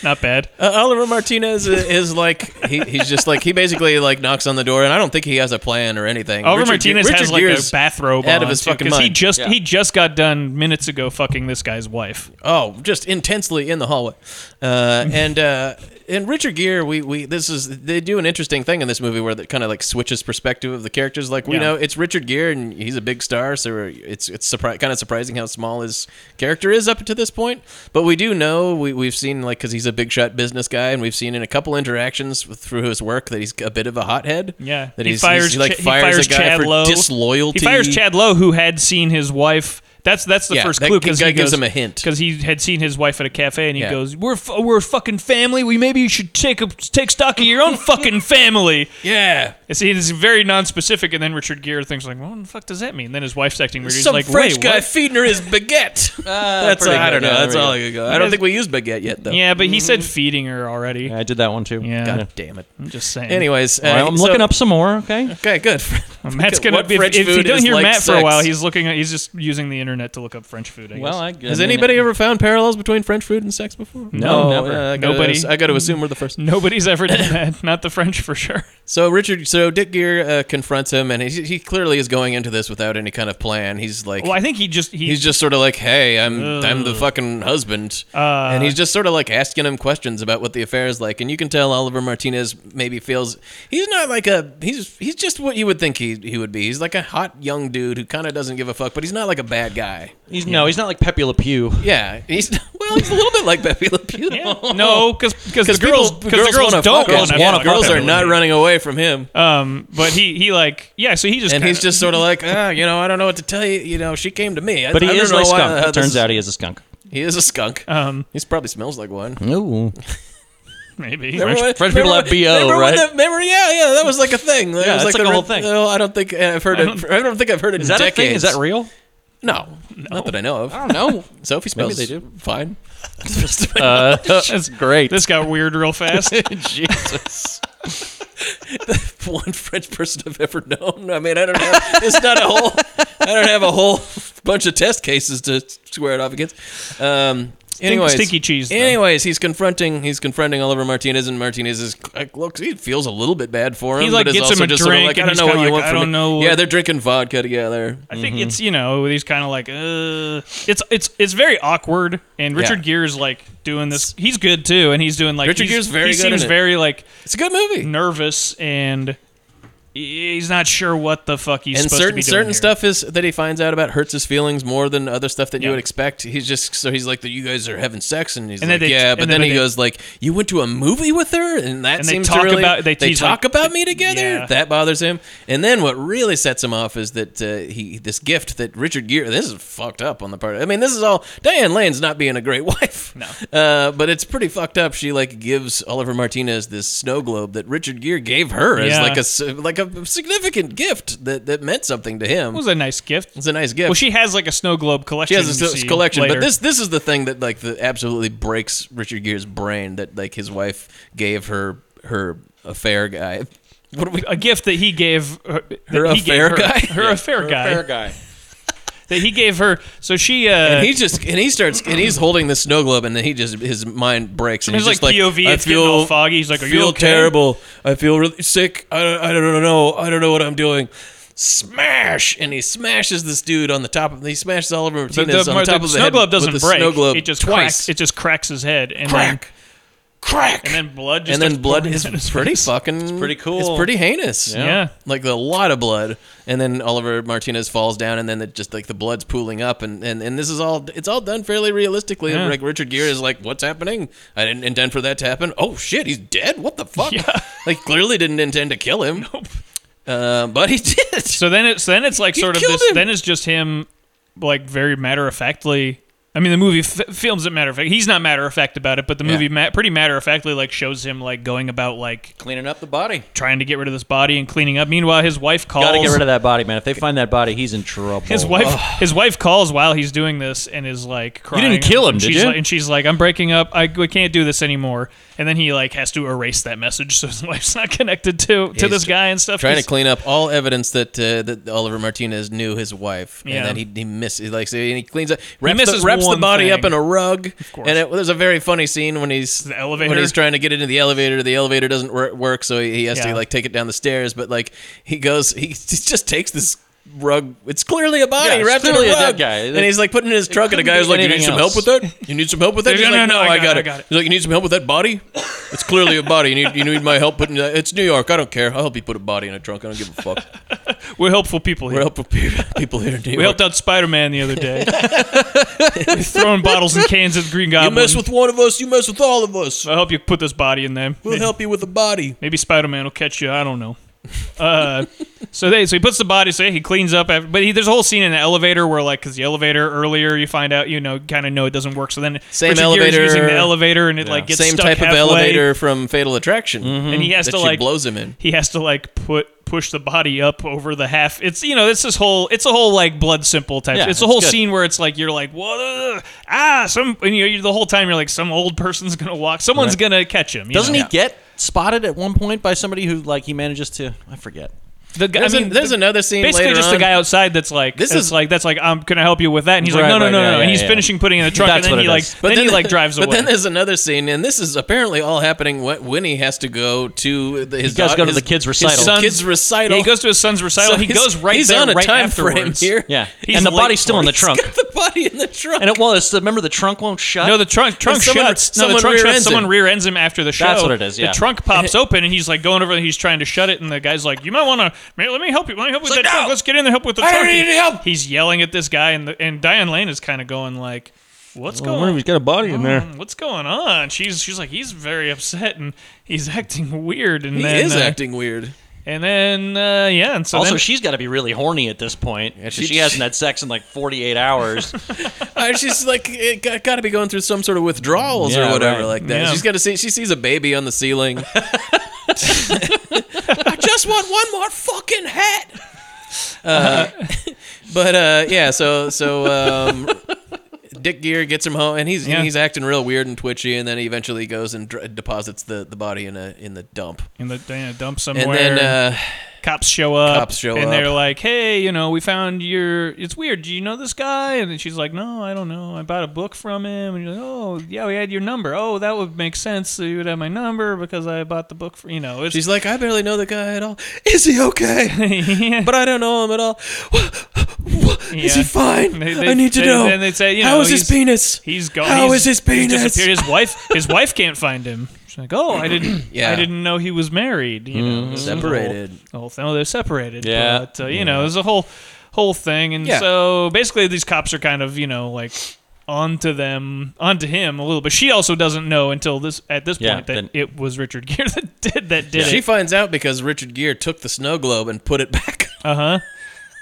S1: Not bad.
S2: Uh, Oliver Martinez is, is like he, he's just like he basically like knocks on the door, and I don't think he has a plan or anything.
S1: Oliver
S2: Richard Gere-
S1: Martinez has
S2: Richard
S1: like
S2: Gere's
S1: a bathrobe
S2: out
S1: on,
S2: of his
S1: too,
S2: fucking
S1: 'cause He
S2: mind.
S1: just
S3: Yeah.
S1: he just got done minutes ago fucking this guy's wife.
S2: Oh, just intensely in the hallway. Uh, and uh, and Richard Gere, we, we this is they do an interesting thing in this movie where that kind of like switches perspective of the characters. Like we
S1: Yeah.
S2: know it's Richard Gere and he's a big star, so it's it's surpri- kind of surprising how small his character is up to this point. But we do know we we've seen like because he's a big shot business guy, and we've seen in a couple interactions with, through his work that he's a bit of a hothead.
S1: Yeah,
S2: that he's, he's- he, like
S1: Ch-
S2: fires, a guy
S1: Chad
S2: for
S1: Lowe.
S2: disloyalty.
S1: He fires Chad Lowe, who had seen his wife. That's that's the
S2: Yeah,
S1: first
S2: that
S1: clue
S2: g- guy gives him a hint.
S1: because he had seen his wife at a cafe and he
S2: Yeah.
S1: goes, "We're f- we're a fucking family. We maybe you should take a, take stock of your own fucking family."
S2: Yeah,
S1: And See, it's very non-specific, and then Richard Gere thinks like, "What the fuck does that mean?" then his wife's acting weird. He's
S2: some
S1: like,
S2: French
S1: "Wait,
S2: guy
S1: what?"
S2: feeding her his baguette. that's
S3: pretty
S2: I
S3: good.
S2: don't know.
S3: Yeah,
S2: that's
S3: there we
S2: all
S3: go.
S2: I could go. I don't
S1: is-
S2: think we use baguette yet though. Mm-hmm.
S1: Yeah, but he said feeding her already.
S3: I did that one too.
S1: Yeah,
S2: God damn it.
S1: I'm just saying.
S2: Anyways, uh,
S3: All right, I'm
S2: so-
S3: looking up some more. Okay.
S2: Okay, good.
S1: Um, Matt's gonna
S2: What
S1: if,
S2: French
S1: if you
S2: food
S1: don't
S2: is
S1: hear
S2: like
S1: Matt for a
S2: sex?
S1: while, he's looking. At, he's just using the internet to look up French food. I guess.
S3: Well, I guess.
S2: Has anybody ever found parallels between French food and sex before? Oh, uh,
S3: No, never.
S2: I gotta-
S1: Nobody.
S2: I got to assume we're the first.
S1: Nobody's ever done that. Not the French for sure.
S2: So Richard, so Dick Gear uh, confronts him, and he, he clearly is going into this without any kind of plan. He's like,
S1: Well, I think he just he,
S2: he's just sort of like, hey, I'm I'm the fucking husband,
S1: Uh.
S2: and he's just sort of like asking him questions about what the affair is like, and you can tell Oliver Martinez maybe feels he's not like a he's he's just what you would think he he would be. He's like a hot young dude who kind of doesn't give a fuck, but he's not like a bad guy.
S3: He's no. He's not like Pepe Le Pew.
S2: Yeah, he's well, he's a little bit like Pepe Le Pew.
S1: no because because the girls
S2: people-
S1: because the girls
S2: wanna
S1: don't
S2: fuck him.
S1: want to
S2: Yeah,
S1: fuck
S2: girls
S1: him.
S2: are not running away from him,
S1: Um, but he he like yeah. So he just
S2: and
S1: kinda-
S2: he's just sort of like, ah, you know, I don't know what to tell you. You know, she came to me, I-
S3: But
S2: I
S3: he
S2: don't
S3: is
S2: know
S3: like
S2: why-
S3: skunk.
S2: how
S3: It
S2: this
S3: turns
S2: is-
S3: out he is a skunk.
S2: he is a skunk.
S1: um
S2: He probably smells like one.
S3: Ooh.
S1: maybe
S2: Remember when-
S3: French people
S2: remember-
S3: have BO,
S2: remember when
S3: right?
S2: that- remember, yeah, yeah, that was like a thing. That
S3: Yeah,
S2: was
S3: that's like
S2: the
S3: a whole
S2: re-
S3: thing. Uh-huh.
S2: No, I don't think I've heard it. I don't think I've heard it
S3: Is
S2: in
S3: that
S2: decades.
S3: a thing? Is that real?
S2: No, not that I know of.
S3: No.
S2: Sophie smells.
S3: they do.
S2: Fine.
S3: Uh, that's great.
S1: this got weird real fast.
S3: Jesus.
S2: One French person I've ever known. I mean, I don't know. It's not a whole. I don't have a whole bunch of test cases to square it off against. Um. Anyways,
S1: stinky cheese, though.
S2: Anyways, he's confronting he's confronting Oliver Martinez, and Martinez is like, looks he feels a little bit bad for him.
S1: He, like,
S2: but is
S1: gets him
S2: also
S1: a
S2: just sort of
S1: drink,
S2: like, I
S1: and
S2: don't
S1: he's
S2: know what
S1: kinda
S2: you
S1: like,
S2: want
S1: I
S2: from
S1: don't
S2: me."
S1: know
S2: Yeah,
S1: what-
S2: they're drinking vodka together.
S1: I think it's you know he's kind of like uh it's it's it's very awkward and Richard
S2: Yeah.
S1: Gere's like doing this he's good too and he's doing like
S2: Richard
S1: he's-
S2: Gere's very
S1: he
S2: good
S1: seems
S2: in it.
S1: very like
S2: It's a good movie.
S1: nervous and he's not sure what the fuck he's
S2: and
S1: supposed to
S2: certain
S1: be doing
S2: certain
S1: here.
S2: stuff is that he finds out about hurts his feelings more than other stuff that
S1: Yeah.
S2: you would expect. He's just so he's like that you guys are having sex and he's
S1: And then
S2: like
S1: they-
S2: yeah,
S1: and
S2: but
S1: then
S2: then he
S1: they-
S2: goes like you went to a movie with her and that
S1: And they
S2: seems
S1: talk
S2: to really
S1: about- they
S2: they,
S1: tease,
S2: talk
S1: like,
S2: about me together
S1: yeah.
S2: that bothers him. And then what really sets him off is that uh, he this gift that Richard Gere this is fucked up on the part. Of, I mean this is all Diane Lane's not being a great wife. No, uh, but it's pretty fucked up. She like gives Oliver Martinez this snow globe that Richard Gere gave her
S1: Yeah.
S2: as like a s- like a significant gift that, that meant something to him.
S1: it was a nice gift
S2: it's a nice gift.
S1: Well, she has like a snow globe
S2: She
S1: collection.
S2: has
S1: you
S2: this
S1: see
S2: collection,
S1: later.
S2: but this this is the thing that like the absolutely breaks Richard Gere's brain that like his wife gave her her affair guy. What do we?
S1: a gift that he gave her, that
S2: Her
S1: he gave
S2: affair
S1: her,
S2: guy?
S1: her affair guy.
S3: guy.
S1: that he gave her. So she uh,
S2: And he just and he starts and he's holding the snow globe and then he just his mind breaks and
S1: There's
S2: he's just
S1: like
S2: like
S1: POV,
S2: I
S1: it's getting
S2: feel
S1: all foggy. He's like, "Are you
S2: feel
S1: okay?"
S2: terrible. I feel really sick. I don't, I don't know. I don't know what I'm doing. Smash and he smashes this dude on the top of he smashes Oliver
S1: the,
S2: Martinez
S1: the-
S2: on the
S1: the
S2: top of the
S1: snow
S2: head
S1: globe
S2: with
S1: doesn't
S2: the
S1: break.
S2: Snow globe
S1: it just
S2: twice.
S1: cracks. It just cracks his head and
S2: crack,
S1: then
S2: crack,
S1: and then blood. Just
S2: and then
S1: starts
S2: blood
S1: pouring
S2: is
S1: down his
S2: pretty
S1: face.
S2: fucking it's
S3: pretty cool.
S2: it's pretty heinous
S1: Yeah. Yeah.
S2: like a lot of blood and then oliver martinez falls down and then it just like the blood's pooling up and and, and this is all it's all done fairly realistically
S1: Yeah.
S2: like richard gere is like what's happening i didn't intend for that to happen oh shit he's dead what the fuck
S1: Yeah.
S2: like clearly didn't intend to kill him uh, but he did
S1: So then it's so then it's like
S2: He
S1: sort of
S2: killed
S1: this.
S2: him.
S1: Then it's just him, like very matter of factly. I mean, the movie f- films it matter of fact. He's not matter of fact about it, but the
S2: Yeah.
S1: movie ma- pretty matter of factly like shows him like going about like
S3: Cleaning up the body.
S1: trying to get rid of this body and cleaning up. Meanwhile, his wife calls.
S3: Got to get rid of that body, man. If they find that body, he's in trouble. Oh.
S1: his
S2: Oh,
S1: wife, his wife calls while he's doing this and is like, crying.
S3: didn't kill him,
S1: and
S3: did
S1: she's
S3: you?
S1: Like, and she's like, "I'm breaking up. I we can't do this anymore." And then he like has to erase that message, so his wife's not connected to to
S2: He's
S1: this guy and stuff.
S2: trying to
S1: He's-
S2: clean up all evidence that uh, that Oliver Martinez knew his wife,
S1: Yeah.
S2: and then he he misses like so he cleans up, wraps,
S1: misses
S2: the, wraps the
S1: one
S2: body up
S1: thing.
S2: in a rug,
S1: course.
S2: and it, there's a very funny scene when he's
S1: The elevator.
S2: when he's trying to get into the elevator. The elevator doesn't wor- work, so he, he has
S1: Yeah.
S2: to like take it down the stairs. But like he goes, he, he just takes this. Rug. It's clearly a body
S3: Yeah, it's
S2: wrapped in a
S3: clearly a
S2: rug,
S3: dead guy.
S2: and he's like putting it in his truck, and the
S3: couldn't
S2: guy's
S3: be
S2: like, "You need
S3: anything
S2: some help
S3: else."
S2: with that? You need some help with that?"
S1: He's
S2: He's
S1: like,
S2: like,
S1: "No, no, I got it, I got it."
S2: He's like, "You need some help with that body? It's clearly a body. You need, you need my help putting that. It's New York. I don't care. I'll help you put a body in a trunk. I don't give a fuck.
S1: We're helpful people here.
S2: We're helping people, people here in New
S1: We
S2: York.
S1: helped out Spider Man the other day. We're throwing bottles and cans at the Green
S2: You
S1: Goblin.
S2: mess with one of us, you mess with all of us.
S1: I hope you put this body in them.
S2: We'll help you with a body.
S1: Maybe Spider Man will catch you. I don't know. Uh, so they so he puts the body. So he cleans up. After, but he, there's a whole scene in the elevator where like because the elevator earlier you find out you know kind of know it doesn't work. So then
S2: Same
S1: Richard Gere's
S2: elevator.
S1: using the elevator and it like gets
S2: Same
S1: stuck
S2: type of
S1: halfway, Mm-hmm.
S2: elevator from Fatal Attraction.
S1: and he has
S2: That
S1: to
S2: she
S1: like
S2: blows him in.
S1: he has to like put push the body up over the half. It's you know it's this whole it's a whole like blood simple type.
S3: Yeah,
S1: it's a
S3: it's
S1: whole
S3: good.
S1: scene where it's like you're like what uh, ah some and you you the whole time you're like some old person's gonna walk someone's gonna catch him. you
S3: Doesn't
S1: know?
S3: he get spotted at one point by somebody who like he manages to? I forget.
S1: The guy,
S2: There's,
S1: I mean,
S2: a, there's
S1: the-
S2: another scene
S1: Basically,
S2: later
S1: just
S2: on.
S1: the guy outside that's like,
S2: This
S1: this is
S2: is-
S1: like, that's like, um, can I help you with that? And he's
S3: Right,
S1: like, no, no,
S3: right,
S1: no,
S3: yeah,
S1: no. and
S3: yeah,
S1: he's
S3: yeah.
S1: finishing putting in the truck, and
S3: That's
S1: then
S3: what
S1: he
S3: it
S1: like,
S3: is.
S1: then, he like drives
S2: But
S1: away.
S2: then there's another scene, and this is apparently all happening when, when he has to go to the, his.
S3: He goes
S2: daugh-
S3: go to
S2: his-
S3: the kid's
S2: his
S3: recital.
S1: Son's-
S2: Kids
S1: Yeah,
S2: recital.
S1: he goes to his son's recital.
S2: So
S1: he
S2: he's-
S1: goes right
S2: he's
S1: there
S2: on a
S1: right
S2: time frame
S1: afterwards.
S2: here.
S3: Yeah,
S1: He's
S3: and the
S1: late
S3: body's still in the trunk.
S2: Got the body in the trunk.
S3: And it was remember the trunk won't shut.
S1: No, the trunk trunk
S2: And someone-
S1: shuts. No, the
S2: someone
S1: trunk
S2: rear
S1: shuts.
S2: ends
S1: someone
S2: him.
S1: rear ends him after the show.
S3: That's what it is, yeah.
S1: The trunk pops open, and he's like going over. and He's trying to shut it, and the guy's like, "You might want to. Let me help you. Let me help you with
S2: like,
S1: that trunk.
S2: "No!
S1: Let's get in and help with the
S2: I don't
S1: trunk."
S2: need any help.
S1: He's yelling at this guy, and the, and Diane Lane is kind of going like, "What's going? on?
S3: got a body in there.
S1: What's going on?" She's she's like, "He's very upset, and he's acting weird." And
S2: he
S1: then,
S2: is
S1: uh,
S2: acting weird.
S1: And then uh, yeah, and so
S3: also,
S1: then,
S3: she's got to be really horny at this point. 'cause
S2: she-
S3: she, hasn't had sex in like 48 hours.
S2: Uh, she's like it got, got to be going through some sort of withdrawals
S3: Yeah,
S2: or whatever
S3: right.
S2: like that.
S1: Yeah.
S2: She's got to see she sees a baby on the ceiling. I just want one more fucking hat. Uh, but uh, yeah, so so um, Dick Gear gets him home, and he's
S1: Yeah.
S2: and he's acting real weird and twitchy, and then he eventually goes and dr- deposits the, the body in a in the dump,
S1: in the in a dump somewhere.
S2: and then uh,
S1: cops show up.
S2: Cops show
S1: and they're
S2: up.
S1: like, "Hey, you know, we found your. It's weird. Do you know this guy?" And then she's like, "No, I don't know. I bought a book from him." And you're like, "Oh, yeah, we had your number. Oh, that would make sense. So you would have my number because I bought the book. For, you know, it's
S2: she's like, I barely know the guy at all. Is he okay?
S1: yeah.
S2: but I don't know him at all. Is
S1: Yeah.
S2: he fine?
S1: They- they-
S2: I need to
S1: they-
S2: know.
S1: then they say, you
S2: How
S1: know,
S2: is his
S1: he's-
S2: penis?
S1: he's gone.
S2: How
S1: he's,
S2: is his
S1: he's
S2: penis?
S1: disappeared. His wife. His wife can't find him. She's like, "Oh, I didn't.
S2: Yeah. Mm-hmm.
S1: I didn't know he was married. You know, this is the whole-
S2: Separated.
S1: the whole thing. Oh, they're separated.
S3: Yeah.
S1: But, uh, you know, there's a whole whole thing, and
S2: Yeah.
S1: so basically these cops are kind of you know like onto them, onto him a little bit. She also doesn't know until this at this
S3: Yeah,
S1: point that
S3: then-
S1: it was Richard Gere that did that did
S2: She
S1: it.
S2: finds out because Richard Gere took the snow globe and put it back,
S1: Uh huh.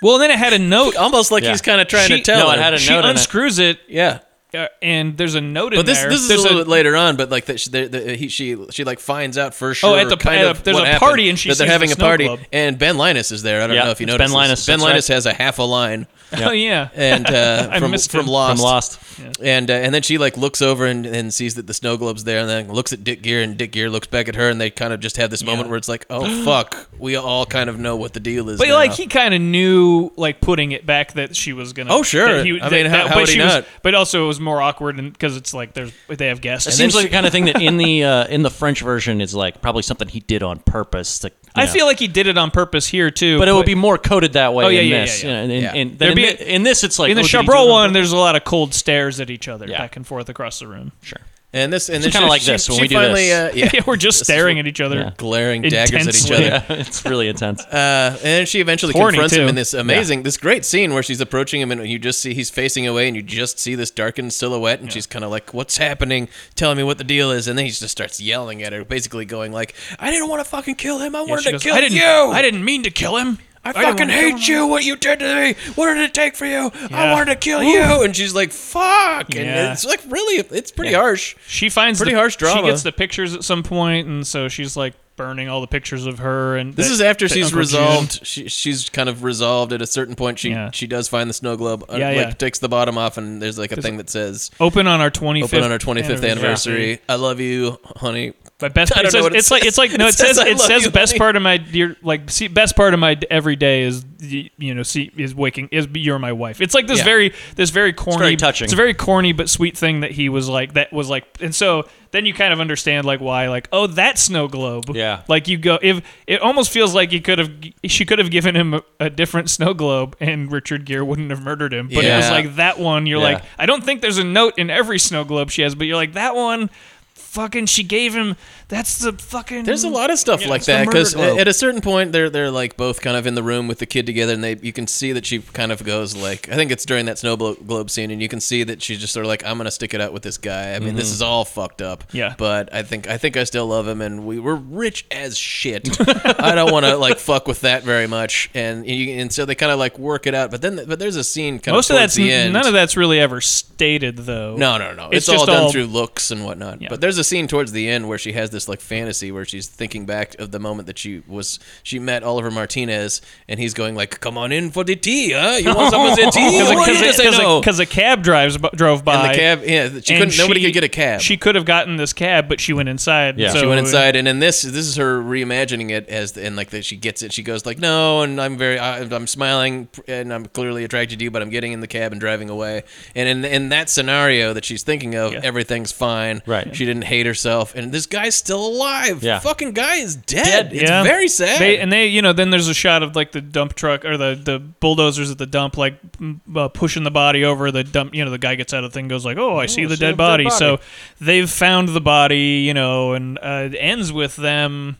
S1: Well, then it had a note.
S2: almost like
S3: Yeah.
S2: he's kind of trying
S1: She-
S2: to tell
S3: no,
S2: her.
S3: it had a
S1: She
S3: note in it.
S1: unscrews it.
S2: yeah.
S1: uh, and there's a note in
S2: But this
S1: there.
S2: this is
S1: There's
S2: a little bit later on, but like that she, the, the, he, she she like finds out for sure.
S1: Oh, at the-
S2: kind
S1: at a-
S2: of
S1: there's
S2: what
S1: a
S2: happened,
S1: party and she
S2: that they're
S1: sees
S2: having
S1: the
S2: a
S1: snow
S2: party
S1: globe.
S2: and Ben Linus is there. I don't
S3: Yeah,
S2: know if you
S3: it's
S2: noticed.
S3: Ben
S2: this.
S3: Linus,
S2: Ben
S3: that's
S2: Linus
S3: right.
S2: has a half a line.
S1: Oh yeah.
S2: and
S1: I
S2: uh, from
S1: missed
S2: from
S1: him.
S2: Lost.
S3: From Lost.
S2: And uh, and then she like looks over and, and sees that the snow globe's there, and then looks at Dick Gear, and Dick Gear looks back at her, and they kind of just have this moment where it's like, oh fuck, we all kind of know what the deal is.
S1: But
S2: now.
S1: like he kind of knew, like putting it back that she was gonna.
S2: Oh, sure.
S1: that he-
S2: I
S1: that-
S2: mean, how-
S1: that-
S2: how
S1: but
S2: would he
S1: she was-
S2: not?
S1: But also, it was more awkward because it's like there's they have guests.
S3: It
S1: And
S3: seems
S1: then
S3: like the kind of thing that in the uh, in the French version is like probably something he did on purpose. To, you
S1: I
S3: know.
S1: feel like he did it on purpose here too.
S3: but it would be more coded that way
S1: Oh, yeah,
S3: in
S1: yeah,
S3: this.
S1: yeah, yeah.
S3: you know, and-
S2: Yeah.
S3: and- and then
S1: There'd
S3: in,
S1: be-
S3: thi- in this, it's like
S1: in the
S3: oh, did he do
S1: Chabrol
S3: it on
S1: one.
S3: purpose?
S1: There's a lot of cold stares at each other
S3: Yeah.
S1: back and forth across the room.
S3: sure.
S2: and this and then
S3: kinda
S2: she-
S3: like
S2: she-
S3: this when
S2: she
S3: we do
S2: finally,
S3: this.
S2: Uh, yeah,
S1: yeah, we're just
S2: This is
S1: staring
S2: what-
S1: at each other.
S3: Yeah.
S2: glaring daggers at each
S1: Intensely.
S2: other.
S3: Yeah, it's really intense.
S2: Uh, and she eventually
S1: Horny,
S2: confronts
S1: too.
S2: him in this amazing, this great scene where she's approaching him, and you just see he's facing away, and you just see this darkened silhouette, and she's kind of like, "What's happening? Tell me what the deal is." And then he just starts yelling at her, basically going like, "I didn't want to fucking kill him. I
S1: Yeah,
S2: wanted
S1: she
S2: to
S1: goes,
S2: kill
S1: I didn't.
S2: you.
S1: I didn't mean to kill him.
S2: I
S1: didn't
S2: fucking
S1: wanna kill
S2: hate
S1: him."
S2: you. What you did to me. What did it take for you? I
S1: Yeah.
S2: wanted to kill you." And she's like, "Fuck!" And
S1: Yeah.
S2: it's like really, it's pretty harsh.
S1: She finds
S2: Pretty
S1: the,
S2: harsh drama.
S1: She gets the pictures at some point, and so she's like burning all the pictures of her. And
S2: This
S1: that-
S2: is after
S1: that
S2: she's
S1: Uncle June-
S2: resolved. She, she's kind of resolved at a certain point. She
S1: Yeah.
S2: she does find the snow globe. uh,
S1: Yeah,
S2: like
S1: yeah.
S2: takes the bottom off, and there's like a thing that says
S1: Open on our 25th
S2: "Open on our 25th anniversary. I love you, honey."
S1: But best
S2: I don't
S1: it
S2: know
S1: says,
S2: what it
S1: it's like it's like no it,
S2: says. It
S1: says,
S2: says, "I
S1: it
S2: love
S1: says
S2: you,
S1: best
S2: honey."
S1: part of my dear like see best part of my d- every day is y- you know see is waking is you're my wife. It's like this
S2: Yeah.
S1: very this very corny
S3: very touching.
S1: It's a very corny but sweet thing that he was like that was like and so then you kind of understand like why like oh that snow globe
S3: Yeah.
S1: like you go if it almost feels like he could have she could have given him a, a different snow globe and Richard Gere wouldn't have murdered him but it was
S2: Yeah.
S1: like that one you're
S3: Yeah.
S1: like I don't think there's a note in every snow globe she has but you're like that one fucking she gave him that's the fucking
S2: There's a lot of stuff
S1: Yeah,
S2: like
S1: it's the
S2: that
S1: murder
S2: because
S1: globe.
S2: at a certain point they're they're like both kind of in the room with the kid together, and they you can see that she kind of goes like I think it's during that snow blo- globe scene, and you can see that she's just sort of like I'm gonna stick it out with this guy. I mean, this is all fucked up.
S1: Mm-hmm. Yeah.
S2: but I think I think I still love him, and we were rich as shit. I don't want to like fuck with that very much, and you, and so they kind of like work it out. But then but there's a scene kind
S1: most
S2: of
S1: of
S2: towards
S1: that's
S2: the end.
S1: none of that's really ever stated though
S2: No, no, no.
S1: It's
S2: It's,
S1: just
S2: all done
S1: all-
S2: through looks and whatnot.
S1: Yeah.
S2: But there's a scene towards the end where she has this like fantasy where she's thinking back of the moment that she was she met Oliver Martinez and he's going like, "Come on in for the tea, huh? You want some of the tea?
S1: because
S2: What do you
S1: a,
S2: say no?"
S1: because a, cab drives bu- drove by
S2: And the cab, yeah, she
S1: and
S2: couldn't. nobody
S1: she-
S2: could get a cab.
S1: She could have gotten this cab, but she went inside.
S3: Yeah.
S1: so uh,
S2: she went inside, and in this, this is her reimagining it as, the, and like that she gets it. She goes like, "No," and I'm very, I, I'm smiling, and I'm clearly attracted to you, but I'm getting in the cab and driving away. And in in that scenario that she's thinking of,
S1: Yeah.
S2: everything's fine.
S3: Right.
S2: She didn't hate herself, and this guy's still alive.
S3: Yeah.
S2: Fucking guy is dead. It's
S1: Yeah.
S2: very sad.
S1: They, and they, you know, then there's a shot of like the dump truck or the, the bulldozers at the dump, like m- uh, pushing the body over the dump. You know, the guy gets out of the thing, goes like, "Oh, I see the dead
S3: see the dead
S1: body.
S3: body.
S1: So they've found the body, you know, and uh, it ends with them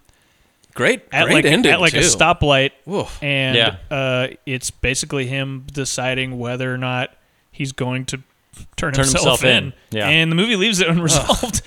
S2: great,
S1: at
S2: great
S1: like
S2: ending
S1: at like
S2: too.
S1: a stoplight,
S2: Oof.
S1: and
S3: Yeah.
S1: uh, it's basically him deciding whether or not he's going to turn,
S3: himself in. Yeah.
S1: And the movie leaves it unresolved.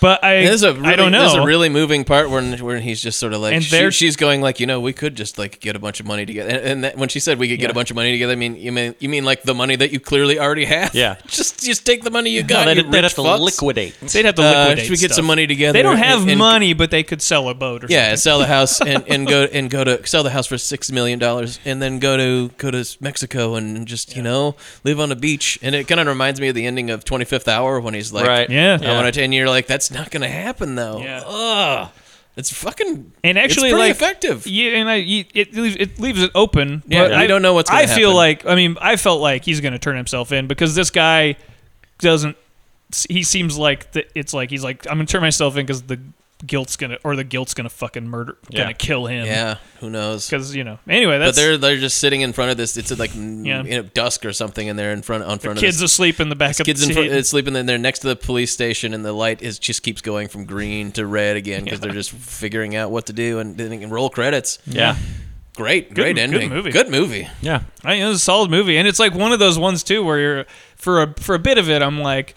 S1: But I,
S2: And There's a really,
S1: I don't know.
S2: There's a really moving part when when he's just sort of like,
S1: And
S2: she-
S1: there-
S2: she's going like, you know, we could just like get a bunch of money together. And, and that, when she said we could get a bunch of money together, I mean, you mean you mean like the money that you clearly already have?
S3: Yeah.
S2: just just take the money you got.
S3: No,
S2: you
S3: they'd, they'd
S2: rich
S3: have to
S2: fucks.
S3: liquidate.
S1: They'd have to
S2: Uh,
S1: liquidate.
S2: should we get
S1: stuff.
S2: some money together
S1: They don't
S2: and-
S1: have
S2: and-
S1: money, but they could sell a boat or
S2: Yeah,
S1: something.
S2: sell the house and, and go and go to sell the house for six million dollars, and then go to go to Mexico and just you know live on a beach. And it kind of reminds me of the ending of Twenty Fifth Hour when he's like,
S3: Right.
S1: Yeah.
S2: I want to, and you're like, that's not gonna happen though.
S1: Yeah.
S2: Ugh. It's fucking
S1: And
S2: it's
S1: actually,
S2: pretty
S1: like
S2: effective.
S1: Yeah, and I, you, it leaves it leaves it open.
S2: Yeah,
S1: but
S2: you
S1: I
S2: don't know what's
S1: I
S2: gonna
S1: feel
S2: happen.
S1: like I mean I felt like he's going to turn himself in because this guy doesn't. He seems like the, it's like he's like I'm going to turn myself in because the guilt's going to or the guilt's going to fucking murder, going
S3: Yeah.
S1: to kill him.
S2: Yeah, who knows?
S1: Because you know. Anyway,
S2: But
S1: that's
S2: they're they're just sitting in front of this. It's like mm,
S1: Yeah.
S2: you know, dusk or something, and they're in front on front of
S1: kids
S2: this.
S1: asleep in the back of
S2: Kids in
S1: the
S2: front, uh, sleeping, and they're next to the police station, and the light is just keeps going from green to red again because they're just figuring out what to do, and then they can roll credits.
S3: Yeah.
S2: Great,
S1: Mm.
S2: great
S1: good
S2: ending,
S1: movie.
S2: good movie.
S3: Yeah.
S1: I mean, it was a solid movie, and it's like one of those ones too where you're for a for a bit of it, I'm like,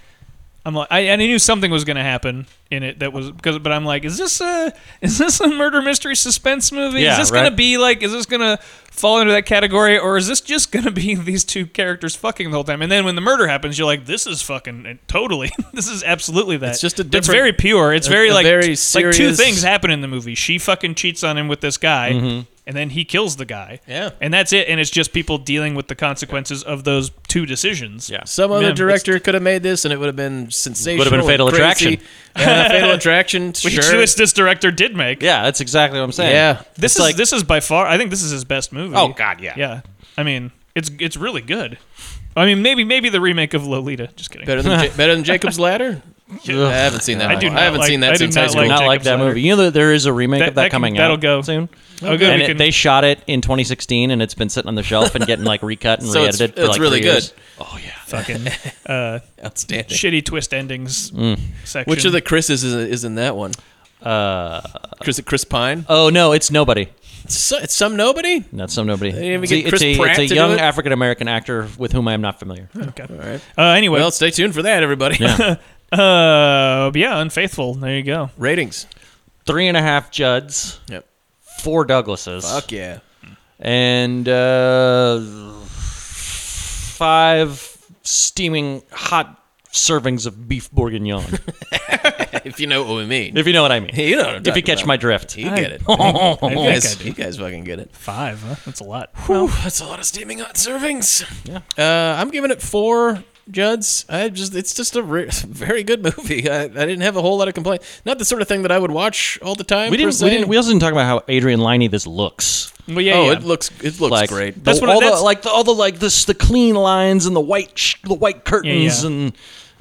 S1: I'm like, I, and I knew something was going to happen in it that was because, but I'm like, is this a is this a murder mystery suspense movie?
S3: Yeah,
S1: is this
S3: right.
S1: going to be like, is this going to fall into that category, or is this just going to be these two characters fucking the whole time? And then when the murder happens, you're like, this is fucking eh, totally, this is absolutely that.
S2: It's just a
S1: But It's
S2: different-
S1: very pure. It's
S2: a-
S1: very
S2: a
S1: like
S2: very
S1: like two
S2: serious-
S1: things happen in the movie. She fucking cheats on him with this guy. And then he kills the guy.
S2: Mm-hmm. Yeah.
S1: And that's it. And it's just people dealing with the consequences of those two decisions.
S3: Yeah.
S2: Some other
S1: Man, it's-
S2: director could have made this, and it would have been sensational.
S3: been
S2: and
S3: Fatal
S2: crazy.
S3: Attraction.
S2: Yeah, fatal attraction.
S1: Which
S2: sure.
S1: this, this director did make.
S3: Yeah, that's exactly what I'm saying.
S2: Yeah.
S1: This
S3: It's
S1: is
S3: like-
S1: this is by far. I think this is his best movie.
S3: Oh, God, yeah.
S1: Yeah. I mean, it's it's really good. I mean, maybe maybe the remake of Lolita. Just kidding.
S2: Better than Ja- better than Jacob's Ladder. I haven't seen that.
S1: I
S2: one.
S1: do not
S2: I haven't
S1: like-
S2: seen
S1: I
S2: that
S1: do
S2: since
S1: not
S2: high
S1: like
S2: school.
S3: not like
S1: Jacob's
S3: that
S1: Ladder.
S3: movie. You know that there is a remake
S1: That-
S3: of that,
S1: that can-
S3: coming
S1: that'll
S3: out
S1: go.
S3: soon.
S1: Oh, good,
S3: And
S1: we
S3: it-
S1: can-
S3: they shot it in 2016, and it's been sitting on the shelf and getting like recut and
S2: So it's,
S3: reedited. for
S2: it's
S3: like
S2: really
S3: three
S2: good.
S3: years.
S2: Oh yeah,
S1: Fucking
S2: outstanding.
S1: shitty twist endings
S3: Mm.
S1: section.
S2: Which of the Chris's is, is in that one? Uh, Chris Chris Pine.
S3: Oh no, it's nobody.
S2: It's, so- it's some nobody.
S3: That's some nobody.
S2: didn't even
S3: It's a-
S2: get
S3: it's
S2: Chris
S3: a- it's
S2: Pratt
S3: a
S2: to do
S3: young
S2: it?
S3: African American actor with whom I am not familiar.
S1: uh, anyway?
S2: Well, stay tuned for that, everybody.
S1: uh, yeah, unfaithful. There you go.
S2: Ratings.
S3: Three and a half Judds,
S2: Yep.
S3: four Douglases,
S2: Fuck yeah.
S3: and uh, five steaming hot servings of beef bourguignon.
S2: If you know what we mean.
S3: if you know what I mean.
S2: You know what I'm
S3: if you
S2: talking
S3: catch
S2: about.
S3: my drift.
S2: you get it.
S1: I
S2: You
S1: think I
S2: guys,
S1: did
S2: you guys fucking get it.
S1: five. Huh? That's a lot.
S2: Whew, that's a lot of steaming hot servings. Yeah. Uh, I'm giving it four Judds. I just it's just a re- very good movie. I, I didn't have a whole lot of complaint. Not the sort of thing that I would watch all the time.
S3: We
S2: per
S3: didn't,
S2: se.
S3: we didn't. We also didn't talk about how Adrian Liney this looks.
S1: Well, yeah,
S2: oh,
S1: yeah.
S2: it looks it looks
S3: like
S2: great. Oh,
S3: the-
S1: That's what I-
S3: all the
S1: that's-
S3: like the, all the like this the clean lines and the white sh- the white curtains
S1: yeah.
S3: and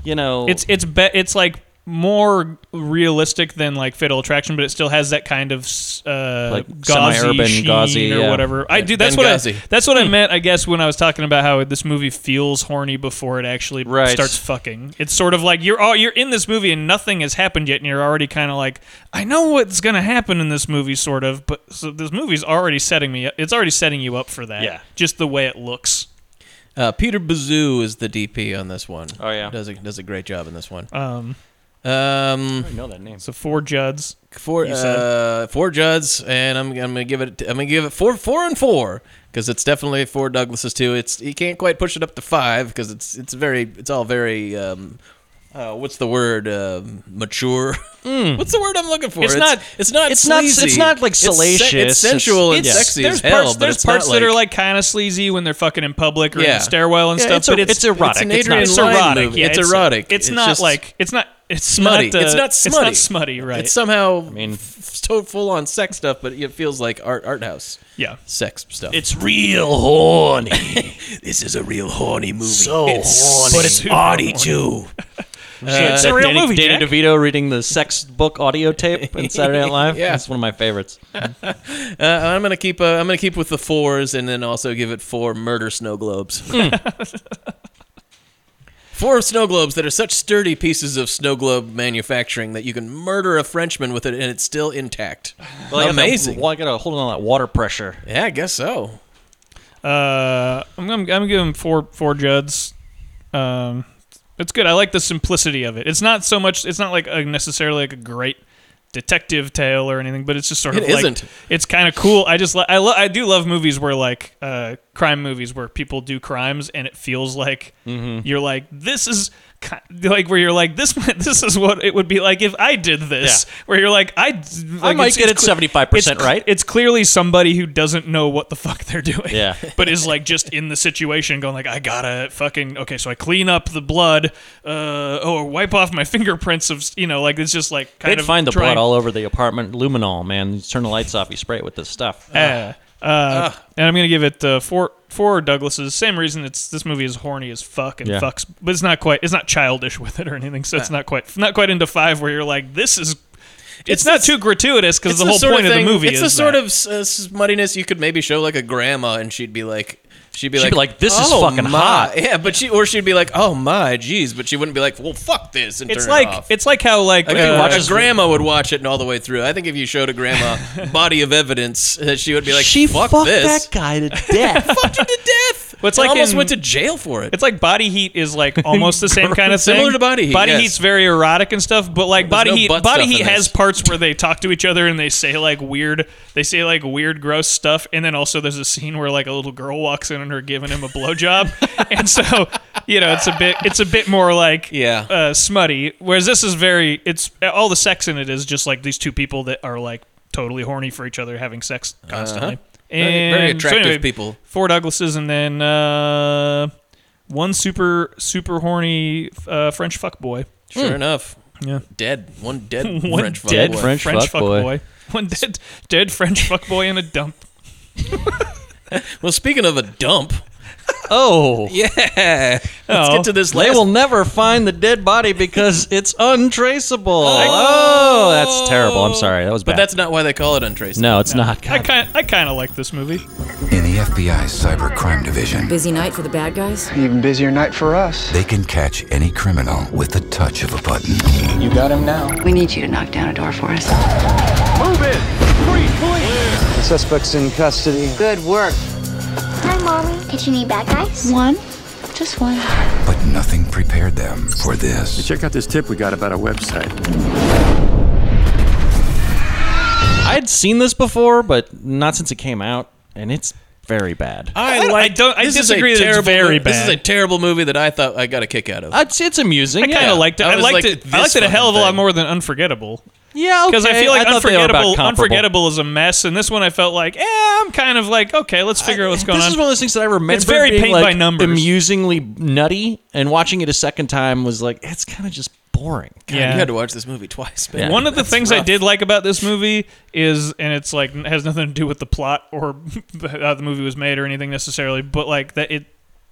S3: you know
S1: it's it's be, it's like more realistic than like Fatal Attraction, but it still has that kind of s- uh,
S3: Like
S1: gauzy
S3: semi-urban,
S1: sheen
S3: gauzy,
S1: or
S3: yeah. Hmm.
S1: whatever. I do. That's what I,
S2: Benghazi.
S1: that's what I meant. I guess when I was talking about how this movie feels horny before it actually
S3: Right.
S1: starts fucking. It's sort of like you're all, you're in this movie and nothing has happened yet, and you're already kind of like, I know what's gonna happen in this movie, sort of. But so this movie's already setting me. up. It's already setting you up for that.
S3: Yeah.
S1: Just the way it looks.
S2: Uh, Peter Bazoo is the DP on this one.
S3: Oh, yeah.
S2: does a, does a great job in this one.
S1: Um.
S2: Um,
S3: I know that name.
S1: So four Judds.
S2: four
S1: You said.
S2: uh, four Judds, and I'm, I'm gonna give it I'm gonna give it four four and four because it's definitely four Douglases too. It's you can't quite push it up to five because it's it's very it's all very um, uh, what's the word um mature? what's the word I'm looking for?
S3: It's not-
S2: it's not
S3: it's not-
S2: sleazy.
S3: it's not, like,
S2: It's se- It's,
S3: salacious.
S2: sensual and
S1: It's-
S2: sexy
S1: there's
S2: as hell.
S1: parts,
S2: but
S1: there's
S2: it's not
S1: parts that are like kind of sleazy when they're fucking in public or in
S2: Yeah.
S1: the stairwell and
S3: Yeah,
S1: stuff.
S3: it's
S1: but
S3: a-
S1: it's
S3: it's erotic.
S2: an
S3: It's
S2: Adrian
S3: not-
S1: it's
S2: Lyne
S1: erotic.
S2: movie.
S1: Yeah,
S2: it's, erotic.
S1: It's, not
S2: just
S1: like it's not it's
S2: smutty.
S1: Not, uh,
S2: it's not
S1: It's
S2: smutty.
S1: not smutty. Right.
S2: It's somehow I
S3: mean-
S2: mean so full on sex stuff, but it feels like art art house
S1: yeah.
S2: sex stuff.
S3: It's real horny.
S2: this is a real horny movie.
S3: So horny.
S1: But it's
S2: Arty too.
S1: it's a real
S3: Danny,
S1: movie.
S3: Danny
S1: Jack.
S3: DeVito reading the sex book audio tape in Saturday Night Live.
S2: Yeah.
S3: That's one of my favorites.
S2: Uh, I'm gonna keep. Uh, I'm gonna keep with the fours, and then also give it four murder snow globes.
S1: Hmm.
S2: Four snow globes that are such sturdy pieces of snow globe manufacturing that you can murder a Frenchman with it and it's still intact. Amazing.
S3: well, I gotta hold on to that water pressure.
S2: yeah, I guess so.
S1: Uh, I'm gonna, I'm gonna give him four four Judds. Um, it's good. I like the simplicity of it. It's not so much. It's not like a, necessarily like a great detective tale or anything, but it's just sort
S2: It
S1: of like
S2: isn't.
S1: it's kind of cool. I just li- I lo- I do love movies where like uh crime movies where people do crimes and it feels like
S3: Mm-hmm.
S1: you're like this is ki- like where you're like this this is what it would be like if I did this.
S3: Yeah.
S1: Where you're like I d- like,
S3: might
S1: it's-
S3: get
S1: it's
S3: it
S1: cl-
S3: 75%
S1: it's cl-
S3: right.
S1: It's clearly somebody who doesn't know what the fuck they're doing
S3: Yeah.
S1: but is like just in the situation going like i gotta fucking okay so i clean up the blood uh or wipe off my fingerprints of you know like it's just like kind
S3: They'd
S1: of
S3: find the
S1: trying-
S3: blood all over the apartment luminol, man. You turn the lights off, you spray it with this stuff.
S1: uh, uh, and i'm gonna give it uh, four four douglases same reason it's this movie is horny as fuck and
S3: Yeah.
S1: fucks but it's not quite it's not childish with it or anything so it's not quite not quite into five where you're like this is it's, not too gratuitous because the, whole
S2: sort
S1: point of,
S2: thing-
S1: the movie
S2: It's
S1: is
S2: the sort
S1: that.
S2: of uh, smuttiness you could maybe show like a grandma, and she'd be like, she'd be,
S3: She'd
S2: like,
S3: be like, "This is
S2: "Oh,
S3: fucking
S2: my."
S3: hot."
S2: Yeah, but she or she'd be like, oh my, geez, but she wouldn't be like, well, fuck this and
S1: it's
S2: turn
S1: like
S2: it off.
S1: it's like how like
S2: Like
S1: uh,
S2: a, a grandma would watch it and all the way through. I think if you showed a grandma body of evidence, uh, she would be like,
S3: she
S2: "Fuck
S3: fucked
S2: this,
S3: that guy to death.
S2: fucked him to death."
S1: Well, it's
S2: I
S1: like
S2: almost
S1: in-
S2: went to jail for it.
S1: It's like body heat is like almost the same kind of thing.
S2: Similar to Body Heat,
S1: Body
S2: yes.
S1: heat's very erotic and stuff, but like
S2: There's
S1: body
S2: no
S1: heat,
S2: butt
S1: body
S2: stuff
S1: heat
S2: in
S1: has
S2: this.
S1: parts where they talk to each other and they say like weird, they say like weird, gross stuff, and then also there's a scene where like a little girl walks in on her giving him a blowjob, and so you know it's a bit, it's a bit more like
S2: Yeah.
S1: uh, smutty. Whereas this is very, it's all the sex in it is just like these two people that are like totally horny for each other having sex
S2: Uh-huh.
S1: constantly.
S2: Very-
S1: And
S2: very
S1: so
S2: attractive
S1: anyway,
S2: people.
S1: Four Douglases, and then uh, one super super horny uh, French fuck boy.
S2: Sure enough.
S1: Hmm. Yeah.
S2: Dead. One dead
S1: One
S2: French fuck
S3: dead
S2: boy.
S3: French fuck boy.
S1: One dead dead French fuck boy in a dump.
S2: Well, speaking of a dump,
S3: Oh,
S2: yeah. Let's
S1: Oh.
S2: get to this
S3: they
S2: last.
S3: will never find the dead body because it's untraceable. Oh, that's terrible. I'm sorry. That was bad.
S2: But that's not why they call it untraceable.
S3: no, it's not.
S1: I
S3: God.
S1: kind I kind of like this movie.
S4: In the FBI's Cyber Crime Division,
S11: Busy night for the bad guys?
S5: Even busier night for us.
S4: they can catch any criminal with the touch of a button.
S5: You got him now.
S7: We need you to knock down a door for us.
S5: The suspect's in custody.
S11: Good work.
S9: Hi, Mommy. Did you need bad guys? One. Just one.
S4: But nothing prepared them for this.
S8: Check out this tip we got about our website.
S3: I'd seen this before, but not since it came out, and it's very bad.
S1: I don't- I don't- I
S2: this is a
S1: disagree that it's
S2: terrible
S1: very
S2: mo- This is a
S1: bad.
S2: terrible movie that I thought I got a kick out of.
S3: I'd say it's amusing.
S1: I kind of liked it.
S2: I
S1: I,
S2: was
S1: liked
S2: like,
S1: it. I
S2: this
S1: liked it a hell of a
S2: fucking
S1: lot
S2: thing.
S1: more than Unforgettable.
S3: Yeah, okay.
S1: Because I feel like
S3: thought they were about
S1: unforgettable,
S3: comparable.
S1: unforgettable is a mess, and this one I felt like, eh, I'm kind of like, okay, let's figure out what's going
S3: this
S1: on.
S3: is one of those things that I remember.
S1: very
S3: being
S1: paint
S3: like
S1: by numbers.
S3: amusingly nutty, and watching it a second time was like, it's kind of just boring.
S1: yeah.
S2: You had to watch this movie twice, man.
S1: One of the
S2: That's
S1: things I
S2: rough.
S1: did like about this movie is, and it's like has nothing to do with the plot or how the movie was made or anything necessarily, but like that it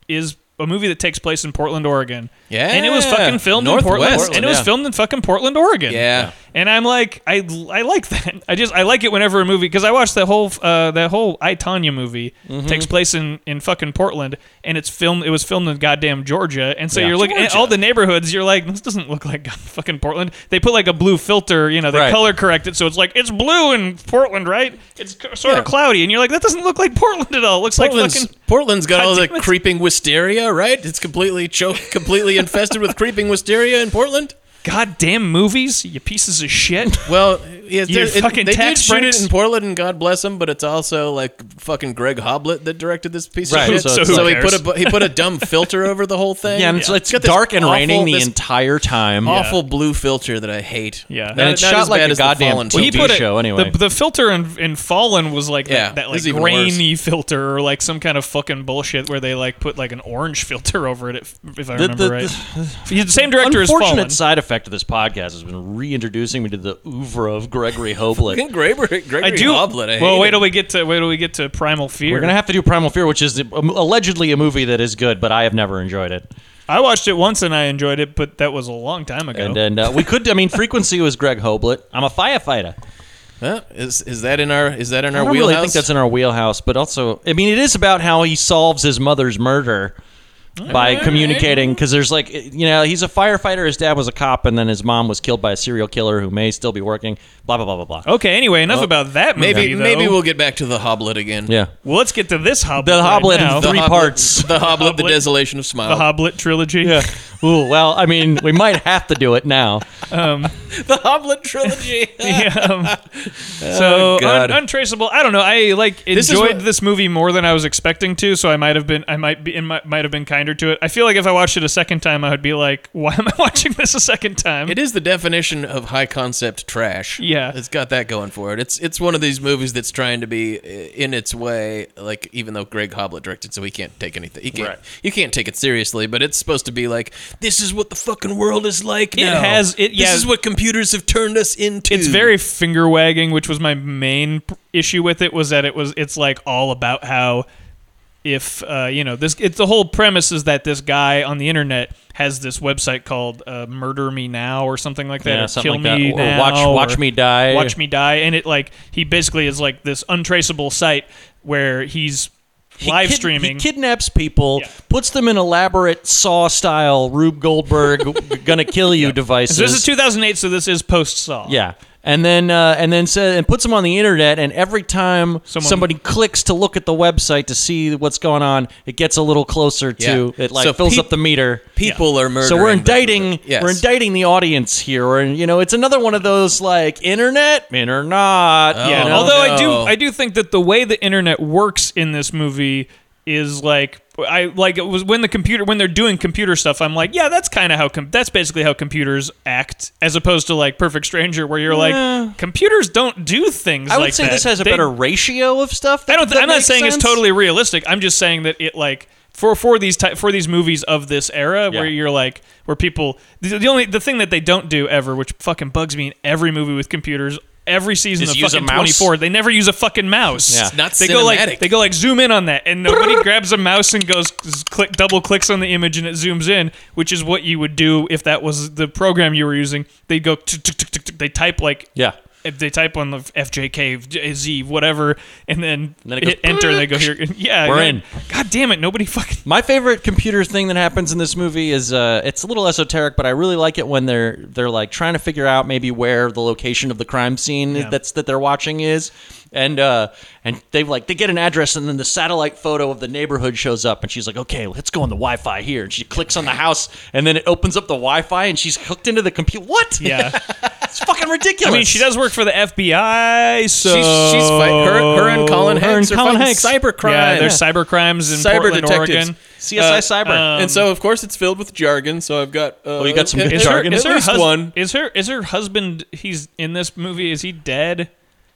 S1: is a movie that takes place in Portland, Oregon.
S2: Yeah.
S1: and it was fucking filmed in Portland,
S2: Northwest,
S1: and it was
S2: yeah.
S1: filmed in fucking Portland, Oregon.
S2: Yeah.
S1: and I'm like, I I like that. I just I like it whenever a movie because I watched that whole uh, that whole I Tanya movie
S2: Mm-hmm.
S1: takes place in in fucking Portland, and it's filmed. It was filmed in goddamn Georgia, and so
S3: Yeah.
S1: you're looking at
S2: Georgia.
S1: all the neighborhoods. You're like, this doesn't look like fucking Portland. They put like a blue filter, you know, they
S3: Right.
S1: color correct it, so it's like it's blue in Portland, right? It's c- sort
S2: Yeah.
S1: of cloudy, and you're like, that doesn't look like Portland at all. It looks
S2: Portland's,
S1: like fucking.
S2: Portland's got
S1: God
S2: all the
S1: damn it.
S2: creeping wisteria, right? It's completely choked, completely infested with creeping wisteria in Portland.
S1: Goddamn movies, you pieces of shit.
S2: Well, yeah,
S1: Your
S2: it-
S1: fucking
S2: they
S1: tax
S2: did shoot
S1: breaks.
S2: it in Portland, and God bless him. But it's also like fucking Greg Hoblet that directed this piece
S3: Right,
S2: of shit.
S3: so it's
S1: So who
S2: he
S1: cares?
S2: put a bu- he put a dumb filter over the whole thing.
S3: Yeah, and it's, it's
S2: got this
S3: dark and
S2: awful-
S3: raining the
S2: this
S3: entire time.
S2: Awful blue filter that I hate.
S1: Yeah.
S2: Not-
S1: And
S3: it's
S2: not
S3: shot
S2: as
S3: like
S2: bad
S3: a
S2: as the
S3: goddamn
S2: Fallen Town.
S3: Well, he TV show, anyway.
S1: The, the filter in, in Fallen was like
S2: Yeah,
S1: that, that
S2: this
S1: like
S2: is even
S1: rainy filter or like some kind of fucking bullshit where they like put like an orange filter over it if, if I
S3: The-
S1: remember
S3: the-
S1: right. The, same director as Fallen.
S3: Unfortunate side effect of this podcast has been reintroducing me to the oeuvre of Gregory Hoblit.
S2: Fucking Graber, Gregory
S1: I do.
S2: Hoblet. I
S1: well,
S2: hate
S1: wait
S2: him.
S1: till we get to wait till we get to Primal Fear.
S3: We're gonna have to do Primal Fear, which is um, allegedly a movie that is good, but I have never enjoyed it.
S1: I watched it once and I enjoyed it, but that was a long time ago.
S3: And then uh, we could, I mean, Frequency was Greg Hoblit. I'm a firefighter.
S2: Huh? Is is that in our is that in our
S3: I don't
S2: wheelhouse?
S3: really think that's in our wheelhouse, but also, I mean, it is about how he solves his mother's murder by communicating. Because there's like, you know, he's a firefighter. His dad was a cop, and then his mom was killed by a serial killer who may still be working. Blah blah blah blah blah.
S1: okay, anyway, enough about that movie.
S2: maybe
S1: though.
S2: maybe we'll get back to the Hoblet again.
S3: Yeah.
S1: Well, let's get to this Hoblet.
S3: The
S1: right
S3: Hoblet
S1: now.
S3: and Three
S2: Hoblet-
S3: parts.
S2: The Hoblet, the
S1: Hoblet.
S2: Desolation of
S1: the
S2: Smile.
S1: Hoblet trilogy.
S3: Ooh, well, I mean, we might have to do it now.
S2: the Hoblet trilogy.
S1: Yeah, um, so
S2: Oh, God.
S1: un- untraceable. I don't know. I like
S2: This is
S1: enjoyed
S2: what-
S1: this movie more than I was expecting to, so I might have been I might be in my, might have been kinder to it. I feel like if I watched it a second time, I would be like, why am I watching this a second time?
S2: It is the definition of high concept trash.
S1: Yeah.
S2: it's got that going for it. It's it's one of these movies that's trying to be uh, in its way, like even though Greg Hoblet directed, so he can't take anything. He can't you can't take it seriously, but it's supposed to be like this is what the fucking world is like
S1: It
S2: now.
S1: has- it-
S2: this
S1: yeah.
S2: is what computers have turned us into.
S1: it's very finger wagging, which was my main p- issue with it. Was that it was it's like all about how if uh, you know this. It's the whole premise is that this guy on the internet has this website called uh, Murder Me Now or something like that.
S3: Yeah,
S1: or
S3: something
S1: Kill
S3: like
S1: Me
S3: that, or
S1: Now,
S3: Watch- Watch
S1: or
S3: Me Die.
S1: Watch Me Die, and it like he basically is like this untraceable site where he's
S3: He
S1: live
S3: kid-
S1: streaming.
S3: He kidnaps people,
S1: Yeah.
S3: puts them in elaborate Saw style Rube Goldberg "gonna kill you" devices.
S1: so this is 2008, so this is post Saw.
S3: Yeah. and then uh, and then says and puts them on the internet. And every time
S1: Someone-
S3: somebody clicks to look at the website to see what's going on, it gets a little closer to
S2: Yeah.
S3: it. Like
S2: So
S3: fills
S2: peop-
S3: up the meter.
S2: People are murdering.
S3: So we're
S2: the-
S3: indicting
S2: Yes.
S3: we're indicting the audience here, or you know, it's another one of those like internet, in or not.
S2: Oh,
S3: you know?
S1: Although I do,
S2: no.
S1: I do think that the way the internet works in this movie is like I like it was when the computer when they're doing computer stuff. I'm like, yeah, that's kind of how com- that's basically how computers act, as opposed to like Perfect Stranger, where you're
S3: Yeah.
S1: like, computers don't do things.
S3: I would
S1: like
S3: say
S1: that.
S3: this has a
S1: They-
S3: better ratio of stuff.
S1: I don't.
S3: that
S1: I'm not
S3: makes
S1: saying it's
S3: sense.
S1: totally realistic. I'm just saying that it like for for these ty- for these movies of this era where
S3: Yeah.
S1: you're like where people the, the only the thing that they don't do ever, which fucking bugs me in every movie with computers. Every season
S3: Is
S1: of
S3: use a
S1: fucking
S3: mouse?
S1: 24, they never use a fucking mouse.
S3: Yeah.
S2: not
S1: they go like
S2: cinematic.
S1: they go like zoom in on that, and nobody grabs a mouse and goes z- click double clicks on the image and it zooms in, which is what you would do if that was the program you were using. They go tick, tick, tick, tick, tick. they type like
S3: Yeah.
S1: if they type on the FJK J- Z whatever, and then,
S3: And then it
S1: hit
S3: goes,
S1: enter, they go here. Yeah,
S3: We're
S1: yeah.
S3: in.
S1: God damn it! Nobody fucking.
S3: My favorite computer thing that happens in this movie is uh, it's a little esoteric, but I really like it when they're they're like trying to figure out maybe where the location of the crime scene
S1: Yeah.
S3: that's that they're watching is, and uh, and they like they get an address and then the satellite photo of the neighborhood shows up and she's like, okay, let's go on the Wi-Fi here, and she clicks on the house and then it opens up the Wi-Fi and she's hooked into the computer. What?
S1: Yeah,
S3: it's fucking
S1: I
S3: ridiculous.
S1: mean she does work for the FBI, so
S2: She's, she's fighting her, her and Colin
S3: Her
S2: Hanks
S3: and
S2: are
S3: Colin
S2: fighting
S3: Hanks.
S2: cybercrime.
S1: Yeah, there's cyber crimes in
S2: cyber
S1: Portland,
S2: detectives.
S1: Oregon.
S3: CSI Cyber.
S2: Uh,
S3: Oh,
S2: and so, of course, it's filled with jargon. So I've got. Uh,
S3: you got some
S2: at-
S3: good
S2: at-
S1: Is her,
S3: jargon?
S2: At
S1: is, her
S2: least
S1: hus-
S2: one.
S1: is her is her husband? He's in this movie. Is he dead?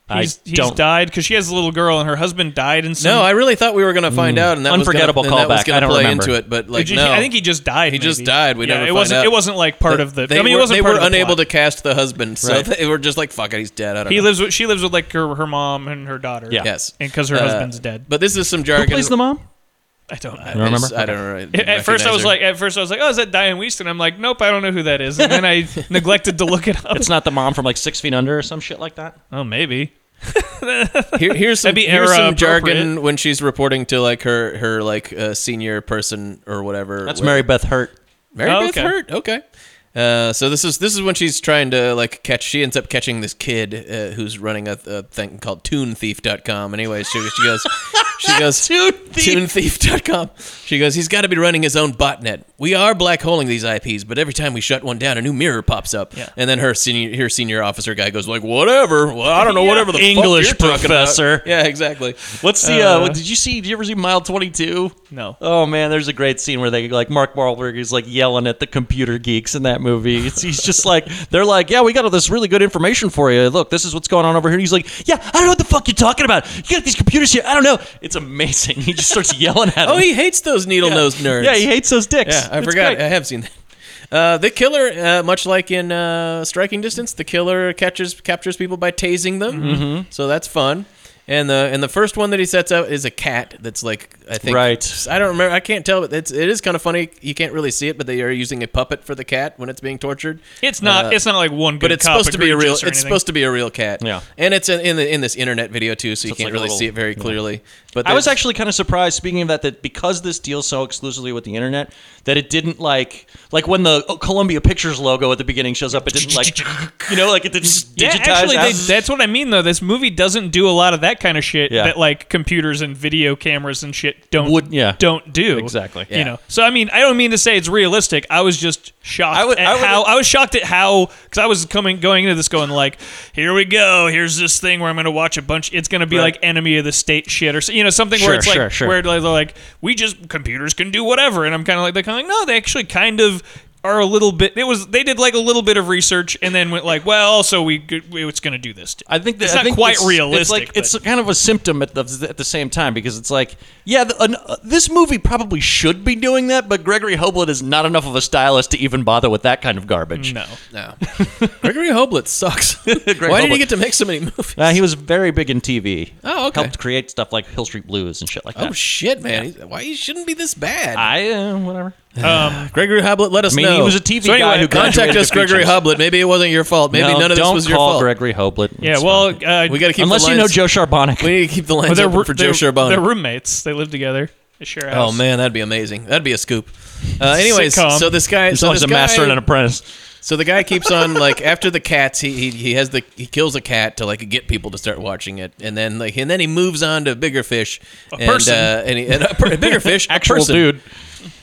S3: I
S1: He's, he's
S3: don't-
S1: died because she has a little girl and her husband died in some.
S2: No, I really thought we were going to
S1: Mm.
S2: find out, and that
S3: Unforgettable
S2: was gonna, and that was
S3: callback.
S2: gonna
S3: I don't
S2: play
S3: remember.
S2: into it, but like,
S1: Did you-
S2: no,
S1: I think he just died.
S2: He just
S1: maybe.
S2: died. We
S1: yeah,
S2: never
S1: It
S2: find
S1: wasn't.
S2: out.
S1: It wasn't like part
S2: They-
S1: of the.
S2: They
S1: I mean,
S2: were,
S1: it wasn't.
S2: they
S1: part
S2: were
S1: of the
S2: unable
S1: plot.
S2: to cast the husband, so
S3: Right.
S2: they were just like, "Fuck it, he's dead." I don't
S1: He
S2: know.
S1: lives. With, she lives with like her, her mom and her daughter.
S3: Yeah.
S2: yes,
S1: because her
S2: Uh,
S1: husband's dead.
S2: But this is some
S3: Who
S2: jargon.
S3: plays the mom?
S1: I don't. know.
S2: I don't
S3: remember?
S2: I don't remember.
S1: At- At first, I was like, at first, I was like, oh, is that Diane Weaston? I'm like, nope, I don't know who that is. And then I neglected to look it up.
S3: It's not the mom from like Six Feet Under or some shit like that.
S1: oh, maybe.
S2: Here, here's some,
S1: That'd be
S2: here's
S1: era
S2: some jargon
S1: appropriate.
S2: when she's reporting to like her her like uh, senior person or whatever.
S3: That's
S2: where-
S3: Mary Beth Hurt.
S2: Mary
S1: Oh,
S2: Beth
S1: okay.
S2: Hurt. Okay. Uh, so this is this is when she's trying to like catch. She ends up catching this kid uh, who's running a, a thing called TuneThief.com. Anyway, she, she goes, she goes
S3: Tune Thief.
S2: TuneThief.com. She goes, he's got to be running his own botnet. We are black holing these IPs, but every time we shut one down, a new mirror pops up.
S1: Yeah.
S2: And then her senior her senior officer guy goes like, whatever. Well, I don't know whatever the fuck
S3: English
S2: you're talking about."
S3: professor.
S2: Yeah, exactly.
S3: What's the? Uh, what- did you see? Did you ever see Mile Twenty Two?
S1: No.
S3: Oh man, there's a great scene where they like Mark Wahlberg is like yelling at the computer geeks in that movie. It's, he's just like they're like, yeah, we got all this really good information for you. Look, this is what's going on over here. And he's like, yeah, I don't know what the fuck you're talking about. You got these computers here. I don't know. It's amazing. He just starts yelling at.
S2: Oh,
S3: him.
S2: he hates those needle nosed nerds.
S3: Yeah, he hates those dicks.
S2: Yeah, I
S3: It's
S2: forgot.
S3: great.
S2: I have seen that. Uh, the killer, uh, much like in uh, Striking Distance, the killer catches captures people by tasing them.
S3: Mm-hmm.
S2: So that's fun. And the and the first one that he sets up is a cat that's like I think
S3: Right.
S2: I don't remember. I can't tell. But it's it is kind of funny. You can't really see it, but they are using a puppet for the cat when it's being tortured.
S1: It's not.
S2: Uh,
S1: it's not like one. Good
S2: but it's
S1: cop,
S2: supposed to be a real.
S1: egregious
S2: It's
S1: or anything.
S2: supposed to be a real cat.
S3: Yeah.
S2: And it's in in, the, in this internet video too, so, you
S3: it's
S2: can't
S3: like a
S2: really
S3: little-
S2: see it very clearly. But
S3: I was
S2: there's-
S3: actually kind of surprised. Speaking of that, that because this deals so exclusively with the internet, that it didn't like like when the oh, Columbia Pictures logo at the beginning shows up, it didn't like you know like it didn't
S1: Yeah,
S3: digitize
S1: actually,
S3: out.
S1: they, that's what I mean. Though this movie doesn't do a lot of that kind of shit
S3: Yeah.
S1: that like computers and video cameras and shit don't
S3: Would- yeah.
S1: don't do
S3: Exactly.
S1: You know, so I mean, I don't mean to say it's realistic. I was just shocked
S3: I would-
S1: at
S3: I would-
S1: how I was shocked at how because I was coming going into this going like, here we go. Here's this thing where I'm going to watch a bunch. It's going to be
S3: Right.
S1: like Enemy of the State shit or so- you know something
S3: Sure,
S1: where it's like
S3: sure, sure.
S1: where they're like we just computers can do whatever, and I'm kind of like they're kind of like no, they actually kind of are a little bit. It was they did like a little bit of research and then went like, well, so we could- it's going to do this.
S3: I think that,
S1: it's
S3: I
S1: not
S3: think
S1: quite
S3: it's-
S1: realistic.
S3: It's like
S1: but-
S3: it's kind of a symptom at the at the same time because it's like yeah, the, an, uh, this movie probably should be doing that, but Gregory Hoblet is not enough of a stylist to even bother with that kind of garbage.
S1: no.
S2: no. Gregory Hoblet sucks. Why did
S3: Hoblet.
S2: he get to make so many movies?
S3: Uh, he was very big in TV.
S2: Oh, okay.
S3: Helped create stuff like Hill Street Blues and shit like that.
S2: Oh shit, man! He's- Why he shouldn't be this bad?
S3: I uh, whatever.
S1: Um,
S2: Ah, Gregory Hoblet, let us
S3: I mean,
S2: know.
S3: he was a TV
S1: So anyway,
S3: guy who
S2: Contact
S3: graduated
S2: us,
S3: to
S2: Gregory
S3: features.
S2: Hoblet. Maybe it wasn't your fault. Maybe
S3: No,
S2: none of this
S3: don't
S2: was your
S3: call
S2: fault.
S3: Gregory Hoblet.
S1: yeah.
S3: It's
S1: Well, uh,
S3: fine.
S2: We got to keep
S3: unless
S2: the
S3: you know
S2: lines-
S3: Joe Charbonic.
S2: We need to keep the
S1: well,
S2: lines
S1: they're,
S2: open for Joe
S1: they're, they're
S2: Charbon.
S1: roommates. They live together. They share a
S2: Oh
S1: house.
S2: man, that'd be amazing. That'd be a scoop. Uh, anyways,
S1: Sitcom.
S2: so this guy,
S3: There's
S2: so
S3: always
S2: this
S3: a master
S2: guy,
S3: and an apprentice.
S2: So the guy keeps on like after the cats, he, he he has the he kills a cat to like get people to start watching it, and then like and then he moves on to bigger fish, a and,
S1: person.
S2: uh, and, he, and a, per- bigger fish, a
S3: Actual
S2: person.
S3: dude.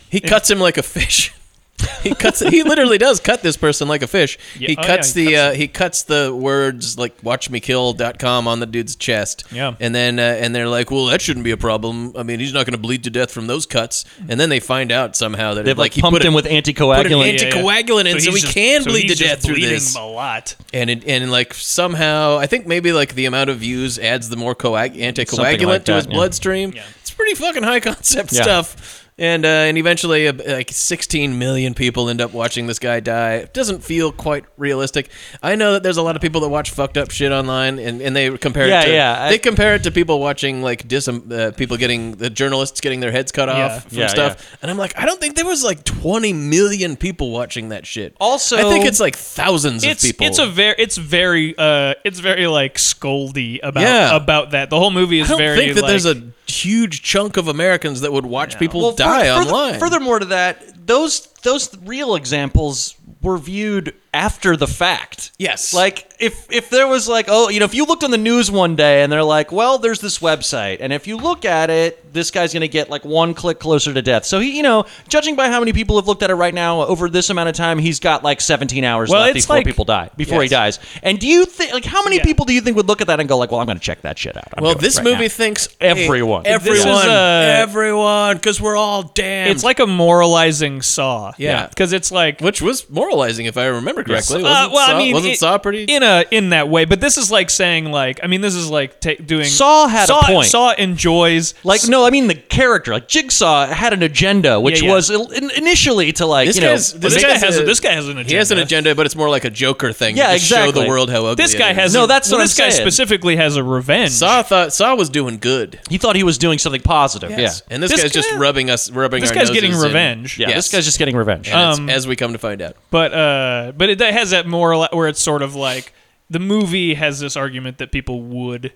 S2: He cuts him like a fish. he cuts. He literally does cut this person like a fish.
S1: Yeah.
S2: He
S1: Oh, yeah,
S2: cuts
S1: he
S2: the
S1: cuts
S2: uh, he cuts the words like "watchmekill.com" on the dude's chest.
S1: Yeah.
S2: and then uh, and they're like, "Well, that shouldn't be a problem. I mean, he's not going to bleed to death from those cuts." And then they find out somehow that
S3: They've
S2: like,
S3: like,
S2: he
S3: pumped
S2: put
S3: him
S2: a,
S3: with
S2: put an
S3: anticoagulant.
S2: anti- anticoagulant in so
S1: he's
S2: he can bleed
S1: he's
S2: to
S1: just
S2: death through
S1: bleeding
S2: this.
S1: A lot.
S2: and it, and like somehow I think maybe like the amount of views adds the more coag- anticoagulant
S3: like
S2: to
S3: that,
S2: his
S3: yeah.
S2: bloodstream.
S1: Yeah.
S2: It's pretty fucking high concept
S3: Yeah.
S2: stuff. And uh, and eventually, uh, like 16 million people end up watching this guy die. It doesn't feel quite realistic. I know that there's a lot of people that watch fucked up shit online, and, and they compare
S3: Yeah,
S2: it to
S3: yeah, I-
S2: they compare it to people watching like dis- uh, people getting the journalists getting their heads cut
S1: Yeah.
S2: off from
S3: Yeah,
S2: stuff. And I'm like, I don't think there was like 20 million people watching that shit.
S3: Also-
S2: I think it's like thousands
S1: It's
S2: of people.
S1: it's a very it's very uh it's very like scoldy about
S2: Yeah.
S1: about that. The whole movie is
S2: I don't
S1: very
S2: think that
S1: like,
S2: there's a huge chunk of Americans that would watch people
S3: Well,
S2: die
S3: fur- further-
S2: online.
S3: furthermore to that, those those real examples were viewed after the fact.
S2: Yes.
S3: Like if if there was like oh you know if you looked on the news one day and they're like well there's this website and if you look at it this guy's gonna get like one click closer to death so he you know judging by how many people have looked at it right now over this amount of time he's got like 17 hours
S1: Well,
S3: left
S1: it's
S3: before
S1: like-
S3: people die before he
S1: Yes.
S3: dies and do you think like how many
S1: Yeah.
S3: people do you think would look at that and go like well I'm gonna check that shit out I'm
S2: well,
S3: doing it
S2: this
S3: right
S2: movie
S3: now."
S2: thinks
S3: Everyone.
S2: eh,
S1: This is,
S2: everyone,
S1: uh,
S2: everyone, because we're all damned.
S1: it's like a moralizing saw.
S2: Yeah.
S1: because it's like
S2: which was moralizing, if I remember correctly.
S1: Uh,
S2: Wasn't
S1: well,
S2: Saw,
S1: I mean,
S2: wasn't
S1: it-
S2: Saw pretty?
S1: in a in that way. But this is like saying like I mean, this is like ta- doing
S3: Saw had a
S1: Saw,
S3: point.
S1: Saw enjoys
S3: Like no, I mean the character. Like Jigsaw had an agenda, which
S1: Yeah, yeah.
S3: was il- in- inally to like
S2: This
S3: you know,
S2: guy's-
S1: Well, this
S2: They-
S1: guy has a, this guy has an agenda.
S2: he has an agenda, but it's more like a Joker thing.
S3: Yeah,
S2: to just Show
S3: exactly.
S2: the world how ugly.
S1: This guy
S2: it
S1: has
S2: is.
S3: No,
S1: a-
S3: that's
S1: well,
S3: what I'm
S1: this guy
S3: saying.
S1: specifically has a revenge.
S2: Saw thought Saw was doing good.
S3: he thought he was doing something positive. Yeah,
S2: and this,
S1: This
S2: guy's just
S1: guy-
S2: rubbing us, rubbing.
S1: this
S2: our
S1: guy's
S2: noses
S1: getting
S2: in.
S1: revenge.
S3: yeah.
S2: Yes.
S3: This guy's just getting revenge.
S2: And it's-
S1: Um,
S2: as we come to find out.
S1: But uh, but it has that moral where it's sort of like the movie has this argument that people would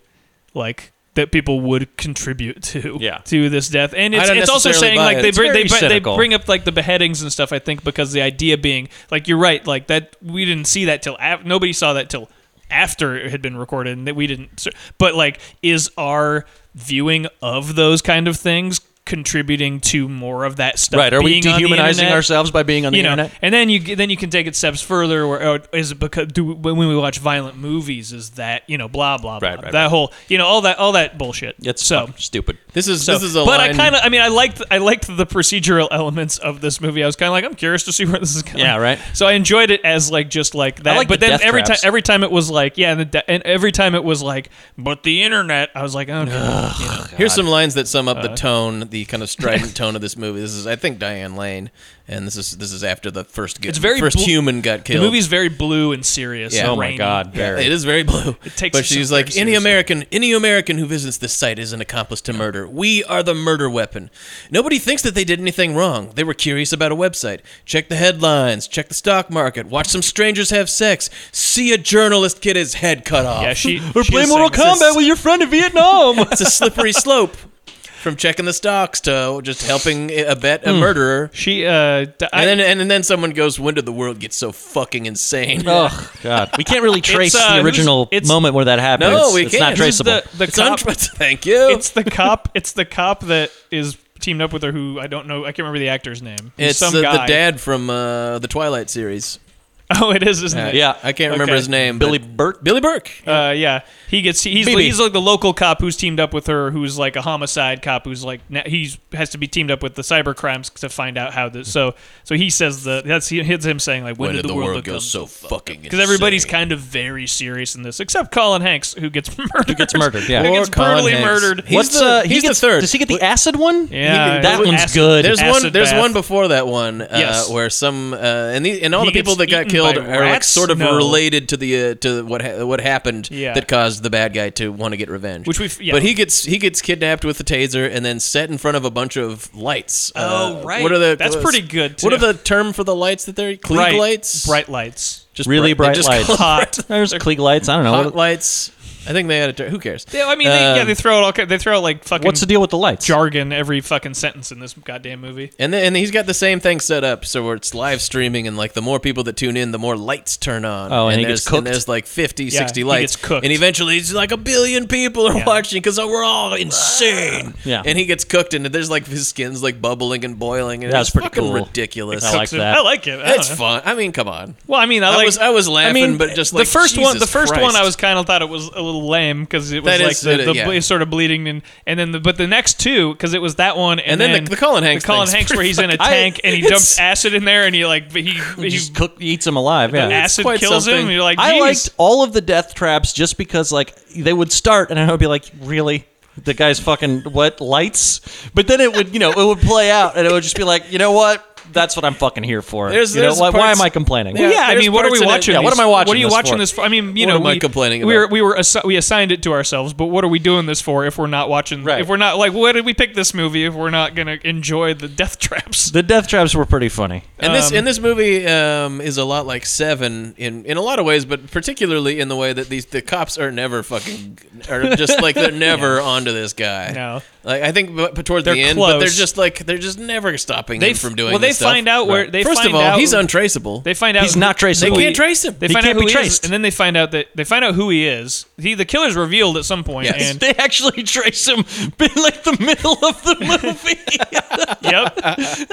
S1: like that people would contribute to
S3: Yeah.
S1: to this death, and it's,
S2: don't
S1: it's also
S2: necessarily
S1: saying
S2: buy
S1: like
S2: it.
S1: they
S2: It's
S1: bring, they,
S3: very
S1: bri- they
S3: cynical.
S1: bring up like the beheadings and stuff. I think because the idea being like you're right, like that we didn't see that till af- nobody saw that till after it had been recorded, and that we didn't. so- But like, is our viewing of those kind of things? contributing to more of that stuff
S3: Right? Are we
S1: being on the
S3: dehumanizing
S1: internet?
S3: ourselves by being on the
S1: you know,
S3: internet?
S1: and then you then you can take it steps further. Where oh, is it because do when we watch violent movies is that you know blah blah blah
S3: Right, right,
S1: that
S3: right.
S1: whole you know all that all that bullshit.
S3: It's
S1: so.
S3: fucking stupid.
S2: This is
S1: So,
S2: this is a
S1: but I
S2: line-
S1: kind of, I mean, I liked, I liked the procedural elements of this movie. I was kind of like, I'm curious to see where this is going.
S3: Yeah, right.
S1: So I enjoyed it as like just like that.
S3: like
S1: but
S3: the
S1: then
S3: death
S1: every time,
S3: traps.
S1: every time it was like, yeah, and, the de- and every time it was like, but the internet. I was like, okay, you know.
S2: Here's some lines that sum up the tone, the kind of strident tone of this movie. This is, I think, Diane Lane, and this is this is after the first. Get,
S1: It's very
S2: first
S1: bl-
S2: human got
S1: the
S2: killed.
S1: movie's very blue and serious.
S2: Yeah.
S1: and
S2: Oh my
S1: rainy.
S3: God, Barry.
S2: It is very blue.
S1: It takes
S2: but
S1: itself
S2: she's like
S1: very
S2: any
S1: seriously.
S2: American, any American who visits this site is an accomplice to murder. We are the murder weapon. Nobody thinks that they did anything wrong. They were curious about a website. Check the headlines. Check the stock market. Watch some strangers have sex. See a journalist get his head cut off.
S1: Yeah, she.
S3: Or
S1: she
S3: play
S1: is
S3: Mortal
S1: saying this is-
S3: Kombat with your friend in Vietnam.
S2: it's a slippery slope from checking the stocks to just helping abet a murderer.
S1: She. Uh, d- Hmm. I-
S2: And then and, then someone goes, "When did the world get so fucking insane?"
S3: oh God, we can't really trace
S1: uh,
S3: the
S1: who's-
S3: original
S1: it's-
S3: moment where that happened.
S2: No,
S3: it's,
S2: we
S3: it's
S2: can't.
S3: not
S2: Who's the-
S3: traceable.
S1: the
S2: It's
S1: cop.
S2: un- thank you.
S1: it's the cop. It's the cop that is teamed up with her. Who I don't know. I can't remember the actor's name. He's
S2: It's
S1: some
S2: the, the
S1: guy.
S2: dad from uh, the Twilight series.
S1: Oh, it is, isn't it?
S3: Yeah.
S2: I can't remember
S1: Okay.
S2: his name.
S3: Billy
S2: but-
S3: Burke?
S2: Billy Burke.
S1: Uh, yeah, he gets he's
S3: BB.
S1: he's like the local cop who's teamed up with her, who's like a homicide cop, who's like na- he's has to be teamed up with the cyber crimes to find out how this. So so he says the that's he hits him saying like when,
S2: When did the world go
S1: become
S2: so fucking?
S1: because everybody's kind of very serious in this, except Colin Hanks who gets murdered. Who
S3: gets murdered, yeah.
S1: who
S2: Poor
S1: gets
S2: Colin
S1: brutally
S2: Hanks.
S1: murdered.
S2: He's
S3: What's
S2: the-
S3: uh, he
S2: he's the
S3: gets,
S2: third.
S3: Does he get the acid one?
S1: Yeah,
S3: that
S1: it was
S3: one's
S1: acid-
S3: good.
S2: There's
S1: Acid
S2: one. There's
S1: bath.
S2: one before that one uh,
S1: Yes.
S2: where some uh, and the, and all
S1: He
S2: the people that
S1: gets
S2: got
S1: eaten by
S2: killed are like
S1: rats?
S2: sort of
S1: No.
S2: related to the uh, to what ha- what happened
S1: Yeah.
S2: that caused the bad guy to want to get revenge.
S1: Which we've- yeah.
S2: But he gets he gets kidnapped with the taser and then set in front of a bunch of lights.
S1: Oh,
S2: Uh,
S1: right.
S2: What are the?
S1: That's
S2: uh,
S1: pretty good,
S2: What are
S1: too.
S2: the term for the lights that they're Klieg
S1: bright
S2: lights?
S1: bright lights,
S2: Just
S3: Really
S2: they
S3: bright
S2: just
S3: lights.
S2: call it
S1: hot.
S3: There's Klieg lights. I don't know.
S2: Hot lights. I think they had a. tur- Who cares?
S1: Yeah, I mean, they, yeah,
S2: Um,
S1: they throw it all. ki- They throw like fucking.
S3: What's the deal with the lights?
S1: Jargon every fucking sentence in this goddamn movie.
S2: And then, and he's got the same thing set up, so where it's live streaming, and like the more people that tune in, the more lights turn on.
S3: Oh, and he
S2: there's,
S3: gets cooked.
S2: And there's like 50, 60
S1: he
S2: lights.
S1: gets cooked.
S2: And eventually, it's like a billion people are watching because we're all insane.
S3: Yeah.
S2: And he gets cooked, and there's like his skin's like bubbling and boiling, and
S3: That's
S2: it's
S3: pretty
S2: fucking
S3: cool.
S2: ridiculous.
S3: I like
S1: So-
S3: that.
S1: I like it. I don't
S2: It's
S1: know.
S2: fun. I mean, come on.
S1: Well, I mean, I,
S2: I
S1: like,
S2: was- I was laughing, but just like,
S1: the first one, the
S2: Jesus
S1: first one,
S2: Christ.
S1: I was kind of thought it was a little lame because it was
S2: That
S1: like
S2: is-
S1: the,
S2: it-
S1: the
S2: yeah.
S1: ble- sort of bleeding and and then the but the next two because it was that one and,
S2: And then the- the Colin Hanks
S1: the Colin
S2: thing's
S1: Hanks where he's in a
S3: pretty
S1: tank
S3: fucking-
S1: and he
S3: I-
S1: dumps acid in there and he like he, he,
S3: He just cook, eats them alive. Yeah.
S1: acid
S2: quite
S1: kills him
S2: something.
S1: and you're like
S3: I
S1: "Jeez."
S3: liked all of the death traps just because like they would start and I would be like, really. The guy's fucking what lights, but then it would you know it would play out and it would just be like you know what that's what I'm fucking here for.
S2: There's-
S3: you know,
S2: there's
S3: why, why
S2: parts-
S3: am I complaining?
S1: Well, yeah, I
S2: there's
S1: mean, what are
S2: parts
S1: we
S2: in it-
S1: watching?
S3: yeah, what
S1: these-
S3: am I watching
S1: What are you
S3: this
S1: watching
S3: for?
S1: this for? I mean, you
S2: What
S1: know,
S2: am
S1: we,
S2: I complaining
S1: we were,
S2: about?
S1: we were assi- we assigned it to ourselves, but what are we doing this for if we're not watching?
S3: Right.
S1: If we're not like, what did we pick this movie if we're not gonna enjoy the death traps?
S3: The death traps were pretty funny.
S2: And this and this movie um, is a lot like Seven in, in a lot of ways, but particularly in the way that these the cops are never fucking are just like they're never onto this guy.
S1: No.
S2: like I think but, but towards
S1: They're
S2: the end, but they're
S1: close.
S2: just like they're just never stopping him from doing.
S1: well, they
S2: this stuff.
S1: find out where they
S2: First
S1: find
S2: of all,
S1: out,
S2: he's untraceable.
S1: They find out
S3: He's not traceable.
S2: They can't trace him.
S1: They
S3: He
S1: find
S3: can't
S1: out who
S3: be
S1: he is,
S3: traced.
S1: and then they find out that they find out who he is. He the killer's revealed at some point,
S2: Yes.
S1: and
S3: they actually trace him in like the middle of the movie.
S1: yep.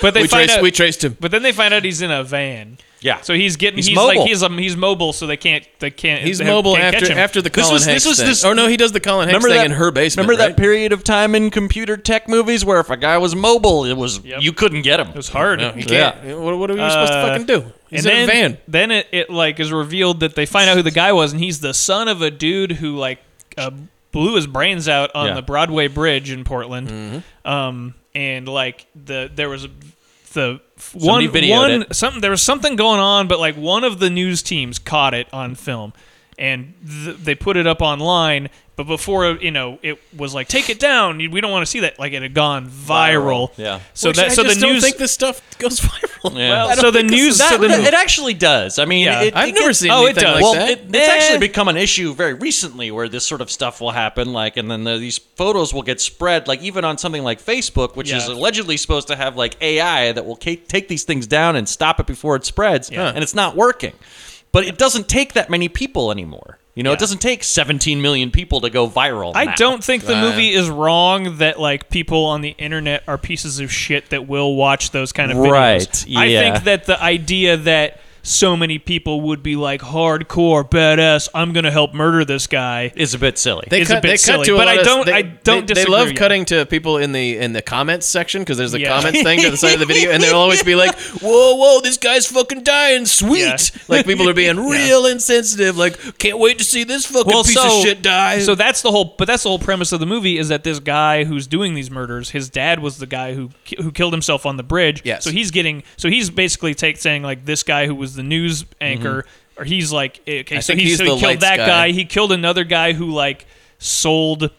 S1: but they
S2: we
S1: find
S2: traced
S1: out.
S2: we traced him.
S1: but then they find out he's in a van.
S3: Yeah.
S1: So he's getting.
S3: He's
S1: He's,
S3: mobile.
S1: like he's um, he's mobile, so they can't they can't.
S2: He's
S1: they
S2: mobile
S1: can't catch
S2: after
S1: him.
S2: after the
S3: This
S2: Colin
S3: was- this
S2: Hanks
S3: was
S2: thing.
S3: this-
S2: oh no, he does the Colin Hanks
S3: remember
S2: thing
S3: that
S2: in her basement.
S3: Remember
S2: right?
S3: that period of time in computer tech movies where if a guy was mobile, it was
S1: Yep.
S3: you couldn't get him.
S1: It was hard.
S2: No, he can't. What, what are you supposed to
S1: Uh,
S2: fucking do? He's
S1: and
S2: in
S1: then,
S2: a van.
S1: Then it, it like is revealed that they find out who the guy was, and he's the son of a dude who like uh, blew his brains out on
S3: Yeah.
S1: the Broadway Bridge in Portland. Um, and like the there was a, the f- one
S3: videoed
S1: one
S3: it.
S1: something there was something going on, but like one of the news teams caught it on film, and th- they put it up online. But before you know, it was like take it down. We don't want to see that. Like it had gone viral.
S3: Yeah.
S1: So
S2: Which
S1: that
S2: I
S1: so
S2: just
S1: the
S2: don't
S1: news
S2: think this stuff goes viral.
S3: Yeah. Well,
S2: I don't
S1: so the
S2: think this
S1: news-
S2: is
S1: so
S2: that
S1: the-
S2: real.
S3: it actually does. I mean,
S1: Yeah.
S3: it,
S2: I've
S3: it
S2: never
S3: gets-
S2: seen
S1: oh, it
S2: anything
S1: does.
S2: like
S3: well,
S2: that.
S3: it- it's actually become an issue very recently where this sort of stuff will happen. Like, and then the, these photos will get spread, like even on something like Facebook, which is
S1: Yeah.
S3: allegedly supposed to have like AI that will ca- take these things down and stop it before it spreads,
S1: Yeah.
S3: and it's not working. But it doesn't take that many people anymore. You know, it doesn't take 17 million people to go viral.
S1: I
S3: now.
S1: don't think the movie is wrong that like people on the internet are pieces of shit that will watch those kind of videos.
S3: Right,
S1: I
S3: yeah.
S1: think that the idea that so many people would be like hardcore badass, I'm gonna help murder this guy.
S3: Is a bit silly.
S2: they
S1: is
S2: cut,
S1: a bit
S2: they cut
S1: silly,
S2: to a
S1: but
S2: lot
S1: I
S2: of-
S1: don't-
S2: They,
S1: I don't
S2: They, they
S1: disagree
S2: love
S1: yet.
S2: cutting to people in the in the comments section because there's the
S1: Yeah.
S2: comments thing to the side of the video, and they'll always be like, "Whoa, whoa, this guy's fucking dying, sweet!"
S1: Yeah.
S2: Like people are being real insensitive, like, "Can't wait to see this fucking piece of shit die."
S1: So that's the whole, but that's the whole premise of the movie is that this guy who's doing these murders, his dad was the guy who ki- who killed himself on the bridge.
S2: Yes.
S1: So he's getting, so he's basically take, saying like this guy who was the news anchor, or he's like, eh, okay,
S2: Mm-hmm. I
S1: so
S2: think
S1: he,
S2: he's
S1: so he
S2: the lights
S1: killed that
S2: guy.
S1: guy. He killed another guy who like sold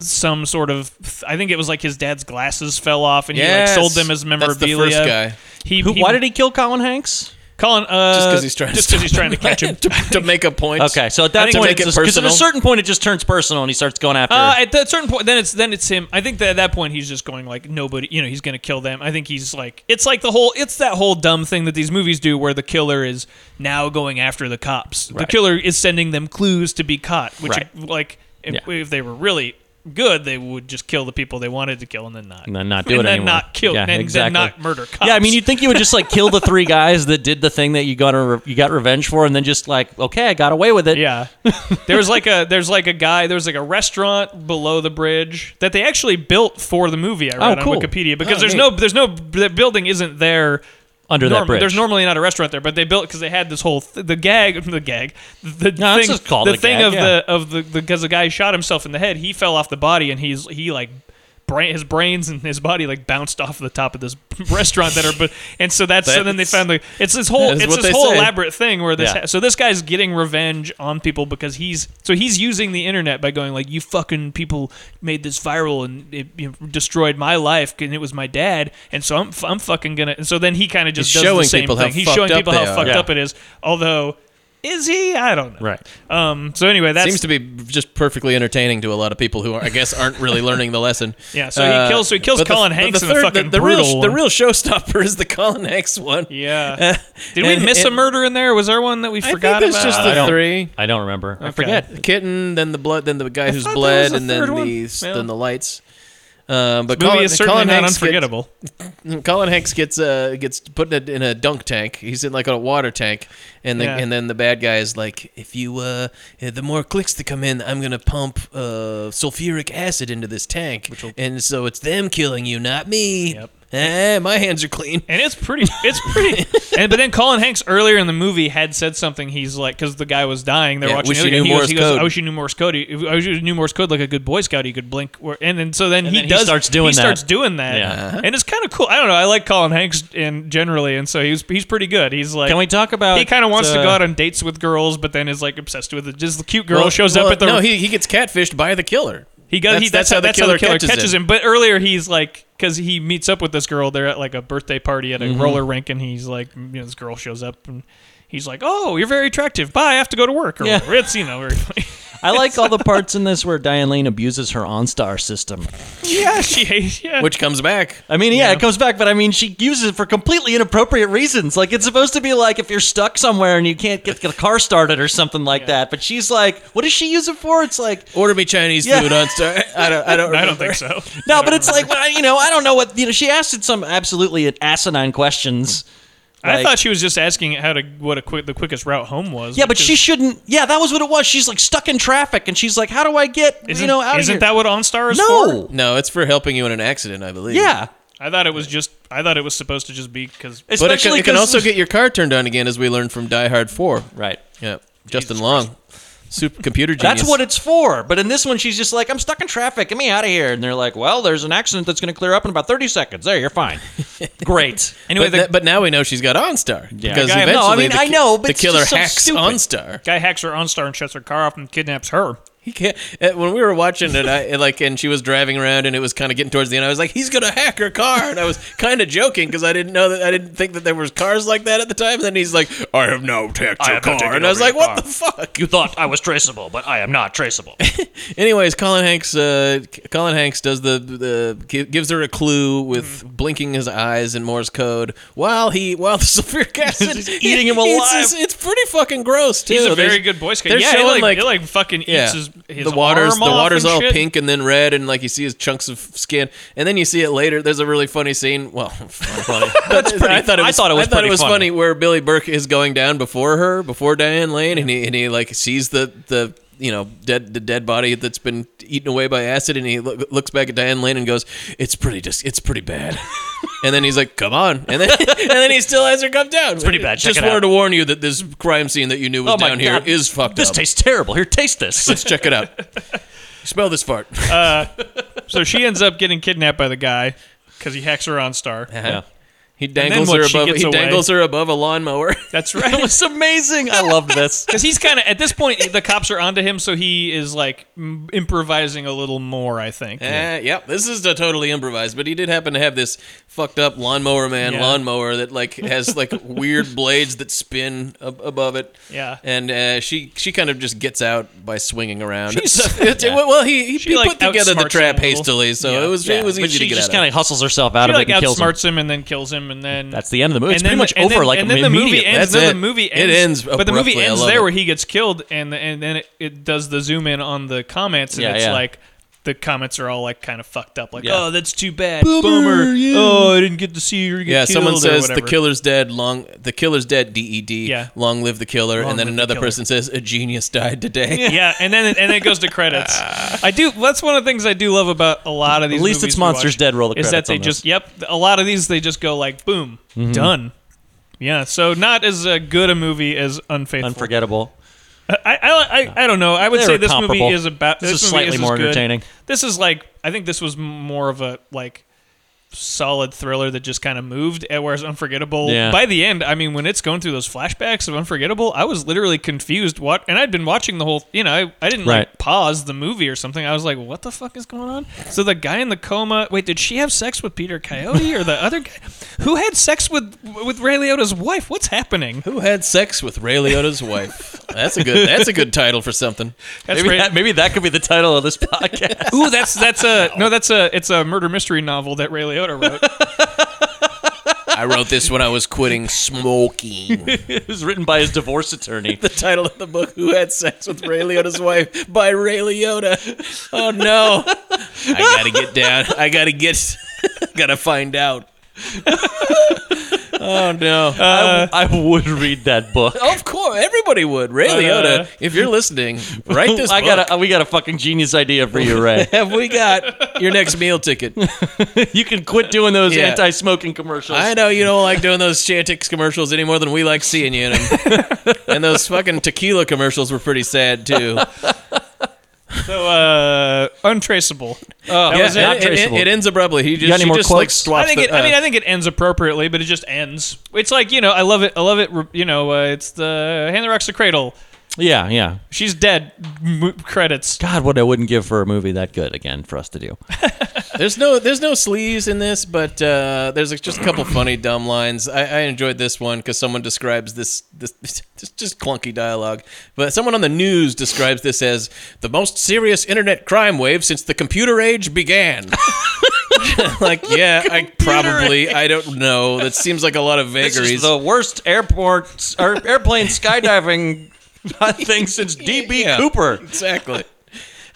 S1: some sort of, I think it was like his dad's glasses fell off and
S2: Yes.
S1: he like sold them as
S2: That's the first
S1: memorabilia.
S2: guy.
S1: He,
S3: Who,
S1: he-
S3: why did he kill Colin Hanks?
S1: Colin? Uh,
S2: just because he's trying,
S1: just
S2: to
S1: 'cause he's
S2: stop
S1: trying to
S2: him,
S1: catch him.
S2: to, to make a point.
S3: Okay, so at
S2: I
S3: that
S2: think to
S3: point,
S2: make it
S3: because at a
S2: personal.
S3: certain point, it just turns personal and he starts going after.
S1: Uh, at that certain point, then it's then it's him. I think that at that point he's just going like nobody. You know, he's gonna kill them. I think he's like it's like the whole it's that whole dumb thing that these movies do where the killer is now going after the cops. The killer is sending them clues to be caught, which
S3: Right.
S1: like if,
S3: Yeah.
S1: if they were really good, they would just kill the people they wanted to kill and then not
S3: and then not do
S1: and
S3: it
S1: then
S3: anymore.
S1: not kill
S3: Yeah,
S1: and then
S3: exactly.
S1: not murder cops.
S3: Yeah, I mean, you'd think you would just like kill the three guys that did the thing that you got re- you got revenge for, and then just like, okay, I got away with it.
S1: Yeah. there was like a there's like a guy there was like a restaurant below the bridge that they actually built for the movie I read
S3: cool.
S1: on Wikipedia because
S2: Oh,
S1: there's
S2: neat.
S1: no there's no the building isn't there
S3: under that
S1: norm-
S3: bridge.
S1: There's normally not a restaurant there, but they built because they had this whole th- the gag, the gag, the
S3: No, that's
S1: thing,
S3: just called
S1: the
S3: a
S1: thing
S3: gag,
S1: of
S3: yeah.
S1: the of the because the guy shot himself in the head. He fell off the body, and he's he like. Brain, his brains and his body like bounced off the top of this restaurant that are, but and so that's, so then they
S2: That's-
S1: found like it's this whole
S2: that is
S1: it's
S2: what
S1: this
S2: they
S1: whole
S2: say.
S1: elaborate thing where this
S3: Yeah.
S1: ha- so this guy's getting revenge on people because he's so he's using the internet by going like you fucking people made this viral and it you know, destroyed my life and it was my dad and so I'm f- I'm fucking gonna and so then he kind of just
S2: He's
S1: does
S2: showing
S1: the same
S2: people how
S1: thing. He's
S2: fucked
S1: showing
S2: up
S1: people
S2: they
S1: how
S2: are.
S1: fucked
S3: Yeah.
S1: up it is. Although Is he? I don't know.
S3: Right.
S1: Um. So anyway, that's
S2: Seems to be just perfectly entertaining to a lot of people who, are, I guess, aren't really learning the lesson. Uh,
S1: Yeah, so he kills- so he kills
S2: but
S1: Colin
S2: but
S1: Hanks in the fucking
S2: the, real,
S1: brutal
S2: The
S1: one.
S2: real showstopper is the Colin Hanks one.
S1: Yeah. Did we
S2: and-
S1: miss a
S2: and-
S1: murder in there? Was there one that we
S2: I
S1: forgot
S2: think there's
S1: about?
S2: just
S3: I
S2: the
S3: don't-
S2: three.
S3: I don't remember. I
S2: Forget the kitten, then the blood, then the guy who's
S1: thought there was
S2: bled,
S1: a
S2: and then
S1: third one.
S2: the
S1: Yeah.
S2: then the lights. Um, but
S1: Movie
S2: Colin,
S1: is certainly
S2: Colin
S1: not
S2: Hanks gets-
S1: unforgettable.
S2: Colin Hanks gets uh gets put in a, in a dunk tank. He's in like a water tank, and the,
S1: Yeah.
S2: and then the bad guy is like, if you uh the more clicks that come in, I'm gonna pump uh sulfuric acid into this tank, and so it's them killing you, not me.
S1: Yep.
S2: Eh, my hands are clean.
S1: And it's pretty. It's pretty. and but then Colin Hanks earlier in the movie had said something. He's like, because the guy was dying, they were
S2: Yeah,
S1: watching.
S2: wish
S1: the
S2: you
S1: other guy,
S2: knew
S1: he goes-
S2: Morse
S1: he goes,
S2: code.
S1: I wish you knew Morse code. I wish you knew Morse code like a good Boy Scout. He could blink. Where, and then so then he
S3: then he
S1: does.
S3: starts doing
S1: he
S3: that.
S1: starts doing that.
S3: Yeah.
S1: And it's kind of cool. I don't know. I like Colin Hanks in generally, and so he's he's pretty good. He's like.
S3: Can we talk about?
S1: He kind of wants to
S3: uh,
S1: go out on dates with girls, but then is like obsessed with it. Just the cute girl
S2: Well,
S1: shows
S2: well,
S1: up at the
S2: no, he, he gets catfished by the killer.
S1: he got he, that's, how, that's how the killer catches, him. But earlier he's like because he meets up with this girl. They're at like a birthday party at a roller rink, and he's like, you know, this girl shows up and. He's like, "Oh, you're very attractive. Bye. I have to go to work." Or
S3: Yeah.
S1: whatever. It's you know, very funny.
S3: I like all the parts in this where Diane Lane abuses her OnStar system.
S1: yeah, she hates. Yeah,
S2: which comes back.
S3: I mean, yeah, it comes back, but I mean, she uses it for completely inappropriate reasons. Like it's supposed to be like if you're stuck somewhere and you can't get the car started or something like that. But she's like, what does she use it for? It's like
S2: Order me Chinese
S3: Yeah.
S2: food on Star. I don't. I don't.
S1: I
S2: remember.
S1: don't think so.
S3: no, but it's like well, you know, I don't know what you know. She asked it some absolutely asinine questions.
S1: I
S3: like-
S1: thought she was just asking how to what a quick the quickest route home was.
S3: Yeah, but
S1: which
S3: she
S1: is-
S3: shouldn't. Yeah, that was what it was. She's like stuck in traffic, and she's like, "How do I get
S1: isn't,
S3: you know out
S1: isn't
S3: of here?"
S1: that what OnStar is for?
S3: no,
S2: No, it's for helping you in an accident, I believe.
S3: yeah,
S1: I thought it was just. I thought it was supposed to just be because
S2: but it can,
S3: especially
S2: it can
S3: 'cause-
S2: also get your car turned on again, as we learned from Die Hard Four.
S3: right.
S2: Yeah, Justin Long, super computer genius.
S3: That's what it's for. But in this one, she's just like, I'm stuck in traffic. Get me out of here. And they're like, well, there's an accident that's going to clear up in about 30 seconds. There, you're fine. Great.
S1: anyway
S2: but,
S1: the
S2: that- but now we know she's got OnStar because
S3: The guy- no, I
S2: eventually
S3: mean,
S2: the,
S3: I
S2: ki-
S3: know, but
S2: the
S3: it's
S2: killer
S3: just so
S2: hacks
S3: stupid.
S2: OnStar.
S1: guy hacks her OnStar and shuts her car off and kidnaps her.
S2: He can't, uh, when we were watching it, I like, and she was driving around, and it was kind of getting towards the end. I was like, "He's gonna hack her car," and I was kind of joking because I didn't know that I didn't think that there was cars like that at the time. And then he's like, "I have now hacked your car," and I was like, "What the fuck?"
S3: You thought I was traceable, but I am not traceable. Oh
S2: Anyways, Colin Hanks, uh, Colin Hanks does the, the gi- gives her a clue with
S1: Mm-hmm.
S2: blinking his eyes in Morse code while he while the sulfuric acid
S3: He's eating him
S2: it's- It's,
S3: alive.
S2: it's pretty fucking gross too.
S1: He's a
S2: There's-
S1: very good Boy Scout.
S2: they're
S1: Yeah, he like,
S2: showing, like-
S1: he like fucking eats
S2: yeah,
S1: his, his
S2: the water's
S1: arm
S2: the
S1: off
S2: water's
S1: and
S2: all
S1: shit.
S2: pink and then red, and like you see his chunks of skin, and then you see it later. There's a really funny scene. Well,
S3: That's pretty.
S2: I thought it was,
S3: I thought it was
S2: funny.
S3: funny.
S2: where Billy Burke is going down before her, before Diane Lane, and he and he like sees the the you know dead the dead body that's been eaten away by acid, and he loo- looks back at Diane Lane and goes, "It's pretty dis- it's pretty bad." and then he's like, "Come on!" And then and then he still has her come down. It's
S3: pretty bad. Check
S2: Just
S3: it
S2: wanted
S3: out."
S2: to warn you that this crime scene that you knew was
S3: Oh my
S2: down here
S3: God.
S2: is fucked
S3: This
S2: up.
S3: tastes terrible. Here, taste this.
S2: Let's check it out. Smell this fart.
S1: So she ends up getting kidnapped by the guy because he hacks her on Star.
S3: Yeah.
S2: He dangles
S1: what,
S2: her
S1: she
S2: above.
S1: gets
S2: He
S1: away.
S2: dangles her above a lawnmower.
S1: That's
S3: It
S1: right.
S3: was amazing. I loved this.
S1: Because he's kind of at this point, the cops are onto him, so he is like m- improvising a little more. I think.
S2: Eh, yep, this is a totally improvised, but he did happen to have this fucked up lawnmower man
S1: Yeah.
S2: lawnmower that like has like weird blades that spin ab- above it.
S1: Yeah.
S2: and uh, she she kind of just gets out by swinging around.
S1: She's-
S2: It's- it's- well, he he,
S1: She,
S2: he
S1: like,
S2: put together
S1: outsmarts
S2: the
S1: him
S2: trap
S1: a little.
S2: hastily, so
S1: Yeah.
S2: it was it was
S3: But
S2: easy
S3: she
S2: to get
S3: just
S2: out.
S3: kind of hustles herself out
S1: She
S3: of it
S1: like
S3: and kills him.
S1: outsmarts him. and then kills him, and then
S3: That's the end of the movie. It's
S1: and then
S3: pretty much
S1: and
S3: over,
S1: then-
S3: like,
S1: and then the movie
S3: immediately.
S1: ends.
S2: That's
S1: then
S2: it.
S1: the movie
S2: It
S1: ends.
S2: ends
S1: but the movie
S2: abruptly. I
S1: ends
S2: love
S1: there
S2: it.
S1: where he gets killed, and and then it, it does the zoom in on the comments, and
S3: Yeah,
S1: it's
S3: yeah.
S1: like. The comments are all like kind of fucked up, like
S3: Yeah.
S1: "Oh, that's too bad, boomer." Oh, I didn't get to see her get
S2: yeah,
S1: killed.
S2: someone
S1: or
S2: says the
S1: whatever."
S2: killer's dead. Long the killer's dead. D E D.
S1: Yeah.
S2: Long live the killer.
S1: Long
S2: and then
S1: live the
S2: another
S1: killer.
S2: person says a genius died today.
S1: yeah, and then and then it goes to credits. I do. That's one of the things I do love about a lot of these.
S3: At least
S1: movies
S3: it's
S1: we
S3: Monsters
S1: watch,
S3: Dead roll the
S1: Is that
S3: credits
S1: they
S3: on Mm-hmm.
S1: just yep? A lot of these they just go like boom, done. Yeah, so not as uh, good a movie as Unfaithful.
S3: Unforgettable.
S1: I I, I, I don't know. I would
S3: They
S1: say
S3: were
S1: this
S3: comparable.
S1: movie is about
S3: This
S1: this
S3: is
S1: movie
S3: slightly
S1: as
S3: more
S1: good.
S3: entertaining.
S1: This is like I think this was more of a like solid thriller that just kind of moved and whereas unforgettable
S3: Yeah.
S1: by the end i mean when it's going through those flashbacks of unforgettable i was literally confused what and i'd been watching the whole you know i, I didn't
S3: Right.
S1: like pause the movie or something i was like what the fuck is going on so the guy in the coma wait did she have sex with peter coyote or the other guy who had sex with with ray liotta's wife what's happening
S2: Who had sex with Ray Liotta's wife? That's a good. That's a good title for something.
S1: that's
S3: maybe,
S1: Ray-
S3: that, maybe that could be the title of this podcast.
S1: Ooh, that's that's a no. That's a it's a murder mystery novel that Ray Liotta wrote.
S2: I wrote this when I was quitting smoking.
S3: it was written by his divorce attorney.
S2: the title of the book: Who had sex with Ray Liotta's wife? By Ray Liotta. Oh no! I gotta get down. I gotta get. gotta find out. oh no!
S3: I, I would read that book.
S2: of course, everybody would. Ray Liotta,
S1: Uh-huh.
S2: if you're listening, write this.
S3: I
S2: book.
S3: got a, we got a fucking genius idea for you, Ray.
S2: Have we got your next meal ticket?
S3: you can quit doing those
S2: Yeah.
S3: anti-smoking commercials.
S2: I know you don't like doing those Chantix commercials any more than we like seeing you in them. and those fucking tequila commercials were pretty sad too.
S1: So uh, untraceable.
S2: Yeah,
S3: Oh, was it. Not
S2: it, it-
S3: traceable.
S2: it ends abruptly. He just,
S3: got any
S2: she
S3: more
S2: just
S3: quotes?
S2: like
S1: I
S2: swaps
S1: think
S2: the-
S1: it, I mean
S2: uh,
S1: I think it ends appropriately, but it just ends. It's like you know I love it. I love it. You know uh, it's the hand that rocks the cradle.
S3: Yeah, yeah.
S1: She's dead. M- credits.
S3: God, what I wouldn't give for a movie that good again for us to do.
S2: there's no there's no sleaze in this, but uh, there's like, just a couple funny dumb lines. I, I enjoyed this one because someone describes this this just, just clunky dialogue, but someone on the news describes this as the most serious internet crime wave since the computer age began. like yeah, I probably I don't know. That seems like a lot of
S3: This
S2: vagaries.
S3: is the worst airport or airplane skydiving thing since DB
S2: Yeah.
S3: Cooper.
S2: exactly.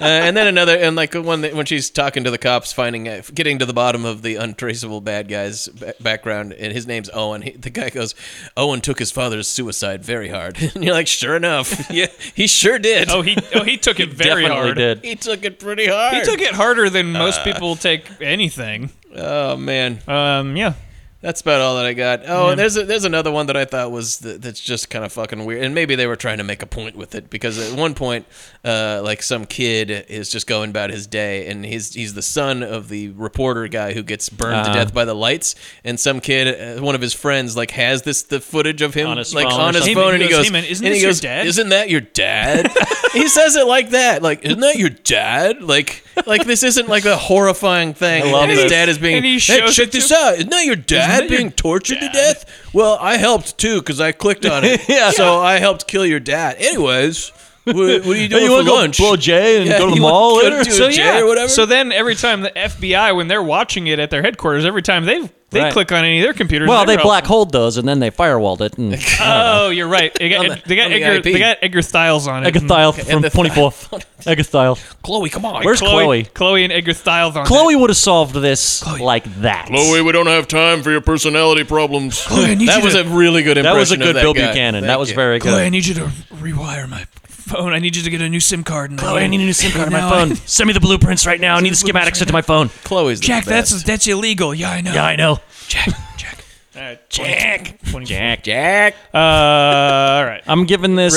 S2: Uh, and then another, and like one that when she's talking to the cops, finding uh, getting to the bottom of the untraceable bad guy's ba- background, and his name's Owen. He, the guy goes, "Owen took his father's suicide very hard," and you're like, "Sure enough, yeah, he sure did.
S1: Oh he oh he took it very
S3: Definitely
S1: hard.
S3: did.
S2: he took it pretty hard.
S1: He took it harder than most people take anything.
S2: Oh man,
S1: Um, yeah.
S2: That's about all that I got. Oh, and there's a, there's another one that I thought was th- that's just kind of fucking weird, and maybe they were trying to make a point with it because at one point, uh, like some kid is just going about his day, and he's he's the son of the reporter guy who gets burned to
S1: Uh-huh.
S2: death by the lights, and some kid, uh, one of his friends, like has this the footage of him
S3: On his
S2: like
S3: phone or
S2: on his
S3: something.
S2: phone, and
S1: He
S2: he
S1: goes,
S2: goes,
S1: "Hey, man, isn't
S2: and he
S1: this your
S2: goes,
S1: dad?"
S2: Isn't that your dad? he says it like that, like isn't that your dad? Like like this isn't like a horrifying thing.
S3: love
S2: and his
S3: this.
S2: dad is being
S1: And he
S2: "Hey,
S1: shows
S2: check
S1: it
S2: this
S1: to-
S2: out. Isn't that your dad
S1: that your
S2: being tortured to death? Well, I helped too because I clicked on it. yeah. So I helped kill your dad. Anyways, what, what are you doing
S3: you
S2: for
S3: wanna go
S2: lunch?
S3: blow Jay and
S2: Yeah,
S3: go to the
S2: you wanna
S3: mall
S2: go
S3: later?
S2: to
S3: So,
S2: a Jay
S1: Yeah.
S2: or whatever.
S1: So then every time the FBI when they're watching it at their headquarters, every time they they
S3: Right.
S1: click on any of their computers,
S3: Well, they
S1: they're all-
S3: black holed those and then they firewalled it and
S1: Oh, you're right. They got,
S2: On the-
S1: they got
S2: on the
S1: Edgar.
S2: IP.
S1: they got Edgar Stiles on it. Hmm.
S3: Egathile from
S2: the-
S3: Twenty Fourth. Egathile.
S2: Chloe, come on.
S3: Where's Chloe?
S1: Chloe, and Edgar Stiles on
S3: Chloe would have solved this like that.
S2: we don't have time for your personality problems.
S1: need
S2: that
S1: you
S2: was
S1: to-
S2: a really good impression.
S3: that was a
S2: of
S3: good
S2: that
S3: Bill
S2: guy.
S3: Buchanan.
S2: Thank
S3: that was
S2: you.
S3: very
S1: it. Chloe, I
S3: good.
S1: need you to rewire my phone. I need you to get a new SIM card. And
S3: Chloe, I need a new SIM card on my
S1: Now
S3: phone.
S1: I-
S3: Send me the blueprints right now. I need the schematics into my phone.
S2: Chloe's the
S1: Jack,
S2: best.
S1: that's that's illegal. Yeah, I know.
S3: Yeah, I know.
S1: Jack, Jack, uh, Jack,
S3: Jack, Jack.
S1: Uh, all right.
S3: I'm giving this.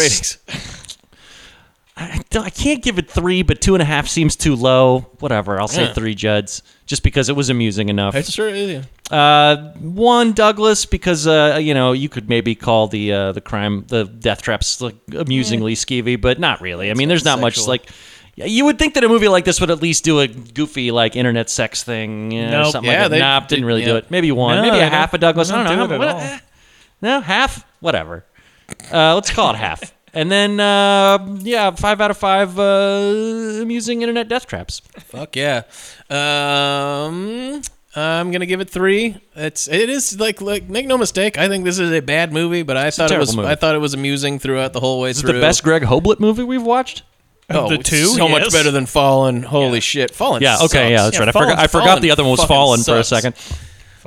S2: ratings.
S3: I, don't- I can't give it three, but two and a half seems too low. Whatever, I'll say
S2: Yeah.
S3: three Judds, just because it was amusing enough.
S2: It sure is. yeah.
S3: Uh, one Douglas, because uh, you know you could maybe call the uh, the crime the death traps like amusingly skeevy, but not really. I mean, there's not much
S2: sexual.
S3: like. You would think that a movie like this would at least do a goofy like internet sex thing you know, or
S1: Nope.
S3: something
S2: Yeah,
S3: like that.
S2: they
S3: Nah, didn't really
S2: did-
S3: do
S2: yeah.
S3: it. Maybe one,
S1: No,
S3: maybe
S1: they
S3: a
S1: don't-
S3: half a Douglas.
S1: they
S3: I don't
S1: don't
S3: know.
S1: do
S3: How-
S1: it at
S3: what-
S1: all.
S3: eh, no, half, whatever. Uh, let's call it half. And then, uh, yeah, five out of five uh, amusing internet death traps.
S2: Fuck yeah. Um, I'm gonna give it three. It's it is like like make no mistake. I think this is a bad movie, but I thought it
S3: terrible
S2: was
S3: movie.
S2: I thought it was amusing throughout the whole way
S3: Is it
S2: through.
S3: the best Greg Hoblet movie we've watched?
S2: oh,
S1: the
S2: it's
S1: two?
S2: So much
S1: Yes.
S2: better than Fallen. Holy shit, Fallen.
S3: Yeah,
S2: sucks.
S3: okay, yeah, that's right. I
S2: Fallen-
S3: forgot, I forgot
S2: Fallen
S3: the other one was
S2: fucking
S3: Fallen for a
S2: sucks.
S3: second.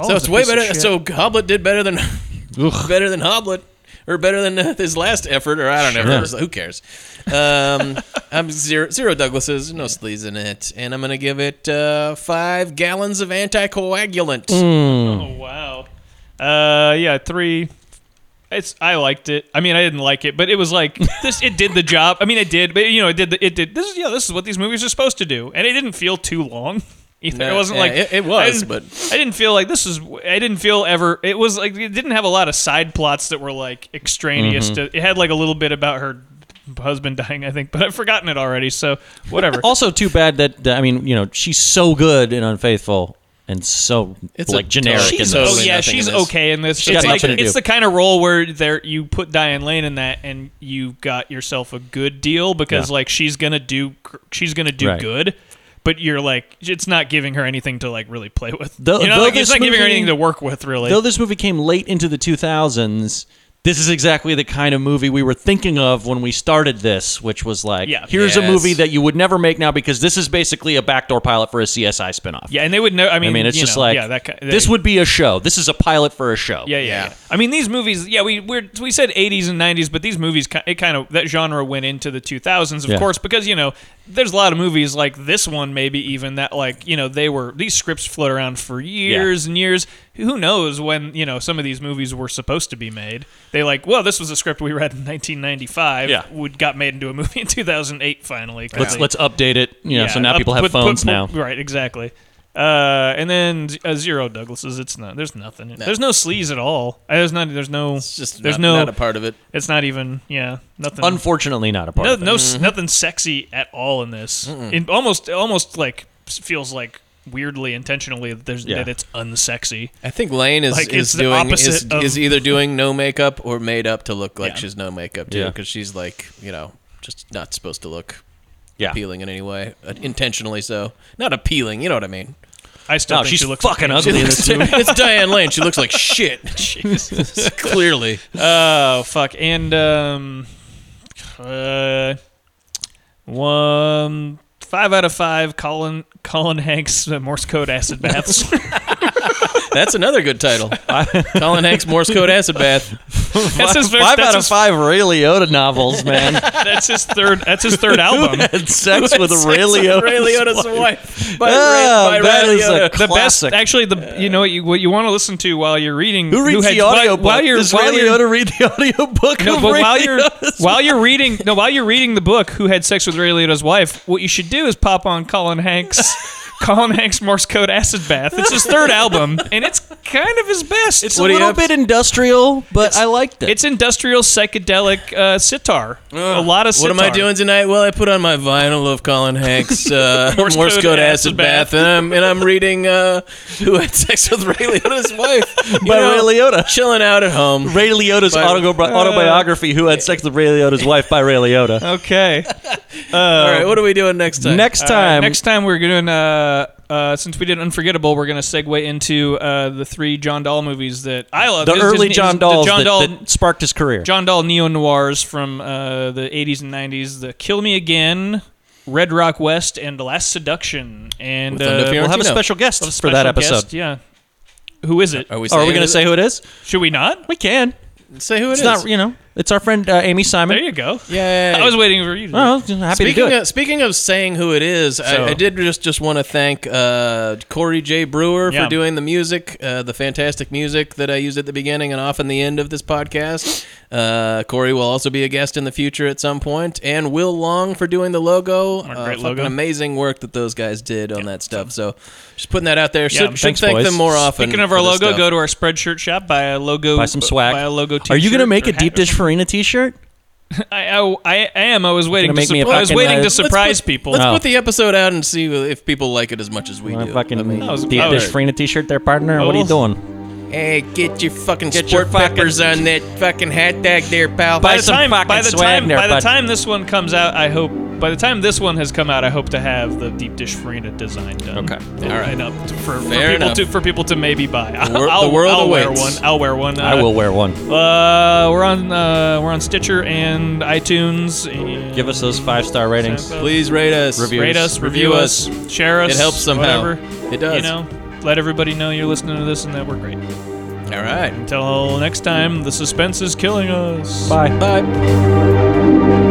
S2: So it's way better. So Hoblet did better than better than Hoblet. Or better than uh, his last effort, or I don't know. Who cares? Um, I'm zero, zero Douglases, no sleaze in it, and I'm gonna give it uh, five gallons of anticoagulant.
S3: Mm.
S1: Oh, wow. Uh, yeah, three. It's I liked it. I mean, I didn't like it, but it was like this. It did the job. I mean, it did, but you know, it did. The, it did. This is yeah. This is what these movies are supposed to do, and it didn't feel too long. either.
S2: No,
S1: it wasn't
S2: yeah,
S1: like
S2: it- it was,
S1: I didn't-
S2: but-
S1: I didn't feel like this is. I didn't feel ever. It was like it didn't have a lot of side plots that were like
S2: Mm-hmm.
S1: extraneous. To, it had like a little bit about her husband dying, I think, but I've forgotten it already. So whatever.
S3: Also, too bad that that- I mean, you know, she's so good in Unfaithful and so
S2: It's
S3: like
S2: a
S3: generic.
S2: totally-
S3: in
S2: she's
S3: this.
S1: oh
S2: totally
S1: yeah,
S2: nothing in
S1: she's
S2: this.
S1: okay in this.
S3: She's
S1: it's
S3: got
S1: like
S3: nothing to
S1: it's
S3: do.
S1: the kind of role where there you put Diane Lane in that, and you got yourself a good deal because
S3: Yeah.
S1: like she's gonna do she's gonna do
S3: Right.
S1: good. But you're like, it's not giving her anything to like really play with.
S3: Though-
S1: you know,
S3: though
S1: like, it's
S3: this
S1: not giving her
S3: movie-
S1: anything to work with, really.
S3: Though this movie came late into the 2000s, this is exactly the kind of movie we were thinking of when we started this, which was like,
S1: Yeah.
S3: here's a
S2: Yes.
S3: movie that you would never make now because this is basically a backdoor pilot for a CSI spinoff.
S1: Yeah, and they would know. I mean,
S3: I mean, it's
S1: you
S3: just
S1: know,
S3: like
S1: yeah, that kind,
S3: this would be a show. This is a pilot for a show.
S1: Yeah, yeah, yeah. I mean, these movies. Yeah, we we're, we said '80s and '90s, but these movies, ki- it kind of that genre went into the 2000s, of
S3: Yeah.
S1: course, because you know there's a lot of movies like this one, maybe even that like you know they were these scripts float around for years and years. Who knows when you know some of these movies were supposed to be made? They like, well, this was a script we read in 1995.
S3: Yeah.
S1: would got made into a movie in 2008 finally. 'cause
S3: Let's
S1: they-
S3: let's update it. You know, so now
S1: up-
S3: people have
S1: put- put-
S3: phones
S1: put-
S3: now.
S1: Right, exactly. Uh, and then z- uh, zero Douglases. It's not. There's nothing. There's no sleaze at all. Uh, There's not. There's no.
S2: It's just
S1: there's
S2: not,
S1: no.
S2: not a part of it.
S1: It's not even. Yeah. Nothing.
S3: Unfortunately, not a part
S1: no.
S3: of it.
S1: no s
S2: Mm-hmm.
S1: Nothing sexy at all in this. It almost. Almost like s- feels like weirdly intentionally that there's
S3: Yeah.
S1: that it's unsexy.
S2: I think Lane is,
S1: Like, it's
S2: is
S1: the
S2: doing
S1: opposite
S2: is,
S1: of-
S2: is either doing no makeup or made up to look like
S1: Yeah.
S2: she's no makeup too
S3: Yeah.
S2: because she's like you know just not supposed to look
S3: Yeah.
S2: appealing in any way uh, intentionally so not appealing you know what I mean
S1: I still
S3: No,
S1: think
S3: Oh, she's
S1: she looks
S3: fucking
S1: like-
S3: ugly. in this movie.
S2: it's Diane Lane she looks like shit clearly
S1: Oh fuck. And um, uh, one five out of five. Colin Colin Hanks uh, Morse code acid baths.
S2: that's another good title Colin Hanks Morse code acid bath
S1: that's his first,
S3: five
S1: that's
S3: out of
S1: his-
S3: five Ray Liotta novels, man.
S1: That's his third. That's his third album.
S3: Had sex with a Ray Liotta.
S2: Liotta's wife by,
S3: Ah,
S2: Ray, by
S3: that
S2: Ray
S3: is a
S2: Liotta.
S1: The best,
S3: Classic.
S1: actually, the you know what you, what you want to listen to while you're reading.
S3: Who reads
S1: had-
S3: the audio
S1: while, while you're
S3: Does
S1: while
S3: Ray
S1: you're-
S3: Liotta read the audio book?
S1: No,
S3: of
S1: but
S3: Ray
S1: while you're
S3: Liotta's
S1: while you're reading no while you're reading the book, who had sex with Ray Liotta's wife? What you should do is pop on Colin Hanks, Colin Hanks Morse Code Acid Bath. It's his third album, and it's kind of his best. It's
S3: It's a little bit industrial, but I liked it.
S1: It's industrial psychedelic uh, sitar. a lot of
S2: What
S1: sitar.
S2: am I doing tonight? Well, I put on my vinyl of Colin Hanks, uh, Morse,
S1: code
S2: code, acid,
S1: acid
S2: bath,
S1: bath.
S2: and I'm and I'm reading uh, Who Had Sex with Ray Liotta's Wife you
S3: by Ray Liotta.
S2: chilling out at home.
S3: Ray Liotta's
S2: By-
S3: autobi- autobiography, Who Had Sex with Ray Liotta's Wife by Ray Liotta.
S1: Okay.
S2: All right, what are we doing next time?
S3: Next
S1: All right,
S3: time,
S1: next time we're doing uh, uh, since we did Unforgettable, we're gonna segue into uh, the three John Dahl movies that I love.
S3: the
S1: His- his
S3: early
S1: name-
S3: John
S1: the
S3: Dahls
S1: John
S3: that,
S1: Dahl,
S3: that sparked his career.
S1: John Dahl neo noirs from uh, the '80s and '90s: The Kill Me Again, Red Rock West, and The Last Seduction. And
S2: With Linda
S1: uh,
S2: Fiorentino.
S3: we'll have a special guest
S1: we'll have a
S3: for that
S1: special
S3: episode. Oh,
S1: guest, yeah. Who is it?
S2: Are we?
S3: Are
S2: Saying
S3: we going to say who it is?
S1: Should we not?
S3: We can.
S2: say who it
S3: It's
S2: is?
S3: not, you know, it's our friend uh, Amy Simon.
S1: There you go.
S2: yeah,
S1: I was waiting for you. To
S3: Oh, happy
S2: Speaking
S3: to do it.
S2: of, speaking of saying who it is,
S1: So-
S2: I, I did just just want to thank uh, Corey J. Brewer
S1: Yeah.
S2: for doing the music, uh, the fantastic music that I used at the beginning and often the end of this podcast. Uh, Corey will also be a guest in the future at some point, and Will Long for doing the logo.
S1: Our
S2: Uh,
S1: great
S2: fucking
S1: logo.
S2: amazing work that those guys did on that stuff. So just putting that out there.
S1: Yeah,
S2: should should
S3: thanks,
S2: thank
S3: boys.
S2: them more often.
S1: Speaking of our
S2: for this
S1: logo,
S2: stuff.
S1: go to our Spreadshirt shop, buy a logo,
S3: Buy some swag.
S1: buy a logo. T-shirt
S3: Are you going to make
S1: or
S3: a
S1: hat
S3: deep
S1: or
S3: dish
S1: something.
S3: Farina t-shirt?
S1: I, I, I am. I was waiting. To
S3: Gonna make me a
S1: sup- I was
S3: fucking,
S1: waiting
S3: uh,
S1: to
S3: Let's
S1: surprise
S2: put,
S1: people.
S2: Let's
S3: No.
S2: put the episode out and see if people like it as much as we
S3: My
S2: do.
S3: fucking
S2: I mean-
S1: was-
S3: deep
S1: oh,
S3: dish
S1: there.
S3: Farina t-shirt there, partner. What are you
S1: Oh.
S3: doing?
S2: Hey, get your fucking
S3: Get your
S2: sport
S3: fucking-
S2: peppers on that fucking hat tag there, pal.
S1: by
S3: Buy
S1: the
S3: some
S1: time,
S3: fucking
S1: by the
S3: swag
S1: time,
S3: there,
S1: by the
S3: bud.
S1: time this one comes out, I hope. By the time this one has come out, I hope to have the deep dish farina design done.
S3: Okay.
S1: all right. Up to- for, for
S2: Fair
S1: people
S2: enough.
S1: to for people to maybe buy. I'll,
S2: wor- the
S1: I'll-
S2: world
S1: I'll wear
S2: awaits.
S1: one. I'll wear one.
S3: I
S1: Uh,
S3: will wear one.
S1: Uh, we're on uh, we're on Stitcher and iTunes. And
S3: Give us those five star ratings.
S2: Please rate us.
S3: Review
S1: rate us, review us, share us.
S2: It helps somehow.
S1: Whatever.
S2: It does.
S1: You know, let everybody know you're listening to this and that we're great.
S2: All right.
S1: Until next time, the suspense is killing us.
S3: Bye.
S2: Bye.